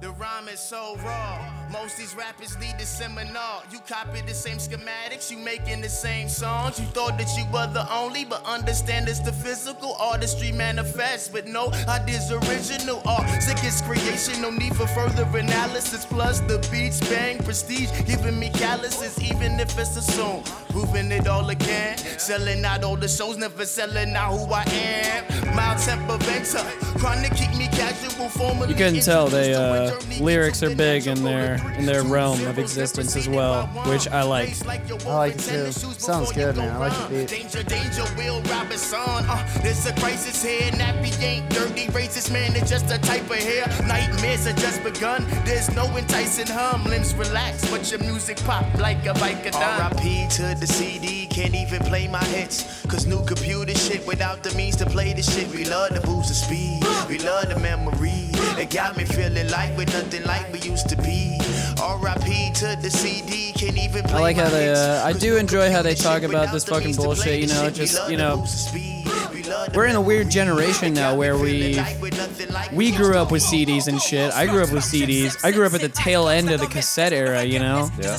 Speaker 6: The rhyme is so raw. Most these rappers lead the seminar. You copy the same schematics, you making the same songs. You thought that you were the only, but understand it's the physical artistry manifest. But no, ideas original art. Sick is creation, no need for further analysis. Plus the beats bang prestige, giving me calluses, even if it's assumed. Proving it all again. Selling out all the shows, never selling out who I am. Mild temper venter, chronic keep me casual, formally
Speaker 1: You couldn't tell they uh, lyrics are big in their in their realm of existence as well, which I like.
Speaker 2: I like it too. Sounds good, man. I like the beat.
Speaker 6: Danger, danger, Will Robinson. Uh, there's a crisis here. Nappy ain't dirty, racist man. It's just a type of hair. Nightmares are just begun. There's no enticing hum. Limbs relax, but your music pop like a biker dime. RIP to the CD. Can't even play my hits. Cause new computer shit without the means to play the shit. We love the boost of speed. We love the memory. It got me feeling like we're nothing like we used to be. RIP to the CD. Can't even play
Speaker 1: I like
Speaker 6: my
Speaker 1: how they,
Speaker 6: hits.
Speaker 1: uh, I
Speaker 6: Cause
Speaker 1: do
Speaker 6: new
Speaker 1: enjoy how they
Speaker 6: computer
Speaker 1: talk
Speaker 6: shit
Speaker 1: about this
Speaker 6: without the
Speaker 1: fucking
Speaker 6: means to play
Speaker 1: bullshit, you
Speaker 6: the
Speaker 1: know,
Speaker 6: shit. We
Speaker 1: just,
Speaker 6: love
Speaker 1: you
Speaker 6: the
Speaker 1: know,
Speaker 6: boost of speed. We love the
Speaker 1: We're in a weird
Speaker 6: memory.
Speaker 1: generation now
Speaker 6: Got me
Speaker 1: where
Speaker 6: feeling
Speaker 1: we-
Speaker 6: like we're nothing like
Speaker 1: We
Speaker 6: we
Speaker 1: grew
Speaker 6: used
Speaker 1: up
Speaker 6: to.
Speaker 1: with CDs and shit. I grew up with CDs. I grew up at the tail end of the cassette era, you know?
Speaker 4: Yeah.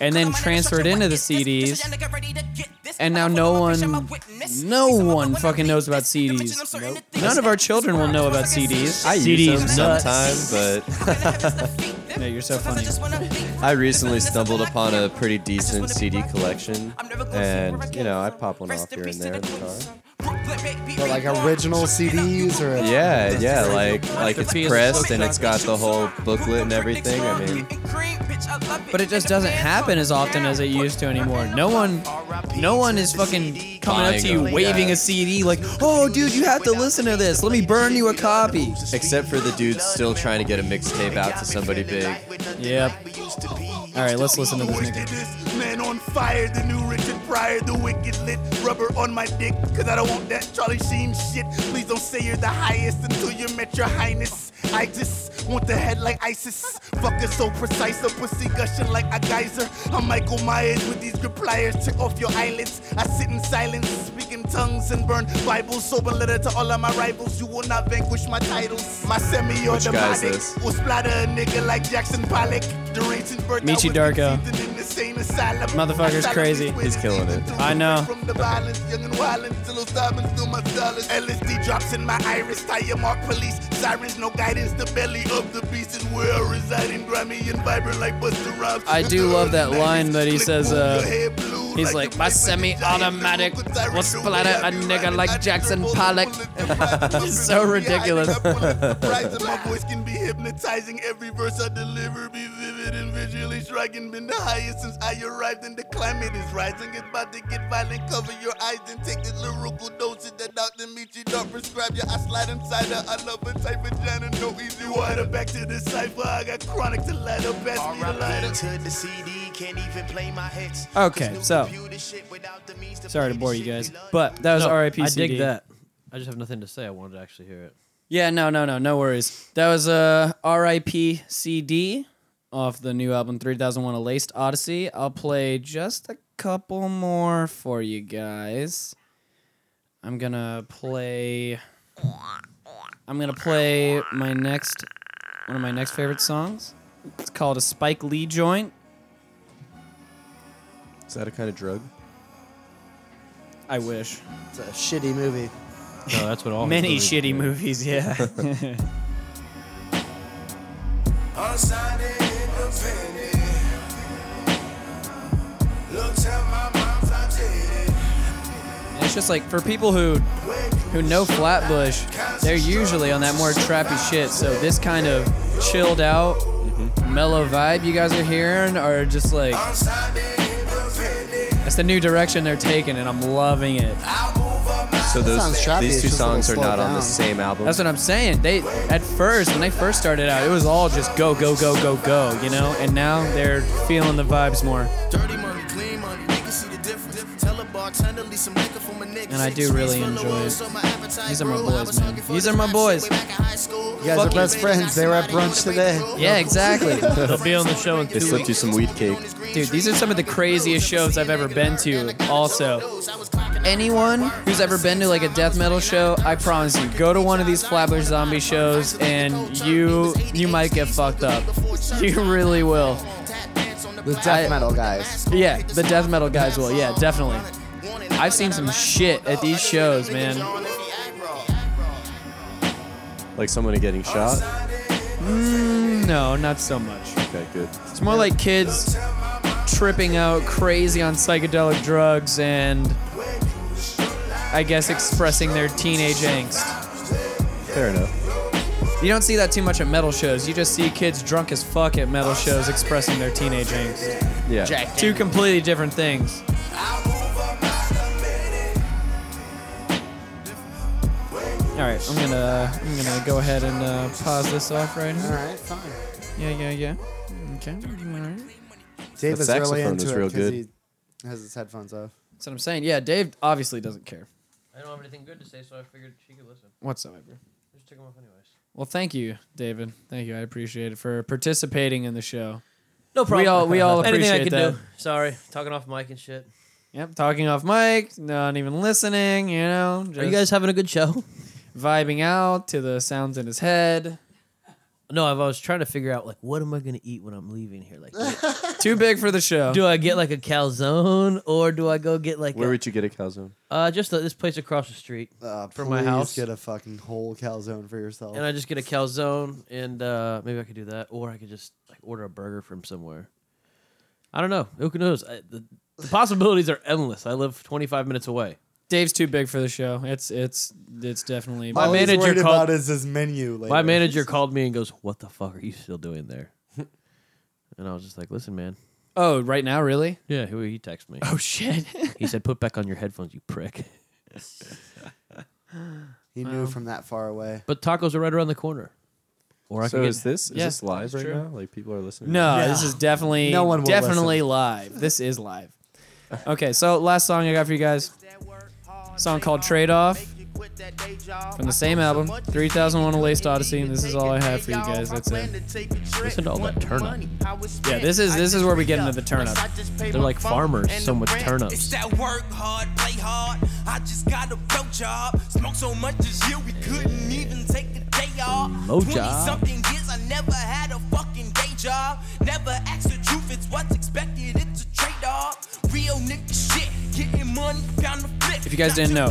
Speaker 1: And then transferred into the CDs. And now no one, no one fucking knows about CDs. None of our children will know about CDs.
Speaker 4: I use them sometimes, but
Speaker 1: no, you're so funny.
Speaker 4: I recently stumbled upon a pretty decent CD collection, and you know I pop one off here and there in the car.
Speaker 2: but like original CDs or
Speaker 4: Yeah, yeah, like like it's
Speaker 1: piece.
Speaker 4: pressed and it's got the whole booklet and everything. I mean,
Speaker 1: But it just doesn't happen as often as it used to anymore. No one, no one is fucking coming up to you
Speaker 4: Buying 'em,
Speaker 1: waving
Speaker 4: yeah.
Speaker 1: a CD like, "Oh, dude, you have to listen to this. Let me burn you a copy."
Speaker 4: except for the dude still trying to get a mixtape out to somebody big.
Speaker 1: Yep. All right, let's listen to this
Speaker 6: Always
Speaker 1: nigga.
Speaker 6: did this. Man on fire, the new Richard Pryor, the wicked lit rubber on my dick. Cause I don't want that Charlie Sheen shit. Please don't say you're the highest until you met your highness. I just want the head like ISIS. Fucking so precise, a pussy gushing like a geyser. I'm Michael Myers with these grip pliers. Check off your eyelids. I sit in silence, speaking tongues and burn Bibles. Sober letter to all of my rivals. You will not vanquish my titles. My
Speaker 4: guy's
Speaker 6: semi-automatic
Speaker 4: this?
Speaker 6: will splatter a nigga like Jackson Pollock. Deranged and burnt out
Speaker 1: Michi
Speaker 6: with
Speaker 1: Darko.
Speaker 6: disease and in the same asylum.
Speaker 1: Motherfucker's
Speaker 6: Asylum
Speaker 1: crazy.
Speaker 6: is where
Speaker 4: He's
Speaker 6: the
Speaker 4: killing
Speaker 6: demons
Speaker 4: it.
Speaker 6: do
Speaker 1: I know.
Speaker 6: from the violence, young and wildin', still those diamonds through my stylus. LSD drops in my iris, tire mark police, sirens, no guidance, the belly of the beast is where I reside in Grammy and vibrant like Buster Rhymes.
Speaker 1: I do love that line that he says, uh, he's like, "My
Speaker 6: the paper
Speaker 1: semi-automatic
Speaker 6: giant, the
Speaker 1: will splatter a
Speaker 6: Rockefeller
Speaker 1: nigga
Speaker 6: Rockefeller
Speaker 1: like
Speaker 6: Rockefeller
Speaker 1: Jackson
Speaker 6: Rockefeller Rockefeller
Speaker 1: It's so ridiculous.
Speaker 6: My voice can be hypnotizing. Every verse I deliver be vivid and visually striking. Been the highest since I arrived, and the climate is rising. It's about to get violent. Cover your eyes and take this lyrical dosage that Dr. Michi don't prescribe you. I slide inside her. I love a type of vagina. No easy water. Back to the cipher. I got chronic to light up. Best me to light up.
Speaker 1: Okay, so- Sorry to bore you guys, but that was
Speaker 3: No,
Speaker 1: R.I.P.
Speaker 3: I
Speaker 1: CD.
Speaker 3: dig that. I just have nothing to say. I wanted to actually hear it.
Speaker 1: Yeah, no, no, no, no worries. That was uh, R.I.P. CD off the new album 3001 A Laced Odyssey. I'll play just a couple more for you guys. I'm gonna play. I'm gonna play my next one of my next favorite songs. It's called a Spike Lee joint.
Speaker 4: Is that a kind of drug?
Speaker 1: I wish.
Speaker 2: It's a shitty movie.
Speaker 3: No, that's what all his
Speaker 1: Many
Speaker 3: movies
Speaker 1: shitty
Speaker 3: were.
Speaker 1: movies, yeah.
Speaker 6: Unsigned and independent. Look at my mom's I did it.
Speaker 1: it's just like for people who who know Flatbush, they're usually on that more trappy shit. So this kind of chilled out, mellow vibe you guys are hearing are just like it's the new direction they're taking, and I'm loving it.
Speaker 4: So those
Speaker 2: sounds trappy,
Speaker 4: these
Speaker 2: it's
Speaker 4: two
Speaker 2: just a little
Speaker 4: songs are
Speaker 2: slowed
Speaker 4: not on the
Speaker 2: down.
Speaker 4: same album.
Speaker 1: That's what I'm saying. They at first when they first started out, it was all just go go go go go, you know. And now they're feeling the vibes more.
Speaker 6: Dirty money, clean money, you can see the difference. Tell a bartender, leave some liquor for my nigga.
Speaker 1: And I do really enjoy it. These are my boys, man. These are my boys.
Speaker 6: You
Speaker 2: guys are best friends. They were at brunch today.
Speaker 1: Yeah, exactly.
Speaker 3: They'll be on the show in
Speaker 4: They
Speaker 3: two weeks.
Speaker 4: slipped you some weed cake.
Speaker 1: Dude, these are some of the craziest shows I've ever been to. Also, anyone who's ever been to like a death metal show, I promise you, go to one of these Flatbush Zombie shows and you you might get fucked up. You really will.
Speaker 2: The death metal guys.
Speaker 1: Yeah, the death metal guys will. Yeah, definitely. I've seen some shit at these shows, man.
Speaker 4: Like someone getting shot.
Speaker 1: No, not so much.
Speaker 4: Okay, good.
Speaker 1: It's more like kids tripping out crazy on psychedelic drugs and I guess expressing their teenage angst.
Speaker 4: Fair enough.
Speaker 1: You don't see that too much at metal shows. You just see kids drunk as fuck at metal shows expressing their teenage angst.
Speaker 4: Yeah.
Speaker 1: Two completely different things. All right, I'm gonna I'm gonna go ahead and uh, pause this off right
Speaker 2: All
Speaker 1: here.
Speaker 2: right, fine.
Speaker 1: Yeah, yeah, yeah. Okay. all right.
Speaker 2: Dave is
Speaker 4: The
Speaker 2: really
Speaker 4: saxophone
Speaker 2: into
Speaker 4: was
Speaker 2: it
Speaker 4: real
Speaker 2: 'cause
Speaker 4: good.
Speaker 2: he has his headphones off.
Speaker 1: That's what I'm saying. Yeah, Dave obviously doesn't care
Speaker 3: I don't have anything good to say, so I figured she could listen.
Speaker 1: whatsoever.
Speaker 3: I just took them off anyways.
Speaker 1: Well, thank you, David. Thank you. I appreciate it for participating in the show.
Speaker 3: No problem.
Speaker 1: We all we all appreciate
Speaker 3: Anything I can
Speaker 1: that.
Speaker 3: do. Sorry, talking off mic and shit.
Speaker 1: Yep, talking off mic, not even listening. You know, just
Speaker 3: Are you guys having a good show?
Speaker 1: vibing out to the sounds in his head.
Speaker 3: No, I was trying to figure out like what am I gonna eat when I'm leaving here? Like,
Speaker 1: Too big for the show.
Speaker 3: do I get like a calzone or do I go get like
Speaker 4: Where
Speaker 3: a,
Speaker 4: would you get a calzone?
Speaker 3: uh just the, this place across the street?
Speaker 2: Uh,
Speaker 3: From my
Speaker 2: please
Speaker 3: house.
Speaker 2: get a fucking whole calzone for yourself.
Speaker 3: And I just get a calzone and uh, maybe I could do that, or I could just like order a burger from somewhere. I don't know. Who knows? I, the, the possibilities are endless. I live 25 minutes away.
Speaker 1: Dave's too big for the show. It's it's it's definitely.
Speaker 2: All he's
Speaker 3: manager
Speaker 2: worried
Speaker 3: called-
Speaker 2: about is his menu. Later.
Speaker 3: My manager called me and goes, "What the fuck are you still doing there?" and I was just like, "Listen, man."
Speaker 1: oh, right now, really?
Speaker 3: Yeah, he, he texted me.
Speaker 1: Oh shit.
Speaker 3: He said, "Put back on your headphones, you prick."
Speaker 2: He knew from that far away.
Speaker 3: But tacos are right around the corner. Or I
Speaker 4: so
Speaker 3: could get
Speaker 4: is this is
Speaker 1: Yeah,
Speaker 4: this live right
Speaker 1: true.
Speaker 4: now? Like people are listening.
Speaker 1: no, this is definitely
Speaker 2: No one will
Speaker 1: definitely live. This is live. Okay, so last song I got for you guys. Song called Trade Off
Speaker 6: quit that day job.
Speaker 1: From the same album, 3001 A Laced Odyssey, and this is all I have for you guys. That's it.
Speaker 6: Listen
Speaker 3: to all that turn up.
Speaker 1: Yeah, this is- this is where we get into the turn up.
Speaker 3: They're like farmers, so much turn up.
Speaker 7: It's that work hard, play hard. I just got a blow job. Smoke so much this year we couldn't even take a day off.
Speaker 3: Blow job.
Speaker 7: something years I never had a fucking day job. Never asked the truth, it's what's expected. It's a trade off. Real nigga shit, getting money, pound the flip.
Speaker 1: If you guys didn't know,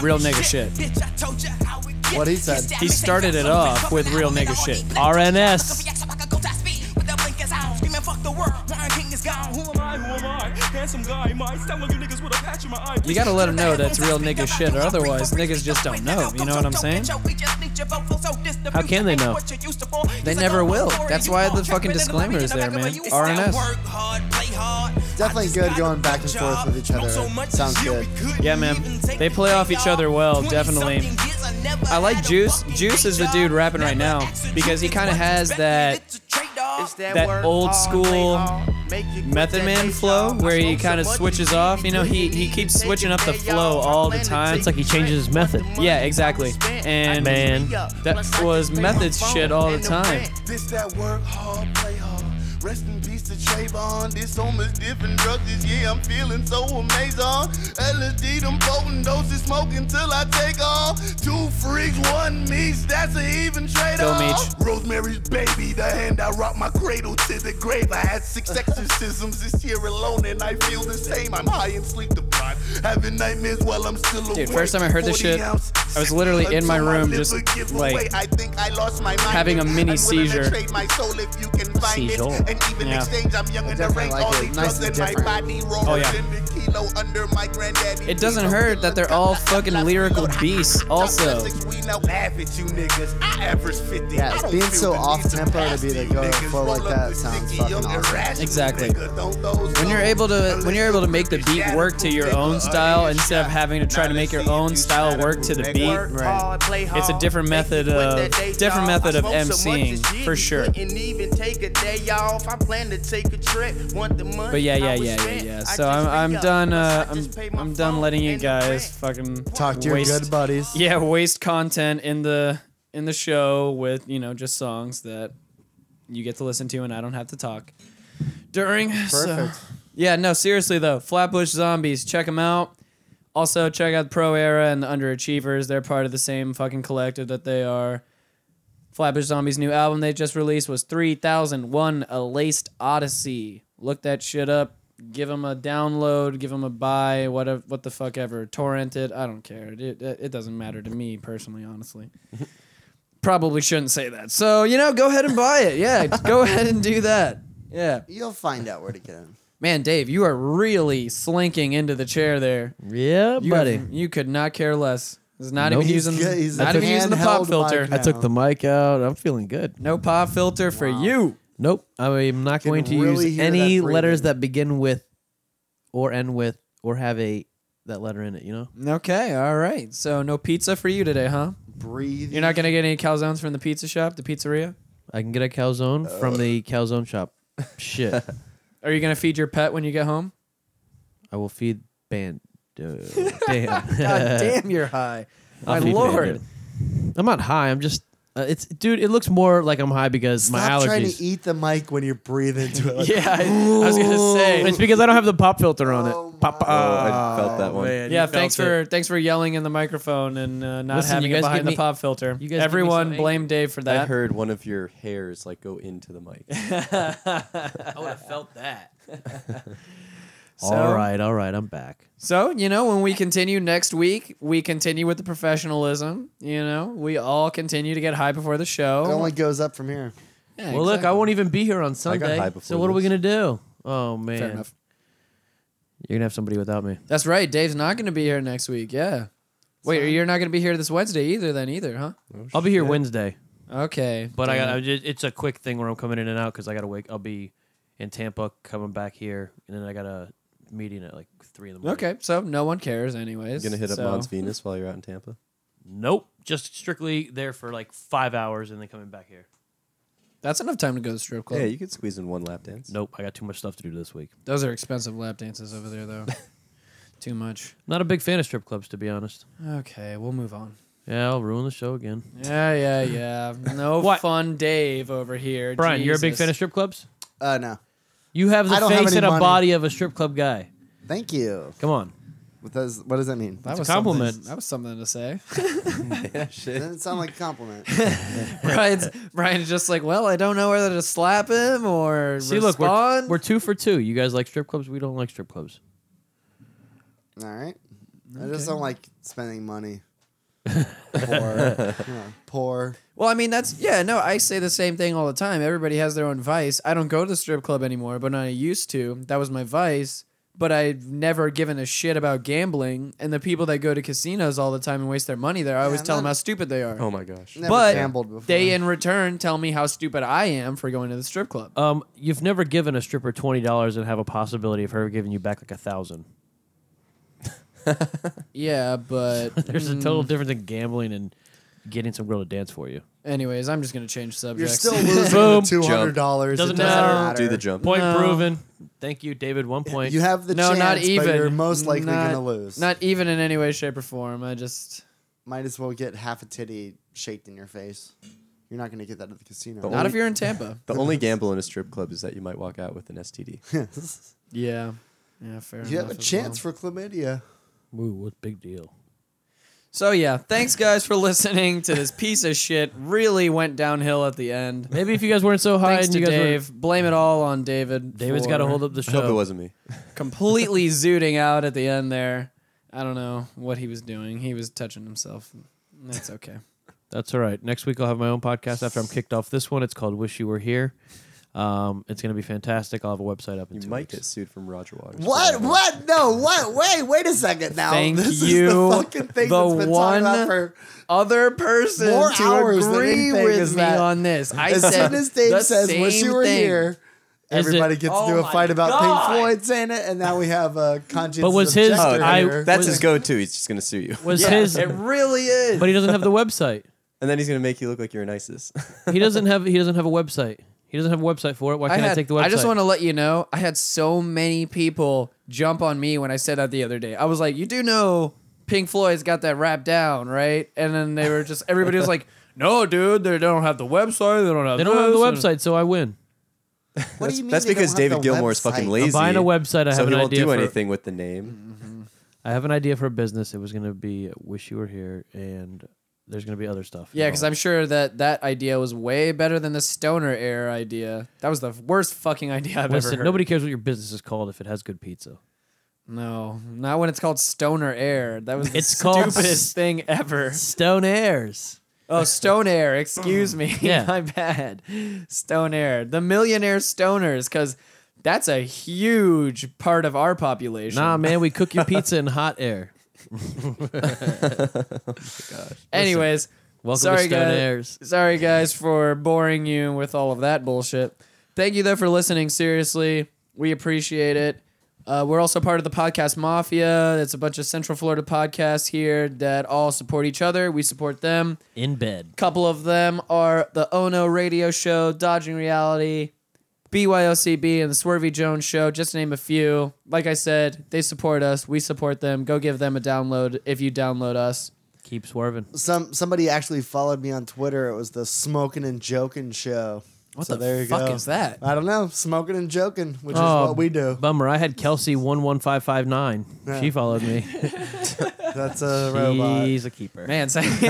Speaker 1: real nigga shit.
Speaker 7: Bitch, I told you how it gets.
Speaker 2: What he said.
Speaker 7: It's that
Speaker 1: He
Speaker 7: mixtape
Speaker 1: started
Speaker 7: got
Speaker 1: it
Speaker 7: so
Speaker 1: off
Speaker 7: much
Speaker 1: with
Speaker 7: fucking
Speaker 1: real
Speaker 7: out,
Speaker 1: nigga
Speaker 7: nigga, all
Speaker 1: shit.
Speaker 7: these
Speaker 3: RNS.
Speaker 7: Yes, I'm like a ghost I speed with the blinkers on. Screaming, fuck the world. Lion King is gone. Who am I? Who am I? Handsome guy, my style you niggas with a patch in my eye.
Speaker 1: You gotta let 'em know that's real nigga shit, or otherwise niggas just don't know, you know what I'm saying?
Speaker 7: How can they know?
Speaker 1: They never will. That's why the fucking disclaimer is there, man. RNS.
Speaker 2: Definitely good going back and forth with each other. Sounds good.
Speaker 1: Yeah, man. They play off each other well, definitely. I like Juice. Juice is the dude rapping right now because he kinda has that- that old school Method Man flow where he kind of switches off. You know, he he keeps switching up the flow all the time.
Speaker 3: It's like he changes his method.
Speaker 1: yeah, exactly. And
Speaker 3: Man.
Speaker 1: that was Method's shit all the time.
Speaker 6: This that work hard, play hard. Rest in peace to Trayvon. This so much different drugs this year. I'm feeling so amazing. LSD, them potent doses, smoking till I take off. Two freaks, one meets. That's an even trade
Speaker 1: Go,
Speaker 6: off. Rosemary's baby, the hand I rock my cradle to the grave. I had six exorcisms this year alone, and I feel the same. I'm high and sleep deprived, having nightmares while I'm still awake.
Speaker 1: Dude, first time I heard this shit, I was literally in my room just, like, having a mini seizure.
Speaker 6: Seizure. And even
Speaker 1: Yeah.
Speaker 6: exchange, I'm young and
Speaker 2: definitely
Speaker 6: deranged,
Speaker 2: like
Speaker 6: all
Speaker 2: it.
Speaker 6: these
Speaker 2: Nice
Speaker 6: drugs
Speaker 2: and
Speaker 6: in my
Speaker 2: different.
Speaker 6: body,
Speaker 1: Oh,
Speaker 6: rollers
Speaker 1: yeah.
Speaker 6: in the kilo under my granddaddy.
Speaker 1: It doesn't
Speaker 6: kilo.
Speaker 1: hurt that they're all fucking lyrical beasts also.
Speaker 6: We know laugh at you niggas. I average 50.
Speaker 2: Yeah,
Speaker 6: I don't
Speaker 2: being
Speaker 6: feel
Speaker 2: so
Speaker 6: the need
Speaker 2: off-tempo to
Speaker 6: pass
Speaker 2: be the
Speaker 6: you
Speaker 2: go
Speaker 6: niggas.
Speaker 2: for like
Speaker 6: Roll up
Speaker 2: that
Speaker 6: the
Speaker 2: sounds
Speaker 6: sticky,
Speaker 2: fucking
Speaker 6: young
Speaker 2: awesome.
Speaker 6: irrational
Speaker 1: Exactly.
Speaker 6: nigga, don't those
Speaker 1: When you're
Speaker 6: hoes
Speaker 1: able to when you're able to make the
Speaker 6: Unless you
Speaker 1: beat
Speaker 6: freaking
Speaker 1: work to your
Speaker 6: shadow
Speaker 1: own
Speaker 6: proof
Speaker 1: style
Speaker 6: nigga,
Speaker 1: instead of having to try to make your own style work to the beat.
Speaker 2: Right.
Speaker 1: It's a different method of different method of MCing for sure. But
Speaker 6: But
Speaker 1: yeah, yeah, yeah, yeah, yeah. So I'm, I'm done. Uh, I'm, I'm done letting you guys fucking
Speaker 2: Talk to your
Speaker 1: waste,
Speaker 2: good buddies.
Speaker 1: Yeah, waste content in the in the show with you know just songs that you get to listen to and I don't have to talk during. so-
Speaker 2: Perfect.
Speaker 1: yeah, no, seriously though, Flatbush Zombies, check them out. Also, check out Pro Era and the Underachievers. They're part of the same fucking collective that they are. Flatbush Zombies' new album they just released was 3001 A Laced Odyssey. Look that shit up. Give them a download, give them a buy, whatever, what the fuck ever. Torrent it. I don't care. It, it, it doesn't matter to me personally, honestly. Probably shouldn't say that. So, you know, go ahead and buy it. Yeah, go ahead and do that. Yeah.
Speaker 2: You'll find out where to get him.
Speaker 1: Man, Dave, you are really slinking into the chair there.
Speaker 5: Yeah,
Speaker 1: You
Speaker 5: buddy.
Speaker 1: have- you could not care less. It's not
Speaker 5: Nope.
Speaker 1: even using
Speaker 2: He's good. He's
Speaker 1: not
Speaker 2: a
Speaker 1: even using the pop
Speaker 2: handheld
Speaker 1: filter.
Speaker 2: mic
Speaker 5: I took the mic out. I'm feeling good.
Speaker 1: No pop filter for you.
Speaker 5: Nope. I'm not
Speaker 2: Can
Speaker 5: going to
Speaker 2: really
Speaker 5: use
Speaker 2: hear that
Speaker 5: any
Speaker 2: breathing.
Speaker 5: letters that begin with or end with or have a that letter in it, you know?
Speaker 1: Okay, all right. So no pizza for you today, huh?
Speaker 2: Breathe.
Speaker 1: You're not gonna get any calzones from the pizza shop, the pizzeria.
Speaker 5: I can get a calzone from the
Speaker 2: Uh.
Speaker 5: calzone shop. Shit.
Speaker 1: Are you gonna feed your pet when you get home?
Speaker 5: I will feed band. Uh, damn.
Speaker 1: God damn, you're high. My
Speaker 5: I'll feed
Speaker 1: lord.
Speaker 5: Bandit. I'm not high. I'm just. Uh, it's dude. It looks more like I'm high because
Speaker 2: Stop
Speaker 5: my
Speaker 2: trying to
Speaker 5: allergies.
Speaker 2: eat the mic when you breathe into it. Like,
Speaker 1: Yeah, I, I was gonna say.
Speaker 5: It's because I don't have the pop filter on it. Pop. uh,
Speaker 4: Oh, I felt that one.
Speaker 5: man,
Speaker 1: Yeah,
Speaker 5: you felt
Speaker 1: thanks
Speaker 5: it.
Speaker 1: for thanks for yelling in the microphone and uh, not
Speaker 5: Listen,
Speaker 1: having
Speaker 5: you
Speaker 1: it
Speaker 5: guys
Speaker 1: behind
Speaker 5: give
Speaker 1: the
Speaker 5: me-
Speaker 1: pop filter.
Speaker 5: you guys give me
Speaker 1: Everyone
Speaker 5: something.
Speaker 1: blame Dave for
Speaker 4: I
Speaker 1: that.
Speaker 4: heard one of your hairs like go into the mic.
Speaker 3: I would have felt that.
Speaker 5: All right, all right. I'm back.
Speaker 1: So, you know, when we continue next week, we continue with the professionalism. You know, we all continue to get high before the show.
Speaker 2: It only goes up from here.
Speaker 1: Yeah,
Speaker 5: Well, look, I
Speaker 1: exactly.
Speaker 5: won't even be here on
Speaker 4: high
Speaker 5: Sunday.
Speaker 4: before
Speaker 5: So what are we
Speaker 4: this.
Speaker 5: gonna do? Oh man,
Speaker 1: Fair enough.
Speaker 5: you're gonna have somebody without me.
Speaker 1: That's right. Dave's not going to be here next week. Yeah. Wait, you're not going to be here this Wednesday either, then, either, huh?
Speaker 5: I'll be here Wednesday,
Speaker 1: Okay.
Speaker 3: But I
Speaker 1: Damn.
Speaker 3: got. I ju- It's a quick thing where I'm coming in and out because I gotta wake. I'll be in Tampa, coming back here, and then I got a meeting at like three in the morning.
Speaker 1: Uh, Okay, so no one cares, anyways.
Speaker 4: You're gonna hit up
Speaker 1: so.
Speaker 4: Mons Venus while you're out in Tampa.
Speaker 3: Nope. Just strictly there for like five hours and then coming back here.
Speaker 1: That's enough time to go to the strip club.
Speaker 4: Yeah, you could squeeze in one lap dance.
Speaker 3: Nope. I got too much stuff to do this week.
Speaker 1: Those are expensive lap dances over there, though. Too much.
Speaker 3: Not a big fan of strip clubs, to be honest.
Speaker 1: Okay, we'll move on.
Speaker 3: Yeah, I'll ruin the show again.
Speaker 1: Yeah, yeah, yeah. No
Speaker 3: What?
Speaker 1: fun, Dave over here.
Speaker 3: Brian, you're a
Speaker 1: Oh,
Speaker 3: big
Speaker 1: Jesus.
Speaker 3: fan of strip clubs.
Speaker 2: Uh, no.
Speaker 3: You have
Speaker 2: I
Speaker 3: the
Speaker 2: don't have
Speaker 3: face
Speaker 2: any
Speaker 3: and a
Speaker 2: money.
Speaker 3: body of a strip club guy.
Speaker 2: Thank you.
Speaker 3: Come on.
Speaker 2: What does what does that mean?
Speaker 1: That
Speaker 3: It's a
Speaker 1: was something-
Speaker 3: compliment.
Speaker 1: That was something to say.
Speaker 4: yeah, shit.
Speaker 2: Doesn't sound like a compliment.
Speaker 1: Brian's Brian's just like, well, I don't know whether to slap him or
Speaker 3: See, look,
Speaker 1: respond.
Speaker 3: we're, we're two for two. You guys like strip clubs. We don't like strip clubs.
Speaker 2: All right. I just don't like spending money. poor, you know, poor.
Speaker 1: well, I mean, that's yeah. No, I say the same thing all the time. Everybody has their own vice. I don't go to the strip club anymore, but I used to. That was my vice. But I've never given a shit about gambling. And the people that go to casinos all the time and waste their money there, I always
Speaker 2: I'm
Speaker 1: tell them
Speaker 2: not-
Speaker 1: how stupid they are.
Speaker 4: Oh my gosh.
Speaker 2: Never
Speaker 1: But
Speaker 2: gambled before.
Speaker 1: they, in return, tell me how stupid I am for going to the strip club.
Speaker 3: Um, you've never given a stripper twenty dollars and have a possibility of her giving you back like a thousand.
Speaker 1: Yeah, but mm,
Speaker 3: There's a total difference in gambling and getting some girl to dance for you.
Speaker 1: anyways, I'm just gonna change
Speaker 2: You're
Speaker 1: subjects.
Speaker 2: still losing
Speaker 3: Boom.
Speaker 2: two hundred dollars.
Speaker 3: Doesn't
Speaker 4: matter. Do the jump.
Speaker 3: Point
Speaker 1: No.
Speaker 3: proven. Thank you, David. One point.
Speaker 2: You have the
Speaker 1: no,
Speaker 2: chance,
Speaker 1: not even.
Speaker 2: but you're most likely
Speaker 1: Not-
Speaker 2: gonna lose.
Speaker 1: Not even in any way, shape, or form. I just
Speaker 2: Might as well get half a titty shaked in your face. You're not gonna get that at the casino.
Speaker 4: But
Speaker 1: not
Speaker 4: only-
Speaker 1: if you're in Tampa.
Speaker 4: The only gamble in a strip club is that you might walk out with an STD.
Speaker 1: yeah, yeah, fair.
Speaker 2: you have a
Speaker 1: enough as
Speaker 2: chance for chlamydia.
Speaker 3: Ooh, what big deal?
Speaker 1: well. So yeah, thanks guys for listening to this piece of shit. Really went downhill at the end.
Speaker 3: Maybe if you guys weren't so high
Speaker 1: Thanks
Speaker 3: and
Speaker 1: to
Speaker 3: you guys were
Speaker 1: Dave. Blame it all on David.
Speaker 3: David's
Speaker 1: for
Speaker 3: got to hold up the
Speaker 4: I hope it
Speaker 3: show.
Speaker 4: wasn't me.
Speaker 1: Completely zooting out at the end there. I don't know what he was doing. He was touching himself. That's okay.
Speaker 3: That's all right. Next week I'll have my own podcast after I'm kicked off this one. It's called "Wish You Were Here." Um, it's gonna be fantastic. I'll have a website up in
Speaker 4: You
Speaker 3: two
Speaker 4: might
Speaker 3: weeks.
Speaker 4: get sued from Roger Waters. for
Speaker 2: What?
Speaker 4: that.
Speaker 2: What? No. What? Wait. Wait a second. Now
Speaker 1: Thank
Speaker 2: this is
Speaker 1: you.
Speaker 2: the fucking thing
Speaker 1: The
Speaker 2: that's been talked
Speaker 1: one
Speaker 2: about for.
Speaker 1: Other person
Speaker 2: More
Speaker 1: to
Speaker 2: hours than
Speaker 1: agree
Speaker 2: anything
Speaker 1: with
Speaker 2: is
Speaker 1: me
Speaker 2: that-
Speaker 1: on this. I
Speaker 2: as
Speaker 1: said
Speaker 2: soon as Dave
Speaker 1: the
Speaker 2: says, "Wish
Speaker 1: same
Speaker 2: you were
Speaker 1: thing.
Speaker 2: here,"
Speaker 3: Is
Speaker 2: everybody
Speaker 3: it-
Speaker 2: gets
Speaker 1: Oh
Speaker 2: to do a
Speaker 1: my
Speaker 2: fight about
Speaker 1: God.
Speaker 2: Pink Floyd saying it, and now we have a conscience.
Speaker 3: But was his-
Speaker 4: Oh,
Speaker 3: I-
Speaker 4: that- that's his go-to. He's just gonna sue you,
Speaker 3: Was
Speaker 1: Yeah,
Speaker 3: his?
Speaker 1: it really is.
Speaker 3: But he doesn't have the website.
Speaker 4: and then he's gonna make you look like you're an ISIS.
Speaker 3: He doesn't have. He doesn't have a website. He doesn't have a website for it. Why
Speaker 1: I,
Speaker 3: can't I,
Speaker 1: had,
Speaker 3: take the website?
Speaker 1: I just want to let you know, I had so many people jump on me when I said that the other day. I was like, you do know Pink Floyd's got that rap down, right? And then they were just, everybody was like, no, dude, they don't have the website. They don't have
Speaker 3: They don't have
Speaker 1: this,
Speaker 3: the
Speaker 1: and-
Speaker 3: website, so I win.
Speaker 2: What
Speaker 4: that's
Speaker 2: do you mean
Speaker 4: that's
Speaker 2: they
Speaker 4: because
Speaker 2: don't have
Speaker 4: David
Speaker 2: the
Speaker 4: Gilmore is fucking
Speaker 2: website?
Speaker 4: lazy.
Speaker 3: I'm buying a website. I have
Speaker 4: so he
Speaker 3: an
Speaker 4: won't
Speaker 3: idea
Speaker 4: do
Speaker 3: for.
Speaker 4: anything with the name.
Speaker 3: I have an idea for a business. It was gonna be "Wish You Were Here," and there's gonna be other stuff.
Speaker 1: Yeah, because I'm sure that that idea was way better than the stoner air idea. That was the worst fucking idea I've ever
Speaker 3: Listen,
Speaker 1: heard.
Speaker 3: nobody cares what your business is called if it has good pizza.
Speaker 1: No, not when it's called stoner air. That was the
Speaker 3: It's called
Speaker 1: stupidest thing ever.
Speaker 3: Stone Airs.
Speaker 1: Oh, Stone Air, excuse me.
Speaker 3: Yeah.
Speaker 1: My bad. Stone Air. The millionaire stoners, because that's a huge part of our population.
Speaker 3: Nah, man, we cook your pizza in hot air.
Speaker 1: Anyways,
Speaker 3: Welcome
Speaker 1: sorry,
Speaker 3: to Stone
Speaker 1: guys.
Speaker 3: Airs.
Speaker 1: Sorry, guys, for boring you with all of that bullshit. Thank you, though, for listening. Seriously, we appreciate it. Uh, we're also part of the Podcast Mafia. It's a bunch of Central Florida podcasts here that all support each other. We support them.
Speaker 3: In bed.
Speaker 1: couple of them are the Ono Radio Show, Dodging Reality, BYOCB, and the Swervy Jones Show, just to name a few. Like I said, they support us. We support them. Go give them a download if you download us.
Speaker 3: Keep swerving.
Speaker 2: Some somebody actually followed me on Twitter. It was the Smoking and Joking show. What
Speaker 1: the fuck is that?
Speaker 2: I don't know. Smoking and joking, which
Speaker 3: Oh,
Speaker 2: is what we do.
Speaker 3: Bummer. I had Kelsey one one five five nine. She followed me.
Speaker 2: That's a robot.
Speaker 3: He's a keeper.
Speaker 1: Man, so-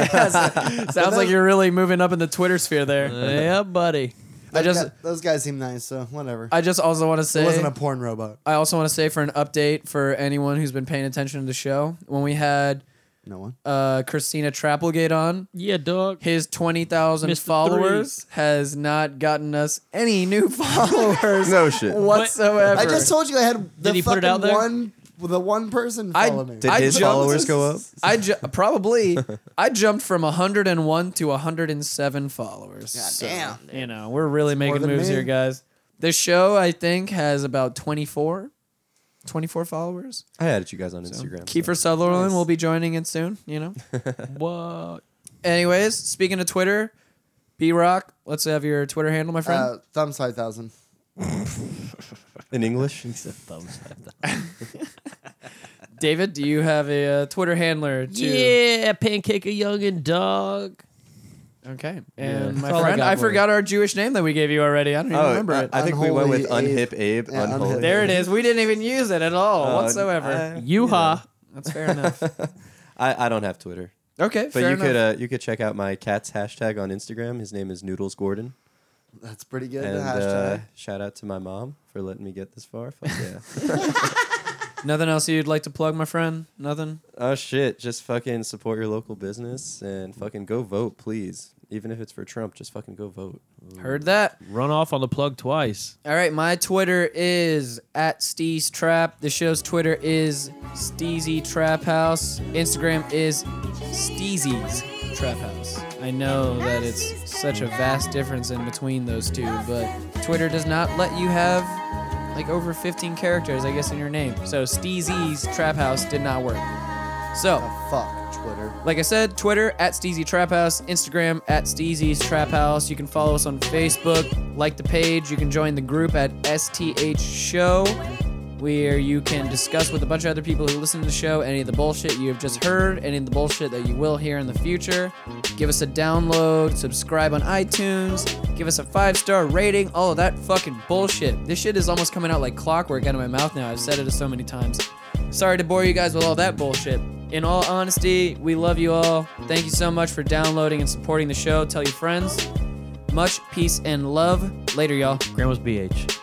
Speaker 1: sounds like you're really moving up in the Twitter sphere there.
Speaker 2: Uh,
Speaker 3: Yeah, buddy.
Speaker 1: I
Speaker 2: Those
Speaker 1: just-
Speaker 2: guy- those guys seem nice, so whatever.
Speaker 1: I just also want to say
Speaker 2: it wasn't a porn robot.
Speaker 1: I also want to say for an update for anyone who's been paying attention to the show, when we had
Speaker 2: No one.
Speaker 1: uh, Christina Trapplegate on,
Speaker 3: Yeah, dog.
Speaker 1: his 20,000
Speaker 3: Mr.
Speaker 1: followers has not gotten us any new followers
Speaker 4: no shit.
Speaker 1: whatsoever.
Speaker 2: I just told you I had the
Speaker 3: he put it
Speaker 2: fucking
Speaker 3: out there?
Speaker 2: one the one person
Speaker 1: I-
Speaker 2: follow me.
Speaker 4: Did
Speaker 1: I
Speaker 4: his
Speaker 1: jumped-
Speaker 4: followers go up?
Speaker 1: I ju- probably I jumped from 101 to 107 followers.
Speaker 2: God
Speaker 1: So,
Speaker 2: damn.
Speaker 1: You know, we're really making
Speaker 2: than
Speaker 1: moves
Speaker 2: me.
Speaker 1: here, guys. This show I think has about 24 24 followers.
Speaker 4: I added you guys on Instagram.
Speaker 1: Kiefer Sutherland will be joining in soon, you know.
Speaker 3: What?
Speaker 1: Anyways, speaking of Twitter, B-Rock, let's have your Twitter handle, my friend.
Speaker 2: Uh, thumbs five thousand.
Speaker 4: in English.
Speaker 3: Thumbs up.
Speaker 1: David, do you have a uh, Twitter handler? Too?
Speaker 3: Yeah, pancake a youngin' dog.
Speaker 1: Okay. And my
Speaker 5: That's all I
Speaker 1: friend,
Speaker 5: got
Speaker 1: I
Speaker 5: for
Speaker 1: forgot our Jewish name that we gave you already. I don't even remember
Speaker 4: Oh, I,
Speaker 1: it.
Speaker 4: I think we went with
Speaker 2: Unholy Abe.
Speaker 4: unhip Abe.
Speaker 2: Yeah,
Speaker 4: unholy.
Speaker 2: unhip.
Speaker 1: there it is. We didn't even use it at all
Speaker 4: Uh,
Speaker 1: whatsoever.
Speaker 4: I-
Speaker 3: Yuha.
Speaker 1: That's fair enough.
Speaker 4: I, I don't have Twitter,
Speaker 1: Okay,
Speaker 4: but you could uh, you could check out my cat's hashtag on Instagram. His name is Noodles Gordon.
Speaker 2: That's pretty good.
Speaker 4: And uh,
Speaker 2: hashtag.
Speaker 4: shout out to my mom for letting me get this far. Fuck yeah.
Speaker 1: Nothing else you'd like to plug, my friend? Nothing.
Speaker 4: oh shit! Just fucking support your local business and fucking go vote, please. Even if it's for Trump, just fucking go vote.
Speaker 1: Heard that.
Speaker 3: Run off on the plug twice.
Speaker 1: All right, my Twitter is at Steez Trap. The show's Twitter is Steezy Trap House. Instagram is Steezy's Trap House. I know that it's such a vast difference in between those two, but Twitter does not let you have like over 15 characters, I guess, in your name. So Steezy's Trap House did not work. So.
Speaker 2: Fuck Twitter.
Speaker 1: Like I said, Twitter at Steezy Trap House, Instagram at Steezy's Trap House. You can follow us on Facebook, like the page. You can join the group at STH Show, where you can discuss with a bunch of other people who listen to the show any of the bullshit you have just heard, any of the bullshit that you will hear in the future. Give us a download, subscribe on iTunes, give us a five star rating, all of that fucking bullshit. This shit is almost coming out like clockwork out of my mouth now. I've said it so many times. Sorry to bore you guys with all that bullshit. In all honesty, we love you all. Thank you so much for downloading and supporting the show. Tell your friends. Much peace and love. Later, y'all.
Speaker 3: Grandma's BH.